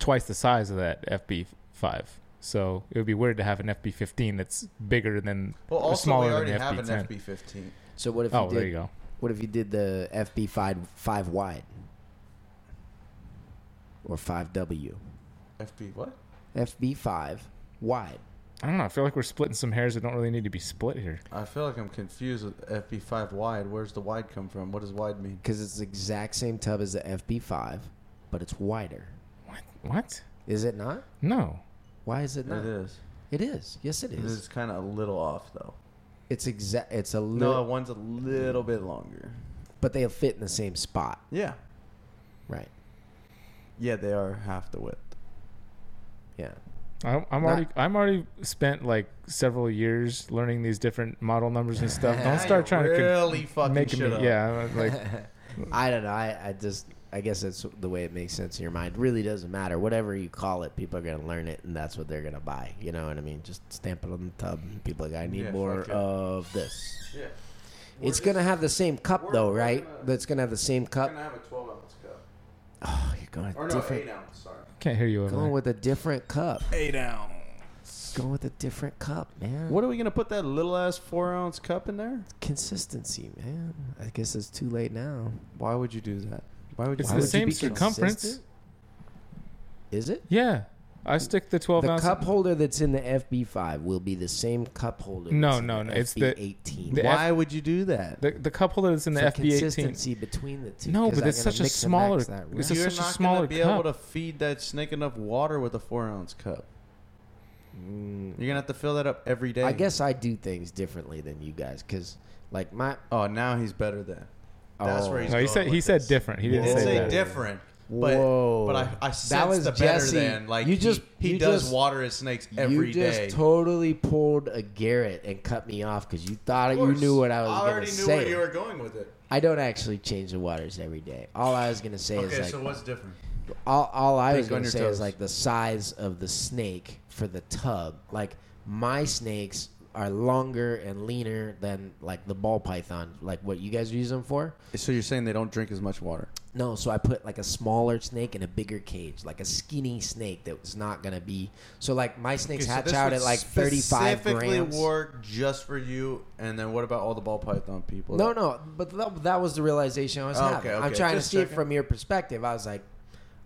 S1: twice the size of that FB5. So it would be weird to have an FB15 that's bigger than
S4: Well,
S1: or
S4: also
S1: smaller
S4: we already
S1: than the
S4: have
S1: FB10.
S4: an FB15.
S2: So what if
S1: oh,
S2: you
S1: there
S2: did,
S1: you go.
S2: What if you did the FB five five wide or five W?
S4: FB what?
S2: FB five wide.
S1: I don't know. I feel like we're splitting some hairs that don't really need to be split here.
S4: I feel like I'm confused with FB5 wide. Where's the wide come from? What does wide mean?
S2: Because it's the exact same tub as the FB5, but it's wider.
S1: What? What?
S2: Is it not?
S1: No.
S2: Why is it
S4: It
S2: not?
S4: is. Mm-hmm.
S2: It is. Yes, it
S4: It
S2: is.
S4: is kind of a little off though.
S2: It's exact. It's a
S4: No,
S2: little,
S4: one's a little bit longer.
S2: but they'll fit in the same spot,
S4: Yeah.
S2: right?
S4: Yeah, they are half the width.
S2: Yeah.
S1: I'm, I'm already I'm already spent like several years learning these different model numbers and stuff. Don't start trying to con-
S4: really fucking
S1: make me.
S4: shit up.
S1: Yeah, I'm like
S2: I don't know. I, I just, I guess that's the way it makes sense in your mind. Really doesn't matter. Whatever you call it, people are going to learn it, and that's what they're going to buy. You know what I mean? Just stamp it on the tub. And people are like, I need
S4: Yeah,
S2: more
S4: fuck yeah.
S2: of this.
S4: Yeah.
S2: it's going to have the same cup,
S4: we're-
S2: though,
S4: we're
S2: right?
S4: gonna-
S2: That's going to have the same cup.
S4: have a 12 ounce cup.
S2: Oh, you're going with different.
S4: ounce, sorry.
S1: can't hear you over
S2: Going
S1: there.
S2: with a different cup.
S4: Eight ounce.
S2: Going with a different cup, man.
S4: What are we going to put that little ass four ounce cup in there?
S2: consistency, man? I guess it's too late now.
S4: Why would you do that? Why would you
S1: It's
S2: Why
S1: the
S2: would you
S1: same
S2: be
S1: circumference.
S2: consistent? Is it?
S1: Yeah, I stick the 12
S2: the
S1: ounce.
S2: cup holder that's in the FB5 will be the same cup holder.
S1: No,
S2: that's in
S1: no, no, it's the-
S2: FB18.
S1: the
S4: Why would you do that?
S1: the, the cup holder that's in the
S2: For
S1: FB18.
S2: consistency between the two.
S1: No,
S2: 'cause
S1: but
S2: I'm
S1: it's
S2: gonna
S1: such a
S2: mix and match
S1: smaller-
S2: that
S1: it's
S2: round.
S1: a-
S4: You're
S1: such
S4: not gonna
S1: smaller
S4: be
S1: cup.
S4: able to feed that snake enough water with a four ounce cup. You're going to have to fill that up every day.
S2: Mm. I guess I do things differently than you guys because, like my
S4: Oh, now he's better than. That's
S2: oh,
S4: where he's
S1: No, he
S4: going
S1: said he
S4: with
S1: said
S4: this.
S1: different. He
S4: He
S1: didn't
S4: didn't
S1: say
S4: say
S1: that.
S4: different. But,
S2: Whoa.
S4: but I, I
S2: That
S4: sense
S2: was
S4: the better
S2: Jesse.
S4: than. Like
S2: You
S4: he-
S2: just-
S4: he,
S2: you
S4: does
S2: just-
S4: water his snakes every
S2: you
S4: day.
S2: just totally pulled a Garrett and cut me off because you thought you knew what I was
S4: I
S2: going
S4: already
S2: to
S4: knew
S2: say.
S4: where you were going with it.
S2: I don't actually change the waters every day. All I was going to say is
S4: Okay,
S2: like
S4: so what's different?
S2: All, all I
S4: Think
S2: was going
S4: on
S2: to
S4: your
S2: say is
S4: toes.
S2: like the size of the snake for the tub. Like my snakes are longer and leaner than like the ball python, like what you guys use them for.
S4: So you're saying they don't drink as much water?
S2: No, so I put like a smaller snake in a bigger cage, like a skinny snake that was not gonna be. So like my snakes hatch out at like thirty-five
S4: Specifically
S2: grams.
S4: work just for you, and then what about all the ball python people?
S2: no, no, but that, that was the realization I was
S4: Oh,
S2: having.
S4: okay,
S2: I'm
S4: okay.
S2: trying
S4: Just
S2: to see
S4: checking.
S2: it from your perspective. I was like,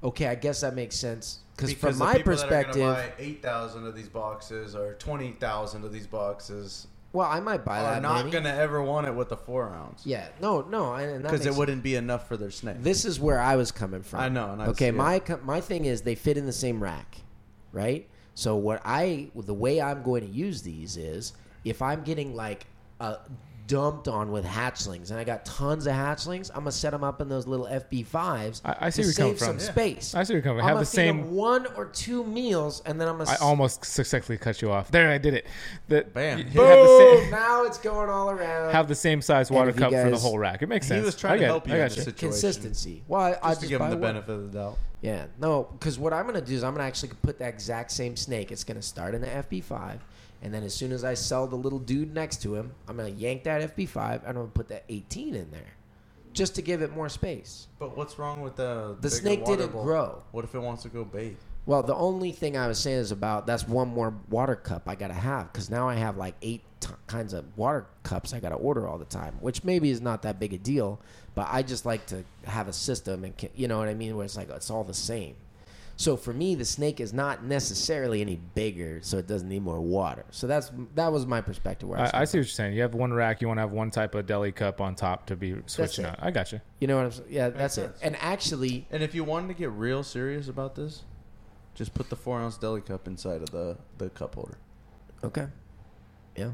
S2: okay, I guess that makes sense because
S4: Because
S2: from
S4: the
S2: my
S4: people that are gonna
S2: perspective,
S4: buy eight thousand of these boxes or twenty thousand of these boxes
S2: well, I might buy
S4: are
S2: that.
S4: not
S2: many.
S4: gonna ever want it with the four ounce
S2: Uh, Yeah, no, no, and and that
S4: because
S2: makes
S4: it wouldn't be enough for their snake.
S2: This is where I was coming from.
S4: I know, and I see
S2: okay,
S4: it.
S2: my co- my thing is they fit in the same rack, right? So what I the way I'm going to use these is if I'm getting like uh, dumped on with hatchlings and I got tons of hatchlings, I'm gonna set them up in those little FB fives.
S1: I- I see where
S2: to
S1: you're coming
S2: save some
S1: from. Yeah.
S2: space.
S1: I see where you're coming from.
S2: I'm
S1: Have
S2: gonna
S1: the
S2: feed 'em
S1: same-
S2: one or two meals, and then I'm gonna.
S1: I
S2: s-
S1: almost successfully cut you off. There, I did it. The,
S4: Bam.
S1: you Have the, same,
S2: now it's going all around.
S1: have the same size water
S2: if you
S1: cup for the
S2: guys-
S1: whole rack. It makes sense.
S4: He was
S1: I
S4: trying to
S1: got-
S4: help you
S1: I
S4: in
S1: got
S4: this situation.
S2: consistency. Well, I, I
S4: Just
S2: just
S4: to give him
S2: buy
S4: the
S2: one.
S4: benefit of the doubt.
S2: Yeah, no, because what I'm gonna do is I'm gonna actually put that exact same snake. It's gonna start in the FB5, and then as soon as I sell the little dude next to him, I'm gonna yank that FB5 and I'm gonna put that 18 in there, just to give it more space.
S4: But what's wrong with the
S2: The
S4: bigger
S2: snake
S4: water
S2: didn't
S4: bowl?
S2: grow.
S4: What if it wants to go bathe?
S2: Well, the only thing I was saying is about that's one more water cup I gotta have because now I have like eight t- kinds of water cups I gotta order all the time, which maybe is not that big a deal, but I just like to have a system and can, you know what I mean, where it's like it's all the same. So for me, the snake is not necessarily any bigger, so it doesn't need more water. So that's that was my perspective. Where I,
S1: I,
S2: was
S1: I
S2: coming
S1: see what you're saying. You have one rack. You want to have one type of deli cup on top to be switching
S2: it.
S1: out. I got you.
S2: from. you know what I'm saying? Yeah, that's it. And actually,
S4: And if you wanted to get real serious about this, just put the four ounce deli cup inside of the, the cup holder.
S2: okay, yeah.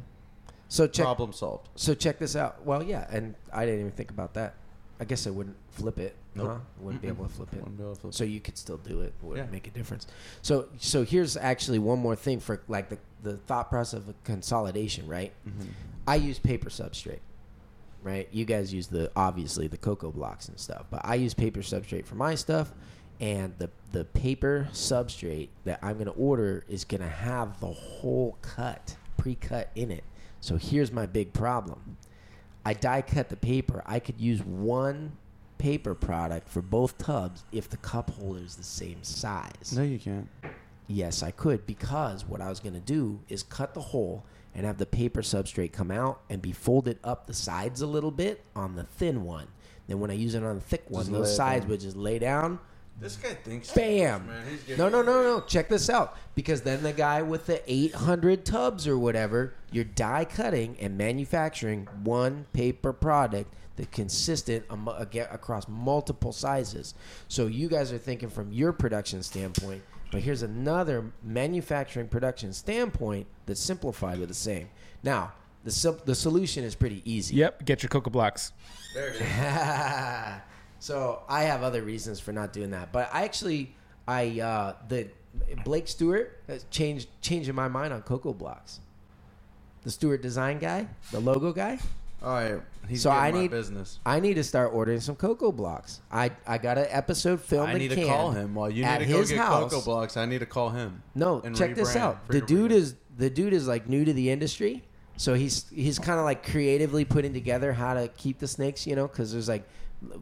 S2: So check
S4: Problem solved.
S2: So check this out. Well, yeah, and I didn't even think about that. I guess I wouldn't flip it.
S4: Nope.
S2: Huh? Wouldn't be able to flip it.
S4: Wouldn't be able to flip
S2: So you could still do it. Would
S4: Yeah.
S2: not make a difference. So so here's actually one more thing for like the the thought process of consolidation, right?
S4: Mm-hmm.
S2: I use paper substrate. Right? You guys use the obviously the cocoa blocks and stuff, but I use paper substrate for my stuff and the the paper substrate that I'm going to order is going to have the whole cut pre-cut in it. So here's my big problem. I die cut the paper. I could use one paper product for both tubs if the cup holder is the same size.
S4: No, you can't.
S2: Yes, I could because what I was going to do is cut the hole and have the paper substrate come out and be folded up the sides a little bit on the thin one. Then when I use it on the thick one,
S4: Just lay
S2: those
S4: it
S2: sides
S4: down.
S2: would just lay down.
S4: This guy thinks.
S2: Bam! No, no, no, no. Check this out. Because then the guy with the 800 tubs or whatever, you're die cutting and manufacturing one paper product that's consistent am- aga- across multiple sizes. So you guys are thinking from your production standpoint, but here's another manufacturing production standpoint that's simplified with the same. Now, the, sim- the solution is pretty easy.
S1: Yep. Get your cocoa blocks.
S2: so I have other reasons for not doing that, but I actually I uh, the Blake Stewart has changed changing my mind on Cocoa Blocks. The Stewart design guy, the logo guy.
S4: All right, he's
S2: So
S4: getting
S2: I
S4: my
S2: need-
S4: business.
S2: I need to start ordering some Cocoa Blocks. I I got an episode filmed.
S4: I
S2: and
S4: need to
S2: canned
S4: call him while you need
S2: at
S4: to go
S2: his
S4: get
S2: house.
S4: cocoa blocks. I need to call him.
S2: No,
S4: and
S2: check this
S4: rebrand
S2: out.
S4: for
S2: The
S4: your
S2: dude
S4: rebrand.
S2: is the dude is like new to the industry, so he's he's kind of like creatively putting together how to keep the snakes, you know, because there's like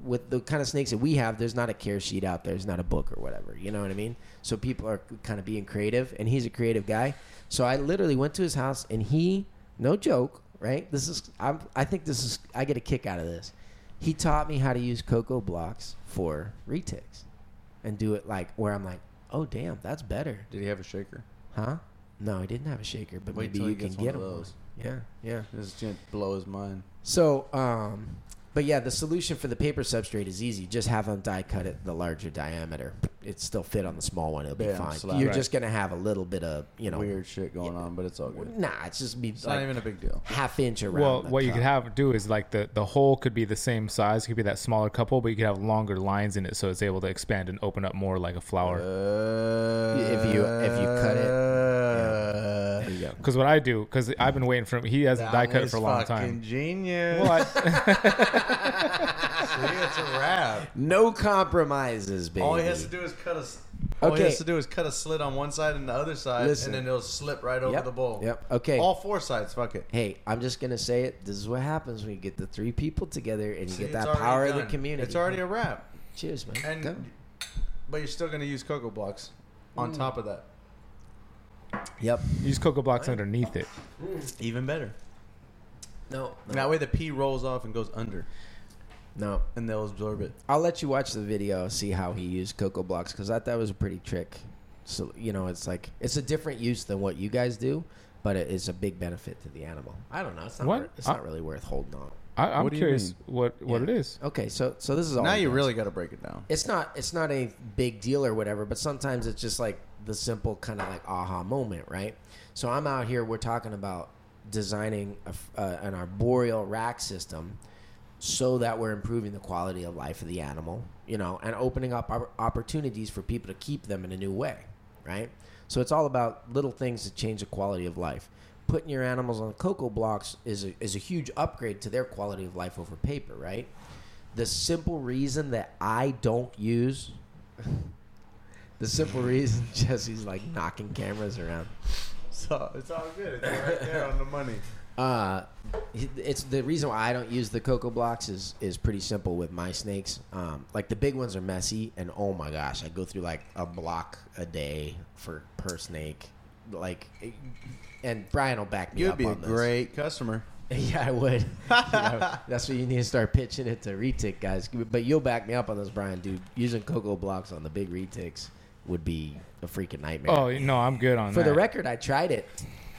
S2: with the kind of snakes that we have, there's not a care sheet out there, there's not a book or whatever, you know what I mean? So people are kind of being creative, and he's a creative guy. So I literally went to his house, and he, no joke, right? This is I'm, I think this is I get a kick out of this. He taught me how to use cocoa blocks for retics, and do it like where I'm like, oh damn, that's better.
S4: Did he have a shaker?
S2: Huh? No, I didn't have a shaker, but
S4: Wait
S2: maybe
S4: till
S2: you
S4: he
S2: can
S4: gets one
S2: get
S4: of
S2: them. one.
S4: those.
S2: Yeah, yeah.
S4: This is gonna blow his mind.
S2: So, um, but yeah, the solution for the paper substrate is easy. Just have them die cut it the larger diameter. It still fit on the small one. It'll be
S4: Bam,
S2: fine.
S4: slap.
S2: You're
S1: Right.
S2: just gonna have a little bit of you know
S4: Weird shit going on, but it's all good.
S2: Nah, it's just be
S4: It's
S2: like
S4: not even a big deal.
S2: half inch around.
S1: Well,
S2: the
S1: what you
S2: cup.
S1: could have do is like the the hole could be the same size. It could be that smaller cup hole, but you could have longer lines in it, so it's able to expand and open up more like a
S2: Uh,
S1: flower.
S4: If
S2: you- if you cut it,
S4: it,
S2: There you go.
S1: Because what I do, because I've been waiting for him. He hasn't die cut it for a long time.
S4: Genius.
S1: Well, I,
S4: See, it's a wrap.
S2: No compromises, baby.
S4: All he has to do is cut a s- All he
S2: Okay.
S4: has to do is cut a slit on one side and the other side,
S2: Listen.
S4: and then it'll slip right over
S2: Yep,
S4: the bowl.
S2: yep, okay.
S4: All four sides. Fuck it.
S2: Hey, I'm just gonna say it. This is what happens when you get the three people together and you
S4: See,
S2: get
S4: it's
S2: that
S4: already
S2: power of the
S4: done.
S2: community.
S4: It's already a wrap.
S2: cheers, man.
S4: And
S2: Go.
S4: but you're still gonna use cocoa blocks on top of that.
S2: Yep.
S1: Use cocoa blocks underneath it.
S4: Even better.
S2: No, no,
S4: That way the pea rolls off and goes under,
S2: no.
S4: and they'll absorb it.
S2: I'll let you watch the video, see how he used cocoa blocks, because I thought that was a pretty trick. So you know, it's like it's a different use than what you guys do, but it is a big benefit to the animal. I don't know. It's not.
S1: What?
S2: wor- It's
S1: I-
S2: not really worth holding on.
S1: I, I'm
S4: What do you
S1: curious
S4: mean?
S1: what what
S2: Yeah.
S1: it is.
S2: Okay, so so this is all.
S4: now
S2: he
S4: you
S2: does.
S4: really got to break it down.
S2: It's not. It's not a big deal or whatever. But sometimes it's just like the simple kind of like aha moment, right? So I'm out here. We're talking about designing a f uh, an arboreal rack system so that we're improving the quality of life of the animal, you know, and opening up opp- opportunities for people to keep them in a new way, right? So it's all about little things that change the quality of life. Putting your animals on cocoa blocks is a, is a huge upgrade to their quality of life over paper, right? The simple reason that I don't use the simple reason Jesse's like knocking cameras around.
S4: So it's all good. It's right there on the money.
S2: Uh, it's the reason why I don't use the cocoa blocks is is pretty simple with my snakes. Um, like the big ones are messy, and oh my gosh, I go through like a block a day for per snake. Like, it- and Brian will back me
S4: You'd
S2: up
S4: be a
S2: on this.
S4: great customer.
S2: Yeah, I would. You know, that's what you need to start pitching it to retic guys. But you'll back me up on this, Brian, dude. Using cocoa blocks on the big retics would be a freaking nightmare.
S1: Oh no, I'm good on
S2: For
S1: that.
S2: the record, I tried it.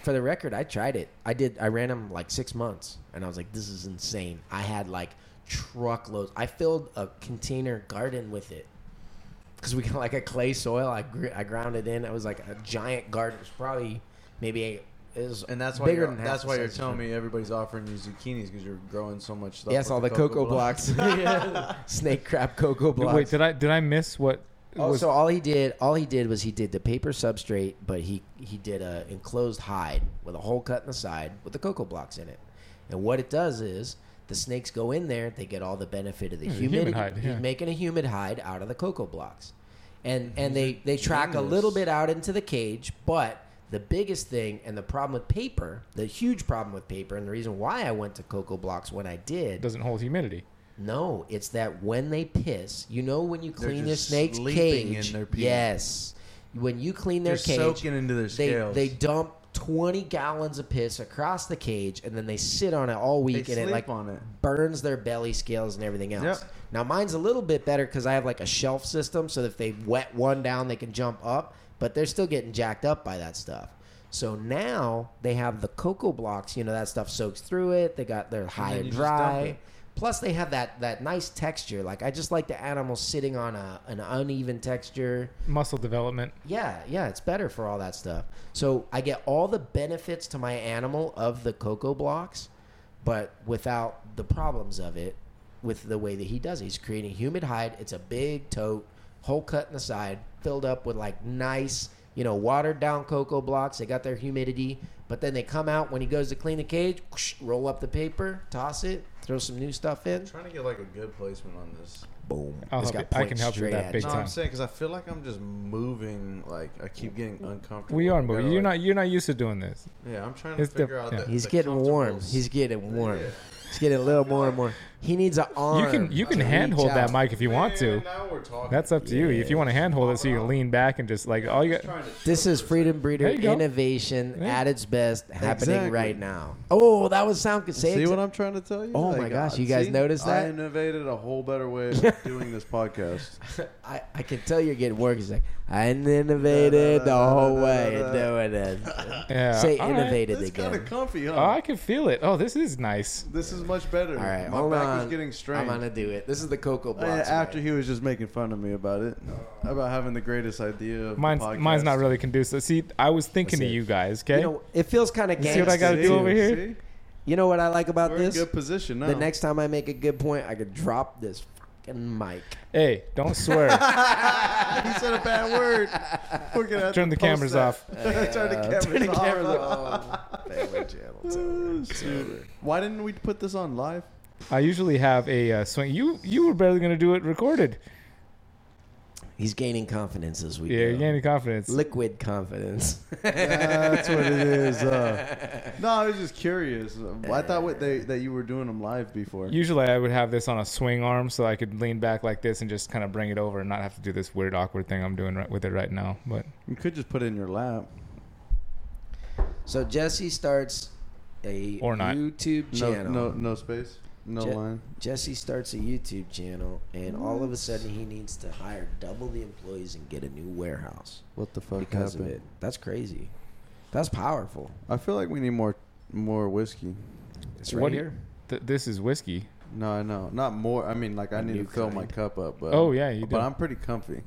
S2: For the record, I tried it. I did. I ran them like six months, and I was like, "This is insane." I had like truckloads. I filled a container garden with it because we got like a clay soil. I gr- I ground it in. It was like a giant garden. It was probably maybe a, it was
S4: And that's why
S2: bigger
S4: you're,
S2: than half
S4: that's
S2: the
S4: why you're
S2: size of-
S4: telling me everybody's offering you zucchinis because you're growing so much stuff.
S2: Yes,
S4: with
S2: all the cocoa blocks, snake crap cocoa blocks.
S1: Wait, did I did I miss what?
S2: Oh,
S1: was,
S2: so all he did, all he did was he did the paper substrate, but he he did a enclosed hide with a hole cut in the side with the cocoa blocks in it. And what it does is the snakes go in there, they get all the benefit of the
S1: Yeah, the
S2: humidity.
S1: humid hide, yeah.
S2: He's making a humid hide out of the cocoa blocks, and and they they track a little bit out into the cage, but. The biggest thing and the problem with paper, the huge problem with paper, and the reason why I went to cocoa blocks when I did,
S1: doesn't hold humidity.
S2: no, it's that when they piss, you know when you
S4: They're
S2: clean your
S4: just
S2: snake's
S4: sleeping
S2: cage.
S4: in their pee.
S2: yes. When you clean their
S4: They're
S2: cage,
S4: soaking into their
S2: they
S4: scales.
S2: they dump 20 gallons of piss across the cage and then they sit on it all week and it
S4: sleep
S2: like
S4: on it.
S2: burns their belly scales and everything else.
S4: Yep.
S2: Now mine's a little bit better cuz I have like a shelf system so that if they wet one down they can jump up, but they're still getting jacked up by that stuff. So now they have the cocoa blocks, you know that stuff soaks through it. They got they're high
S4: then
S2: and
S4: you just dump
S2: dry.
S4: it.
S2: Plus, they have that that nice texture. Like I just like the animal sitting on a an uneven texture.
S1: Muscle development.
S2: Yeah, yeah, it's better for all that stuff. So I get all the benefits to my animal of the cocoa blocks, but without the problems of it. With the way that he does it, he's creating humid hide. It's a big tote, hole cut in the side, filled up with like nice, you know, watered down cocoa blocks. They got their humidity, but then they come out when he goes to clean the cage. roll up the paper, toss it, throw some new stuff in.
S4: trying to get like a good placement on this.
S2: Boom.
S1: I'll
S2: It's
S1: help
S2: got
S1: you- I can
S2: points
S1: help you with
S2: straight
S1: that
S2: at
S1: big
S2: you.
S4: No,
S1: time.
S4: I'm saying because I feel like I'm just moving. Like I keep getting uncomfortable.
S1: We are
S4: I gotta,
S1: moving. You're
S4: like-
S1: not you're not used to doing this.
S4: Yeah, I'm trying to
S1: It's the-
S4: figure out.
S1: yeah.
S4: The,
S2: He's
S4: the
S2: getting warm.
S4: comfortables.
S2: He's getting warm.
S4: Yeah.
S2: He's getting a little more and more. He needs an arm.
S1: You can you can
S2: to reach
S1: handhold that
S2: out.
S1: mic if you want to.
S4: Man, Now we're talking.
S1: That's up to you. If you want to handhold it, so you can lean back and just like all you got.
S4: Trying to
S2: This is Freedom Breeder
S1: There you go.
S2: innovation
S1: Yeah.
S2: at its best, happening
S4: Exactly.
S2: right now. Oh, that was sound. Could say
S4: See
S2: it.
S4: what I'm trying to tell you? uh,
S2: Oh my gosh, you guys
S4: see,
S2: noticed that?
S4: I innovated a whole better way of doing this podcast.
S2: I, I can tell you're getting work. He's like, I innovated the whole way of doing it.
S1: Yeah,
S2: Say
S1: all right.
S2: innovated
S4: It's kind
S2: again.
S4: of comfy, huh?
S1: Oh, I can feel it. Oh, this is nice.
S4: this is much better.
S2: All right,
S4: my
S2: hold
S4: back
S2: on.
S4: is getting
S2: I'm
S4: strained.
S2: gonna do it. This is the
S1: Oh,
S2: cocoa
S4: Uh,
S2: blocks.
S4: after
S2: way.
S4: he was just making fun of me about it, about having the greatest idea. Of the
S1: Mine's
S4: podcast.
S1: mine's not really conducive. See, I was thinking to
S2: Let's see.
S1: you guys.
S2: you
S1: Okay,
S2: know, it feels kind of
S1: see what I
S2: gangster.
S1: gotta
S4: See?
S1: do over here?
S4: See?
S2: You know what I like about
S4: We're
S2: this?
S4: in good position now.
S2: The next time I make a good point, I could drop this fucking mic.
S1: hey, don't swear.
S4: he said a bad word. We're gonna have
S1: Turn
S4: to
S1: the
S4: post
S1: cameras
S4: that.
S1: off.
S4: turn the cameras
S2: Turn the
S4: off.
S2: cameras off. Family channel's over.
S4: Oh, shoot. Why didn't we put this on live?
S1: I usually have a uh, swing. You you were barely gonna do it recorded.
S2: He's gaining confidence as we
S1: Yeah,
S2: go.
S1: you gain the confidence.
S2: Liquid confidence.
S4: That's what it is. Uh, no, I was just curious. I thought what they that you were doing them live before.
S1: Usually, I would have this on a swing arm so I could lean back like this and just kind of bring it over and not have to do this weird, awkward thing I'm doing right with it right now. But
S4: You could just put it in your lap.
S2: so Jesse starts a
S1: Or not.
S2: YouTube
S4: No,
S2: channel.
S4: no, no space, no
S2: Je-
S4: line.
S2: Jesse starts a YouTube channel, and all of a sudden he needs to hire double the employees and get a new warehouse
S4: What the fuck
S2: because
S4: happened?
S2: of it. That's crazy. That's powerful.
S4: I feel like we need more more whiskey.
S6: It's right
S1: What-
S6: here.
S1: th- this is whiskey.
S4: No, I know, not more. I mean, like I
S2: A
S4: need to
S2: new
S4: fill my
S2: kind.
S4: cup up. But,
S1: Oh, yeah, you do.
S4: But I'm pretty comfy.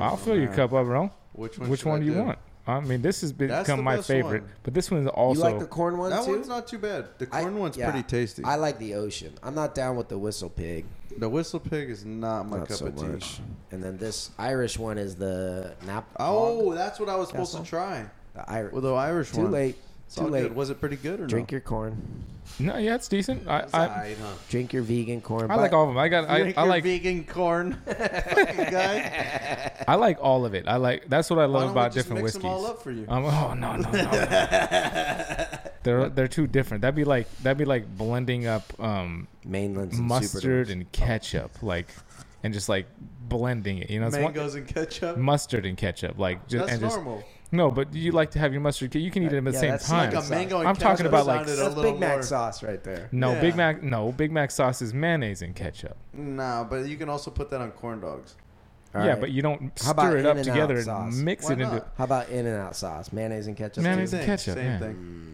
S1: I'll fill your
S4: man.
S1: cup up, bro.
S4: Which one?
S1: Which
S4: should
S1: one
S4: I
S1: do you
S4: do?
S1: want? I mean, this has
S4: That's
S1: become
S4: the
S1: my
S4: best
S1: favorite,
S4: one.
S1: but this one's
S2: You
S1: also
S2: like the corn one
S4: That
S2: too?
S4: one's not too bad. The
S2: I-
S4: corn one's
S2: yeah,
S4: pretty tasty.
S2: I like the ocean. I'm not down with the whistle pig.
S4: the whistle pig is not my
S2: Not
S4: cup
S2: so
S4: of tea.
S2: much. And then this Irish one is the nap.
S4: Oh, that's what I was supposed
S2: Castle?
S4: to try.
S2: the Irish.
S4: Well, the Irish
S2: too
S4: one.
S2: late.
S4: It's
S2: Too
S4: all
S2: late.
S4: Good. Was it pretty good or
S2: Drink
S4: no?
S2: your corn.
S1: No, yeah, it's decent. I
S4: It's
S1: I,
S4: alright, huh?
S2: Drink your vegan corn.
S1: I like all of them. I got I,
S4: Drink
S1: I
S4: your
S1: like
S4: vegan corn. Fucking guy.
S1: I like all of it. I like that's what I
S4: Why don't
S1: love
S4: we
S1: about
S4: just
S1: different
S4: mix
S1: whiskeys.
S4: them all up for you?
S1: Um, oh no no no. they're they're too different. That'd be like that'd be like blending up um,
S2: mainland
S1: mustard and ketchup, like, and just like blending it. You know, it's one,
S4: Mangoes and ketchup.
S1: mustard and ketchup, like just
S4: That's
S1: and just,
S4: normal.
S1: No, but you like to have your mustard. You can eat it at the
S2: yeah,
S1: same
S2: that's
S1: time.
S4: Like a mango and
S1: I'm
S4: ketchup
S1: talking about, like,
S4: sounded a
S2: That's
S4: little
S2: Big Mac
S4: more-
S2: sauce right there.
S1: no
S4: yeah.
S1: Big Mac. No Big Mac sauce is mayonnaise and ketchup.
S4: Nah, but you can also put that on corn dogs.
S2: All
S1: yeah,
S2: right.
S1: but you don't
S2: How about
S1: stir it up
S2: In-N-Out
S1: together and
S2: sauce?
S1: mix
S4: Why
S1: it into.
S4: not?
S2: How about In and Out sauce, mayonnaise and ketchup?
S1: Mayonnaise
S2: too?
S1: and ketchup,
S4: Same
S1: yeah.
S4: thing.
S2: Mm.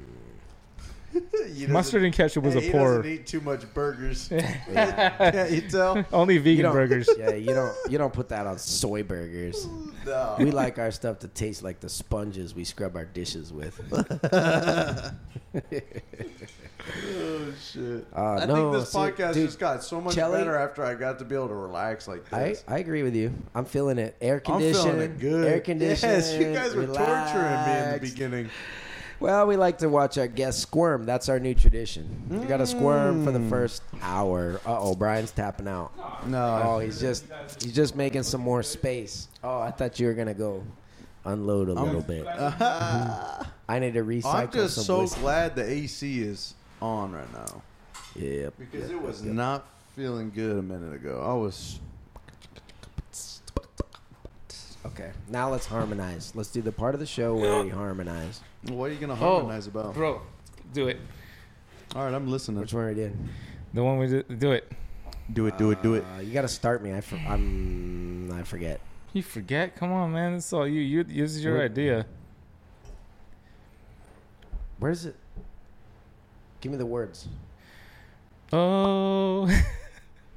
S4: He
S1: Mustard and ketchup was
S4: doesn't-
S1: a
S4: hey, He
S1: poor.
S4: doesn't eat too much burgers.
S2: Yeah.
S4: yeah, you tell.
S1: Only
S2: You
S1: vegan
S2: don't-
S1: burgers.
S2: yeah, you don't you don't put that on soy burgers.
S4: No.
S2: We like our stuff to taste like the sponges we scrub our dishes with. Uh,
S4: Oh shit.
S2: Uh,
S4: I
S2: no,
S4: think this
S2: see,
S4: podcast
S2: dude,
S4: just got so much
S2: Chelly-
S4: better after I got to be able to relax like
S2: I,
S4: this.
S2: I agree with you. I'm feeling it. Air
S4: I'm
S2: conditioning.
S4: feeling it good.
S2: Air conditioning.
S4: Yes, you guys were torturing me in the
S2: relaxed.
S4: beginning.
S2: Well, we like to watch our guests squirm. That's our new tradition. You got to squirm
S4: Mm.
S2: for the first hour. Uh oh, Brian's tapping out.
S4: No.
S2: Oh, he's just he's just making some more space. Oh, I thought you were gonna go unload a little bit.
S4: Mm-hmm.
S2: I need to recycle
S4: I'm just
S2: some
S4: so
S2: whiskey.
S4: glad the AC is on right now
S2: Yep.
S4: because it was not feeling good a minute ago. I was
S2: Okay. Now let's harmonize. Let's do the part of the show where we harmonize.
S4: What are you gonna harmonize about?
S1: Bro, do it.
S4: All right, I'm listening.
S2: Which one are we doing?
S1: The one we did, do it.
S4: Do it, do it, do it.
S2: Uh, you got to start me. I for, I'm I forget.
S1: You forget? Come on, man. This is all you. you this is your
S2: Wait.
S1: idea.
S2: Where is it? Give me the words.
S1: Oh,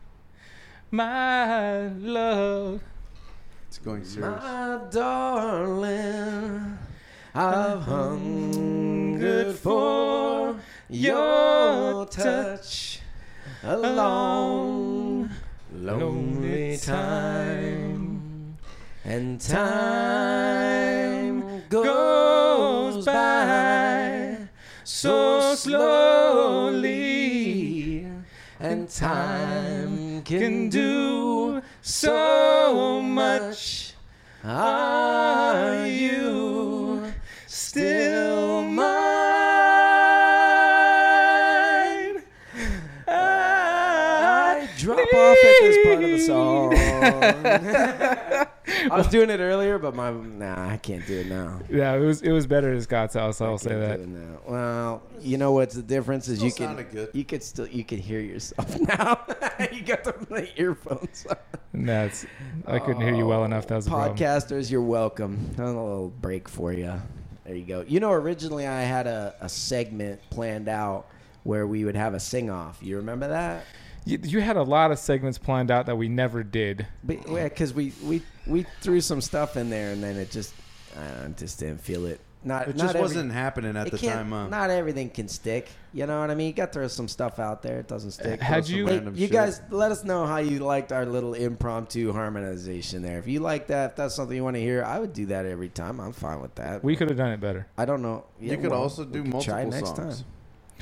S1: my love.
S4: It's going serious.
S2: My darling, I've hungered for your touch a long, lonely time. And time goes by so slowly, and time can do so much. Are you still mine? I drop off at this part of the song. I was doing it earlier, but my nah, I can't do it now.
S1: Yeah, it was it was better at Scott's house. I'll say
S2: Can't
S1: that.
S2: do it now. Well, you know what's the difference is you
S4: Still
S2: can
S4: sounded good.
S2: you could still you can hear yourself now. you got the, the earphones. on.
S1: That's I couldn't hear you
S2: Oh,
S1: well enough. That was a problem.
S2: Podcasters, you're welcome. A little break for you. There you go. You know, originally I had a, a segment planned out where we would have a sing off. You remember that?
S1: You, you had a lot of segments planned out that we never did.
S2: Because we, we we threw some stuff in there and then it just I don't know, just didn't feel it. Not
S4: It
S2: not
S4: just
S2: every-
S4: wasn't happening at
S2: it
S4: the
S2: can't-
S4: time. uh, Huh?
S2: Not everything can stick. You know what I mean? You got to throw some stuff out there. It doesn't stick.
S1: Had
S4: Throw some
S1: you-
S2: Hey,
S4: random
S2: you
S4: shit.
S2: guys, let us know how you liked our little impromptu harmonization there. If you like that, if that's something you want to hear, I would do that every time. I'm fine with that.
S1: We could have done it better.
S2: I don't know. Yeah,
S4: you could
S2: well,
S4: also do
S2: we could
S4: multiple
S2: try next
S4: songs.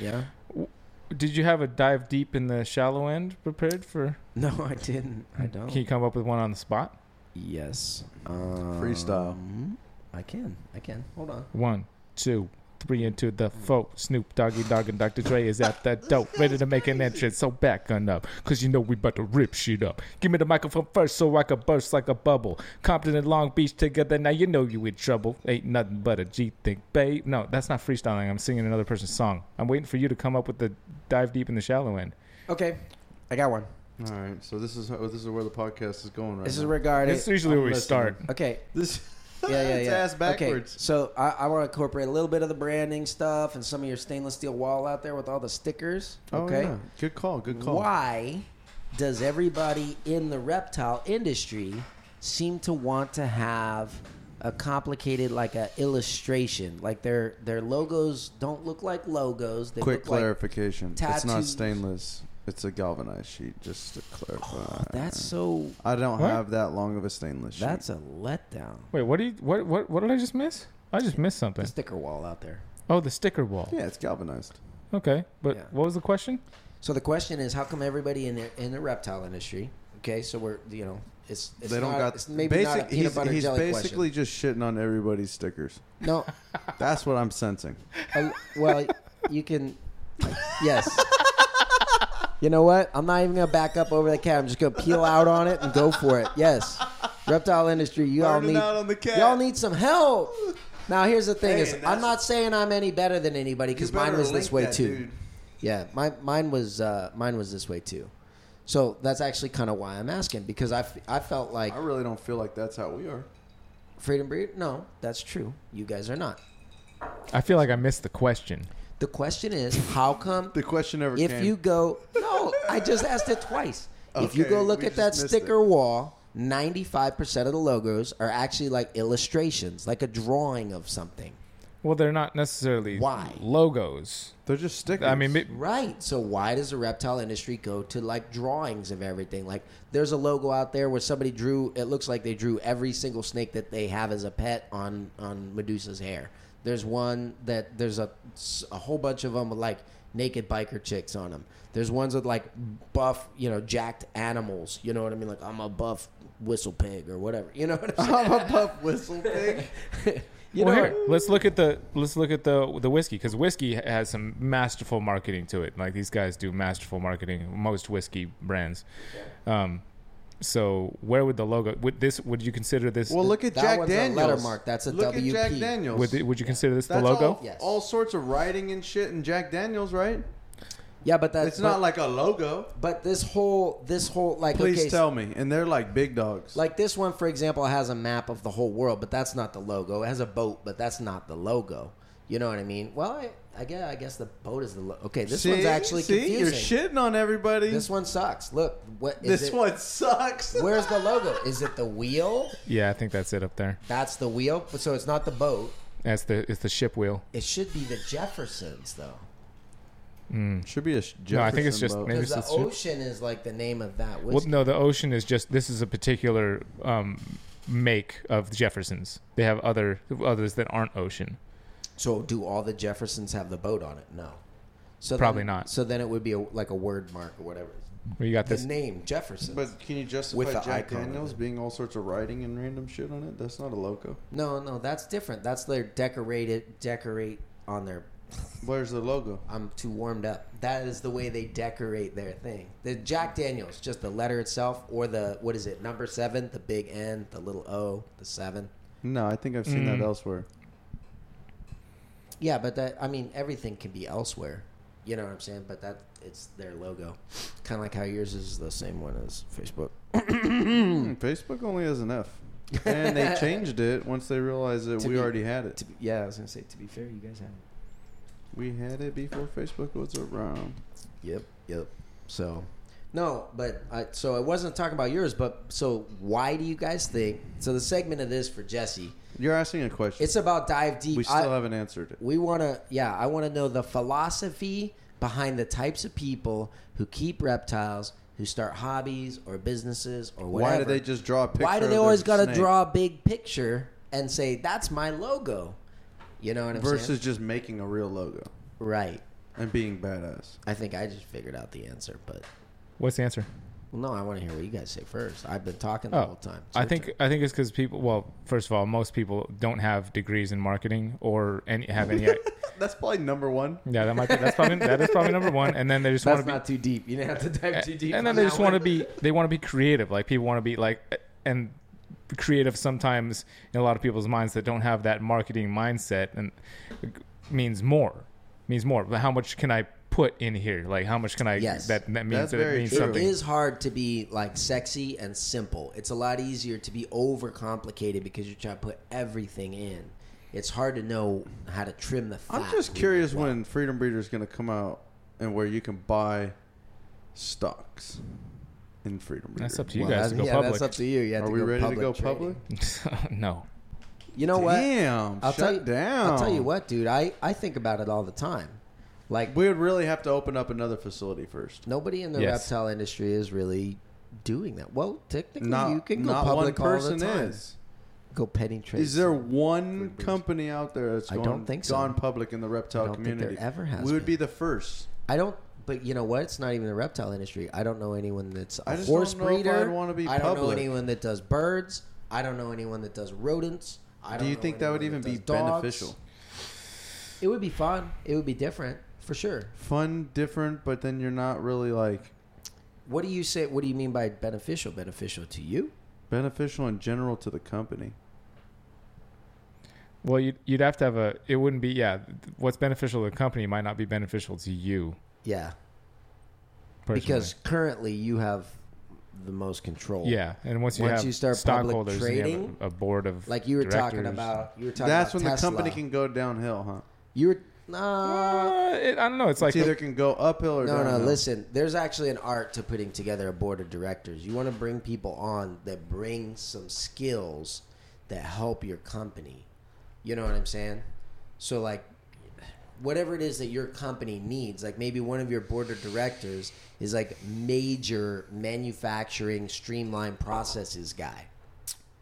S2: time. Yeah.
S1: Did you have a dive deep in the shallow end prepared for?
S2: No, I didn't. I don't. Oh.
S1: Can you come up with one on the spot?
S2: Yes. Um,
S4: Freestyle.
S2: I can. I can. Hold on.
S1: One, two, three, into the foe. Snoop Doggy Dogg and Dr. Dre is at that dope, ready to make an entrance. So back on up, cause you know we about to rip shit up. Give me the microphone first, so I can burst like a bubble. Compton and Long Beach together, now you know you in trouble. Ain't nothing but a G think, babe. No, that's not freestyling. I'm singing another person's song. I'm waiting for you to come up with the dive deep in the shallow end.
S2: Okay. I got one.
S4: All right, so this is how- this is where the podcast is going right
S2: This is
S4: now.
S2: regarding.
S1: That's usually where we
S4: listening.
S1: start.
S2: Okay.
S4: this
S2: yeah, yeah,
S4: it's
S2: yeah.
S4: ass backwards.
S2: Okay, so I, I want to incorporate a little bit of the branding stuff and some of your stainless steel wall out there with all the stickers.
S4: Oh,
S2: Okay.
S4: yeah. Good call. Good call.
S2: Why does everybody in the reptile industry seem to want to have a complicated like a illustration? Like their their logos don't look like logos. They
S4: Quick
S2: look like-
S4: clarification. it's not
S2: tattoos.
S4: stainless. It's a galvanized sheet. Just to clarify.
S2: Oh, that's so.
S4: I don't
S1: What?
S4: have that long of a stainless sheet.
S2: That's a letdown.
S1: Wait, what do you what what what did I just miss? I just missed something.
S2: The sticker wall out there.
S1: Oh, the sticker wall.
S4: yeah, it's galvanized.
S1: Okay, but
S2: Yeah.
S1: what was the question?
S2: So the question is, how come everybody in the in the reptile industry? Okay, so we're you know it's, it's
S4: they don't
S2: not-
S4: got
S2: it's maybe not a
S4: basic-
S2: peanut
S4: he's,
S2: butter
S4: he's
S2: jelly
S4: basically just shitting on everybody's stickers.
S2: question. No,
S4: That's what I'm sensing.
S2: I- well you can yes. You know what? I'm not even gonna back up over the cat. I'm just gonna peel out on it and go for it. Yes, reptile industry. You all
S4: Burning
S2: need
S4: out on the cat.
S2: y'all need some help. Now here's the thing:
S4: Hey,
S2: is
S4: and
S2: I'm
S4: that's-
S2: not saying I'm any better than anybody because mine was this way too. Yeah, my, mine was uh, mine was this way too. So that's actually kind of why I'm asking because I, f- I felt like
S4: I really don't feel like that's how we are.
S2: freedom breed. No, that's true. You guys are not.
S1: I feel like I missed the question.
S2: The question is how come
S4: The question never
S2: if
S4: came.
S2: you go no, I just asked it twice. if you
S4: Okay,
S2: go look
S4: we
S2: at that
S4: just missed it.
S2: sticker wall, 95% of the logos are actually like illustrations, like a drawing of something.
S1: Well, they're not necessarily
S2: Why?
S1: logos.
S4: They're just stickers.
S1: I mean, ma-
S2: Right. So why does the reptile industry go to like drawings of everything? Like there's a logo out there where somebody drew it looks like they drew every single snake that they have as a pet on on Medusa's hair. There's one that there's a s- a whole bunch of them with like naked biker chicks on them. There's ones with like buff, you know, jacked animals. You know what I mean? Like I'm a buff whistle pig or whatever. You know what I'm
S4: I'm a puff whistle pig.
S2: saying? you
S1: well,
S2: know
S1: here, let's look at the let's look at the the whiskey because whiskey has some masterful marketing to it. Like these guys do masterful marketing. Most whiskey brands. Um, so where would the logo? Would this? Would you consider this?
S4: Well, look at
S2: That
S4: Jack
S2: one's a
S4: Daniels.
S2: letter mark. That's a
S4: look
S2: WP.
S4: at Jack Daniels.
S1: would, it- would you consider this the
S4: That's
S1: logo?
S4: All,
S2: Yes.
S4: all sorts of writing and shit in Jack Daniels, right?
S2: Yeah, but that's
S4: It's not like a logo.
S2: but this whole this whole like
S4: Please
S2: okay, so-
S4: tell me. And they're like big dogs.
S2: Like this one, for example, has a map of the whole world, but that's not the logo. It has a boat, but that's not the logo. You know what I mean? Well, I, I guess I guess the boat is the logo. Okay, this
S4: see,
S2: one's actually
S4: see,
S2: confusing.
S4: you're shitting on everybody.
S2: This
S4: This,
S2: one sucks. Look, what is it?
S4: one sucks.
S2: Where's the logo? Is it the wheel?
S1: Yeah, I think that's it up there.
S2: That's the wheel. But so it's not the boat.
S1: That's the it's the ship wheel.
S2: It should be the Jeffersons though,
S4: Should be a sh-
S1: No, I think it's
S4: Jefferson
S1: just
S4: boat.
S1: maybe-
S2: because
S1: Maybe
S2: the
S1: it's the-
S2: ocean is like the name of that
S1: Well,
S2: whiskey.
S1: no, the ocean is just this is a particular um, make of Jeffersons. They have other others that aren't ocean.
S2: So do all the Jeffersons have the boat on it? No. So
S1: Probably
S2: then-
S1: not.
S2: So then it would be a, like a word mark or whatever.
S1: Well, you got
S2: The
S1: this.
S2: name Jefferson.
S4: But can you justify
S2: With the
S4: Jack
S2: icon of
S4: Daniels
S2: it.
S4: being all sorts of writing and random shit on it? That's not a logo.
S2: No, no, that's different. That's their decorated decorate on their.
S4: Where's the logo?
S2: I'm too warmed up. That is the way they decorate their thing. The Jack Daniels, just the letter itself, or the what is it? Number seven, the big N, the little O, the seven.
S4: No, I think I've seen
S1: Mm.
S4: that elsewhere.
S2: Yeah, but that I mean, everything can be elsewhere. You know what I'm saying? But that it's their logo, kind of like how yours is the same one as Facebook.
S4: Hmm, Facebook only has an F. and they changed it once they realized that
S2: To
S4: we
S2: be-
S4: already had it.
S2: To be, yeah, I was gonna say. To be fair, you guys have it.
S4: We had it before Facebook was around.
S2: Yep, yep. So, no, but I, so I wasn't talking about yours, but so why do you guys think? So the segment of this for Jesse,
S4: You're asking a question.
S2: it's about dive deep.
S4: we still
S2: I-
S4: haven't answered it.
S2: we want to, yeah, I want to know the philosophy behind the types of people who keep reptiles, who start hobbies or businesses or whatever.
S4: Why do they just draw a picture?
S2: Why do
S4: of
S2: they
S4: their
S2: always got to
S4: snake
S2: draw a big picture and say that's my logo? You know what I'm
S4: versus
S2: saying?
S4: just making a real logo
S2: Right.
S4: and being badass?
S2: I think I just figured out the answer, but
S1: What's the answer?
S2: Well, no, I want to hear what you guys say first. I've been talking the
S1: Oh,
S2: whole time. It's
S1: I
S2: your
S1: think I think it's because people. Well, first of all, most people don't have degrees in marketing or any have any.
S4: That's probably number one.
S1: yeah, that might be that's probably that is probably number one. And then they just want
S2: That's
S1: to be Eh,
S2: not too deep. You didn't have to dive too deep.
S1: and then
S2: on
S1: they
S2: that
S1: just want to
S2: one.
S1: be they want to be creative like people want to be like and creative sometimes in a lot of people's minds that don't have that marketing mindset and means more means more but how much can i put in here like how much can i
S2: Yes.
S1: that that means
S4: That's
S1: that it
S4: very
S1: means
S4: true.
S2: It
S1: something
S2: is hard to be like sexy and simple. It's a lot easier to be overcomplicated because you're trying to put everything in. It's hard to know how to trim the fat.
S4: I'm just curious when Freedom Breeder is going to come out and where you can buy stocks in Freedom Breeder.
S1: that's up to you
S2: Well,
S1: guys to go
S2: that's- yeah,
S1: public
S2: that's up to you. you have
S4: Are
S2: to
S4: we
S2: go
S4: ready to
S2: public
S4: go
S2: trading.
S4: public?
S1: no
S2: You know what?
S4: Damn,
S2: I'll
S4: shut
S2: tell you,
S4: down.
S2: I'll tell you what, dude. I, I think about it all the time. Like
S4: We would really have to open up another facility first.
S2: nobody in the
S1: Yes.
S2: reptile industry is really doing that. Well, technically,
S4: Not,
S2: you can go
S4: not
S2: public
S4: one person
S2: all the time.
S4: is.
S2: Go petting trades.
S4: Is there one
S2: breeders.
S4: company out there that's
S2: I
S4: gone,
S2: don't think so.
S4: gone public in the reptile
S2: I don't think there
S4: community?
S2: ever has
S4: We would
S2: been.
S4: be the first.
S2: I don't. But you know what? It's not even the reptile industry. I don't know anyone that's a
S4: I just
S2: horse
S4: don't know if
S2: breeder.
S4: I'd wanna be
S2: I don't know
S4: public.
S2: anyone that does birds. I don't know anyone that does rodents. I
S4: Do
S2: don't
S4: you
S2: know
S4: think that would even
S2: anyone
S4: be
S2: does dogs.
S4: beneficial?
S2: It would be fun. It would be different for sure.
S4: Fun, different, but then you're not really like
S2: What do you say? What do you mean by beneficial? Beneficial to you?
S4: beneficial in general to the company.
S1: well you'd, you'd have to have a it wouldn't be yeah what's beneficial to the company might not be beneficial to you
S2: Yeah,
S1: personally.
S2: because currently you have the most control.
S1: yeah and once you
S2: Once
S1: have
S2: you start public
S1: stockholders and you have
S2: trading,
S1: a, a board of
S2: like you were talking
S1: directors.
S2: about. You were talking
S4: That's
S2: about
S4: when the
S2: Tesla.
S4: company can go downhill, huh?
S2: You were nah.
S1: Uh, it, i don't know it's like
S4: It's either can go uphill or
S2: No,
S4: downhill.
S2: no, listen. There's actually an art to putting together a board of directors. You want to bring people on that bring some skills that help your company. You know what I'm saying? So like whatever it is that your company needs, like maybe one of your board of directors is like major manufacturing streamline processes guy.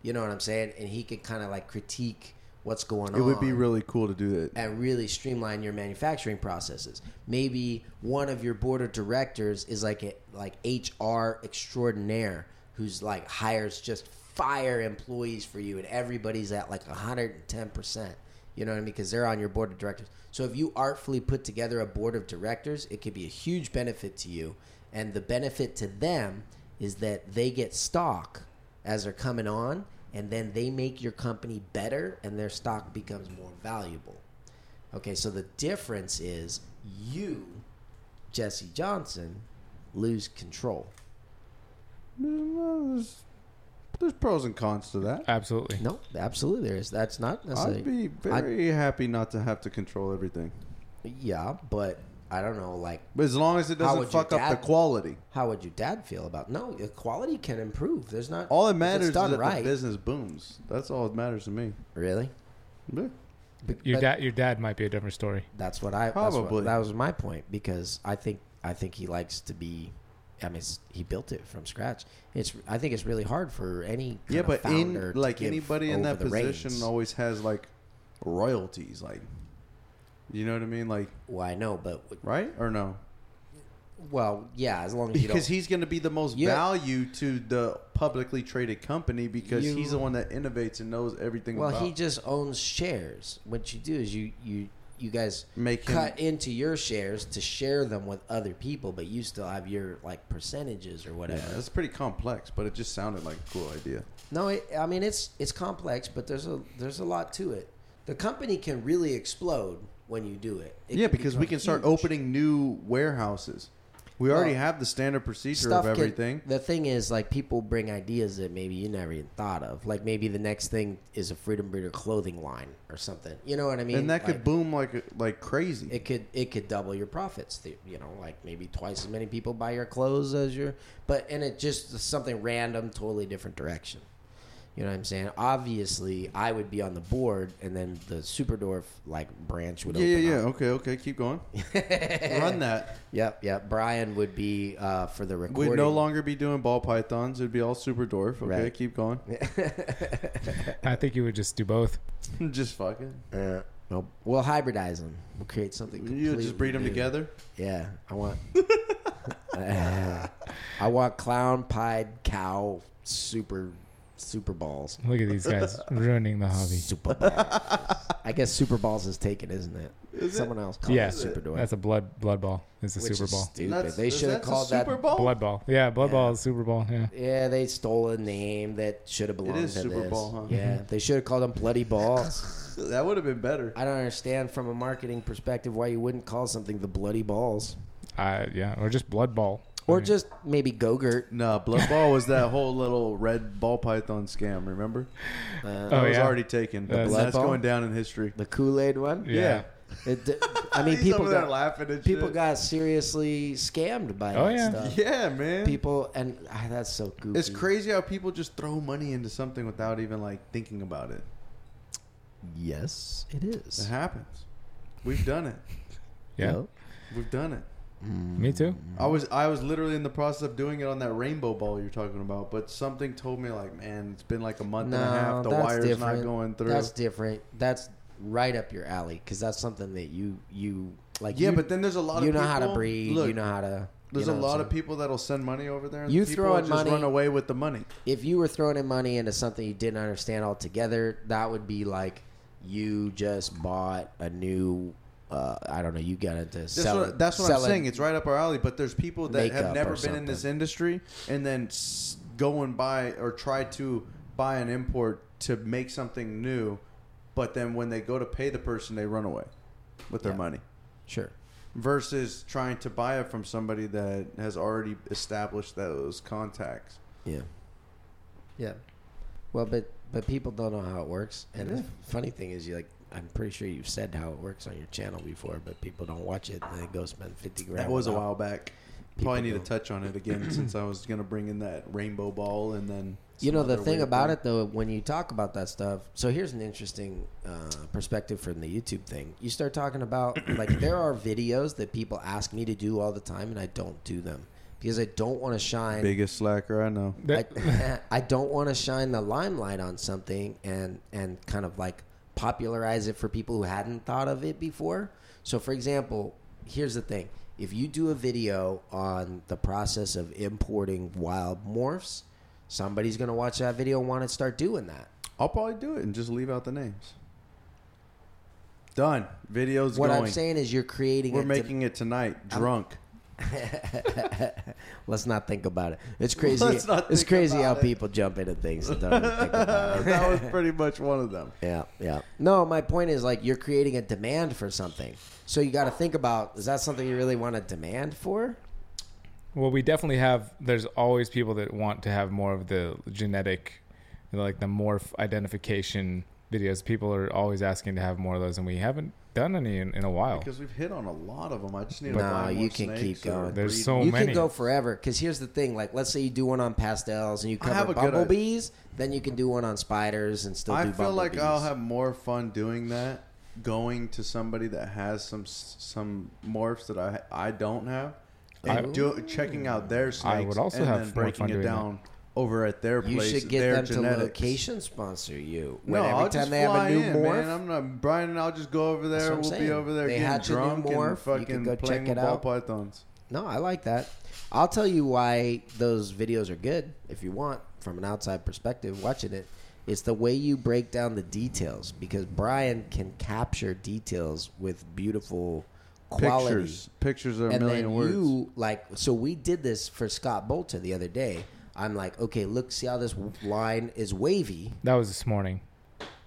S2: You know what I'm saying? And he could kind of like critique what's going on
S4: It would be really cool to do that.
S2: and really streamline your manufacturing processes. Maybe one of your board of directors is like a like HR extraordinaire who's like hires just fire employees for you and everybody's at like 110%. You know what I mean? Because they're on your board of directors. So if you artfully put together a board of directors, it could be a huge benefit to you. And the benefit to them is that they get stock as they're coming on, and then they make your company better, and their stock becomes more valuable. Okay, so the difference is you, Jesse Johnson, lose control.
S4: There's, there's pros and cons to that.
S1: oh, absolutely
S2: No, absolutely there is. That's not necessarily.
S4: I'd be very happy not to have to control everything,
S2: yeah, but I don't know, like,
S4: but as long as it
S2: How
S4: doesn't
S2: would your
S4: fuck up the
S2: dad-
S4: quality.
S2: how would your dad feel about No, the quality can improve. There's not.
S4: All
S2: if
S4: it
S2: it's
S4: matters is
S2: done
S4: that
S2: right.
S4: the business booms. That's all that matters to me.
S2: Really?
S4: Yeah.
S2: But,
S1: Your
S2: but
S1: dad, your dad might be a different story.
S2: That's what I That's
S4: Probably.
S2: what, that was my point because I think I think he likes to be. I mean, it's- he built it from scratch. It's I think it's really hard for any kind
S4: Yeah,
S2: of
S4: but
S2: founder
S4: in
S2: to
S4: like
S2: give
S4: anybody in
S2: over
S4: that
S2: the
S4: position
S2: reins.
S4: always has like royalties, like you know what I mean, like
S2: Well, I know, but
S4: right or no?
S2: well, yeah. As long as you
S4: Because
S2: don't,
S4: he's going to be the most
S2: Yeah.
S4: value to the publicly traded company because
S2: You-
S4: he's the one that innovates and knows everything.
S2: well,
S4: about.
S2: he just owns shares. What you do is you you you guys
S4: Make him-
S2: cut into your shares to share them with other people, but you still have your like percentages or
S4: yeah,
S2: whatever.
S4: that's pretty complex, but it just sounded like a cool idea.
S2: No, it, I mean it's it's complex, but there's a there's a lot to it. The company can really explode when you do it. It
S4: yeah,
S2: can
S4: because we
S2: become
S4: can start
S2: huge.
S4: opening new warehouses. We already
S2: Well,
S4: have the standard procedure
S2: stuff.
S4: of
S2: can-
S4: everything.
S2: the thing is, like people bring ideas that maybe you never even thought of. Like maybe the next thing is a Freedom Breeder clothing line or something. You know what I mean?
S4: and that could
S2: Like,
S4: boom like like crazy.
S2: it could it could double your profits. The- You know, like maybe twice as many people buy your clothes as your. But and it just something random, totally different direction. You know what I'm saying? Obviously, I would be on the board, and then the Superdorf like branch would
S4: yeah, yeah,
S2: open
S4: yeah.
S2: up.
S4: Okay, okay. Keep going. Run that.
S2: Yep, yep. Brian would be uh, for the
S4: We'd
S2: recording.
S4: no longer be doing ball pythons. It'd be all super dwarf. Okay,
S2: Right.
S4: keep going.
S1: I think you would just do both.
S4: just fucking.
S2: Uh, nope. We'll hybridize them. We'll create something.
S4: You
S2: completely
S4: just breed them
S2: new.
S4: together.
S2: Yeah, I want. I want clown pied cow super super balls.
S1: Look at these guys ruining the hobby.
S2: Super balls. I guess super balls is taken, isn't it? Someone else called
S1: Yeah.
S2: it super door.
S1: That's a blood blood ball. It's a
S2: which
S1: Super
S2: is Oh.
S1: Bowl.
S2: Stupid.
S4: That's-
S2: they
S4: is
S2: should have
S4: that's a
S2: called that.
S4: Super Bowl.
S1: Blood ball. Yeah, blood ball is Super Bowl. Yeah.
S2: Yeah, they stole a name that should have belonged
S4: is
S2: to
S4: Super
S2: this.
S4: Bowl, huh?
S2: Yeah, they should have called them bloody balls.
S4: That would have been better.
S2: I don't understand from a marketing perspective why you wouldn't call something the bloody balls,
S1: Uh, yeah, or just blood ball.
S2: or
S1: I mean,
S2: just maybe Go-Gurt.
S4: No, Blood Ball was that whole little red ball python scam. Remember?
S2: Uh,
S4: That
S1: Oh,
S4: was
S1: yeah.
S4: already taken.
S1: The
S4: and
S2: Blood
S4: that's
S2: Ball?
S4: going down in history.
S2: the Kool-Aid one.
S1: yeah.
S2: It d- I mean,
S4: He's
S2: people
S4: over there
S2: got,
S4: laughing and
S2: people
S4: shit.
S2: got seriously scammed by
S1: Oh,
S2: that
S1: yeah.
S2: stuff.
S4: yeah, man.
S2: People and ah, that's so goofy.
S4: It's crazy how people just throw money into something without even like thinking about it.
S2: Yes, it
S4: It
S2: is.
S4: happens. We've done it.
S1: Yeah.
S2: Yep.
S4: We've done it.
S1: Me too.
S4: I
S2: Mm-hmm.
S4: was I was literally in the process of doing it on that rainbow ball you're talking about, but something told me like, man, it's been like a month and a half. The wire's not going through.
S2: That's different. That's right up your alley because that's something that you you like.
S4: yeah,
S2: you,
S4: but then there's a lot
S2: you
S4: of
S2: know
S4: people,
S2: how to breathe.
S4: Look,
S2: you know how to.
S4: There's
S2: you know
S4: a
S2: what I'm
S4: lot of
S2: saying?
S4: people that'll send money over there. And
S2: You
S4: people
S2: throwing
S4: just
S2: money-
S4: run away with the money.
S2: If you were throwing in money into something you didn't understand altogether, that would be like you just bought a new. Uh, I don't know. You got into
S4: That's
S2: selling.
S4: what, that's what I'm
S2: selling-
S4: saying. It's right up our alley. But there's people that
S2: Makeup
S4: have never
S2: or
S4: been in this industry and then s- go and buy or try to buy an import to make something new, but then when they go to pay the person, they run away with their
S2: Yeah.
S4: money.
S2: sure.
S4: Versus trying to buy it from somebody that has already established those contacts.
S2: Yeah. Yeah. Well, but but people don't know how it works, and the funny thing is, you like. I'm pretty sure you've said how it works on your channel before, but people don't watch it and they go spend fifty grand.
S4: That was a
S2: without-
S4: while back. Probably need
S2: People
S4: to touch on it again since I was gonna bring in that rainbow ball and then
S2: You
S4: some
S2: know the
S4: other
S2: thing
S4: weird
S2: about it though, when you talk about that stuff. So here's an interesting uh, perspective from the YouTube thing. You start talking about like there are videos that people ask me to do all the time, and I don't do them because I don't want to shine.
S4: Biggest slacker I know.
S1: That-
S2: I, I don't want to shine the limelight on something and and kind of like popularize it for people who hadn't thought of it before. So for example, here's the thing. If you do a video on the process of importing wild morphs, somebody's going to watch that video and want to start doing that.
S4: I'll probably do it and just leave out the names. Done. Video's
S2: what
S4: going.
S2: I'm saying is you're creating
S4: We're
S2: a de-
S4: making it tonight. Drunk.
S2: Let's not think about it. It's crazy.
S4: Let's not
S2: It's
S4: think
S2: crazy how
S4: about it.
S2: people jump into things and don't even think about it.
S4: that was pretty much one of them.
S2: Yeah, yeah. No, my point is like you're creating a demand for something. So you got to think about is that something you really want to demand for?
S1: Well, we definitely have. There's always people that want to have more of the genetic, like the morph identification videos. People are always asking to have more of those, and we haven't done any in, in a while.
S4: Because we've hit on a lot of them. I just need to
S2: No,
S4: find more
S2: you can
S4: snakes
S2: keep
S4: or
S2: going.
S1: There's
S4: breed-
S1: so
S2: you
S1: many.
S2: can go forever because here's the thing: like, let's say you do one on pastels and you
S4: I have
S2: cover
S4: a good
S2: bumblebees, then you can do one on spiders and still
S4: I
S2: do
S4: feel like
S2: bumblebees.
S4: I'll have more fun doing that, going to somebody that has some some morphs that I I don't have, and
S1: I-
S4: do, checking out their snakes.
S1: would also
S4: and
S1: have more
S4: then breaking
S1: fun
S4: it
S1: doing that.
S4: down over at their
S2: you
S4: place.
S2: should get
S4: their
S2: them
S4: genetics.
S2: to location sponsor you. When
S4: No,
S2: every
S4: I'll
S2: time
S4: just
S2: they have
S4: fly
S2: a new
S4: in,
S2: morph,
S4: man. I'm not Brian and I'll just go over
S2: That's
S4: there.
S2: what I'm
S4: We'll be
S2: saying.
S4: over there
S2: They
S4: getting
S2: hatch a new
S4: drunk
S2: morph,
S4: and
S2: you can
S4: fucking
S2: go
S4: playing
S2: check
S4: with
S2: it
S4: ball
S2: out.
S4: pythons.
S2: no, I like that. I'll tell you why those videos are good if you want from an outside perspective watching it. It's the way you break down the details because Brian can capture details with beautiful quality
S4: Pictures, pictures are a
S2: and
S4: million
S2: then
S4: words.
S2: you like so we did this for Scott Bolter the other day. I'm like, okay, look, see how this w- line is wavy.
S1: That was this morning.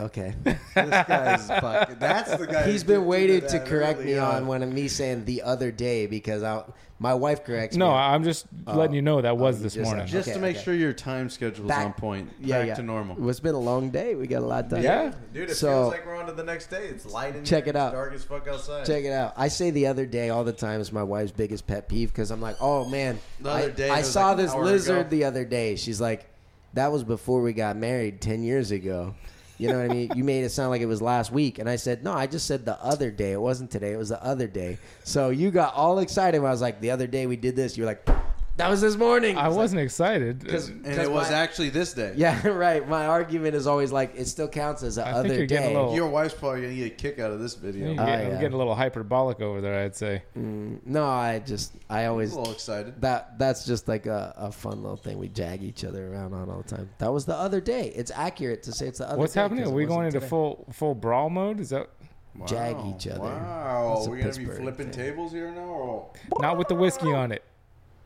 S2: Okay,
S4: this guy's fucking. That's the guy.
S2: he's
S4: who
S2: been
S4: did
S2: waiting
S4: that
S2: to correct
S4: early
S2: me on one of me saying the other day because I, my wife corrects
S1: No,
S2: me.
S1: I'm just letting you know that was
S2: you
S1: this
S2: just-
S1: morning.
S4: Just
S2: Okay,
S4: to make
S2: okay.
S4: sure your time schedule's
S2: Back-
S4: on point.
S2: Yeah,
S4: back
S2: yeah.
S4: to normal.
S2: Well, it's been a long day. We got a lot done.
S1: Yeah.
S4: Dude, it
S2: So-
S4: feels like we're on to the next day. It's light in
S2: Check
S4: here.
S2: it out.
S4: It's dark as fuck outside.
S2: Check it out. I say the other day all the time is my wife's biggest pet peeve because I'm like, oh man,
S4: The other
S2: I,
S4: day,
S2: I
S4: it was
S2: saw
S4: like an
S2: this
S4: hour
S2: lizard
S4: ago.
S2: the other day. She's like, that was before we got married ten years ago. You know what I mean? You made it sound like it was last week, and I said, no, I just said the other day. It wasn't today. It was the other day. So you got all excited when I was like, the other day we did this. You're like, That was this morning.
S1: I wasn't excited.
S4: And it was actually this day.
S2: Yeah, right. My argument is always like it still counts as a
S1: I
S2: other
S1: think you're
S2: day.
S1: getting a little.
S4: Your wife's probably gonna get a kick out of this video.
S1: you're
S2: Uh,
S1: getting,
S2: yeah.
S1: getting a little hyperbolic over there, I'd say.
S2: No, I just I
S4: I'm
S2: always
S4: a little excited.
S2: that that's just like a, a fun little thing we jag each other around on all the time. That was the other day. It's accurate to say it's the other.
S1: What's
S2: day
S1: happening?
S2: 'cause
S1: Are
S2: it
S1: we
S2: wasn't
S1: going into
S2: today.
S1: full full brawl mode? Is that
S2: Jag each other.
S4: Wow,
S2: That's a
S4: we're gonna be
S2: Pittsburgh
S4: flipping
S2: thing.
S4: tables here now. Oh, Or...
S1: not with the whiskey on it?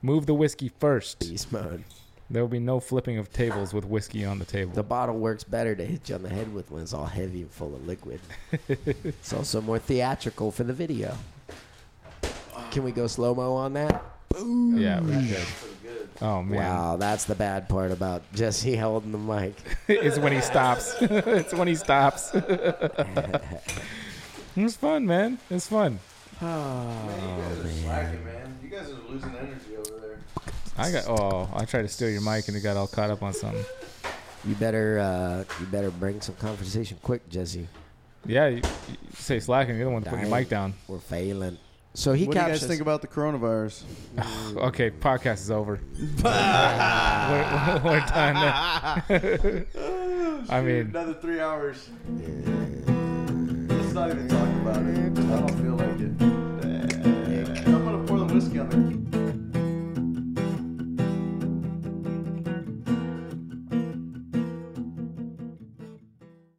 S1: Move the whiskey first.
S2: beast mode?
S1: There will be no flipping of tables with whiskey on the table.
S2: The bottle works better to hit you on the head with when it's all heavy and full of liquid. it's also more theatrical for the video. Can we go slow mo on that?
S1: yeah, we should. Oh man,
S2: Wow, that's the bad part about Jesse holding the mic.
S1: it's when he stops. it's when he stops. it was fun, man. It's fun.
S4: you guys are slacking, man. You guys are losing energy over there.
S1: I got. Oh, I tried to steal your mic and it got all caught up on something.
S2: You better, uh, you better bring some conversation quick, Jesse.
S1: Yeah, you, you say slacking. You're the one putting your
S2: Dang.
S1: mic down.
S2: We're failing. So he
S4: what do you
S2: captures.
S4: guys think about the coronavirus?
S1: Okay, podcast is over. we're, we're done. now. I mean,
S4: Another three hours. Let's not even talk about it. I don't feel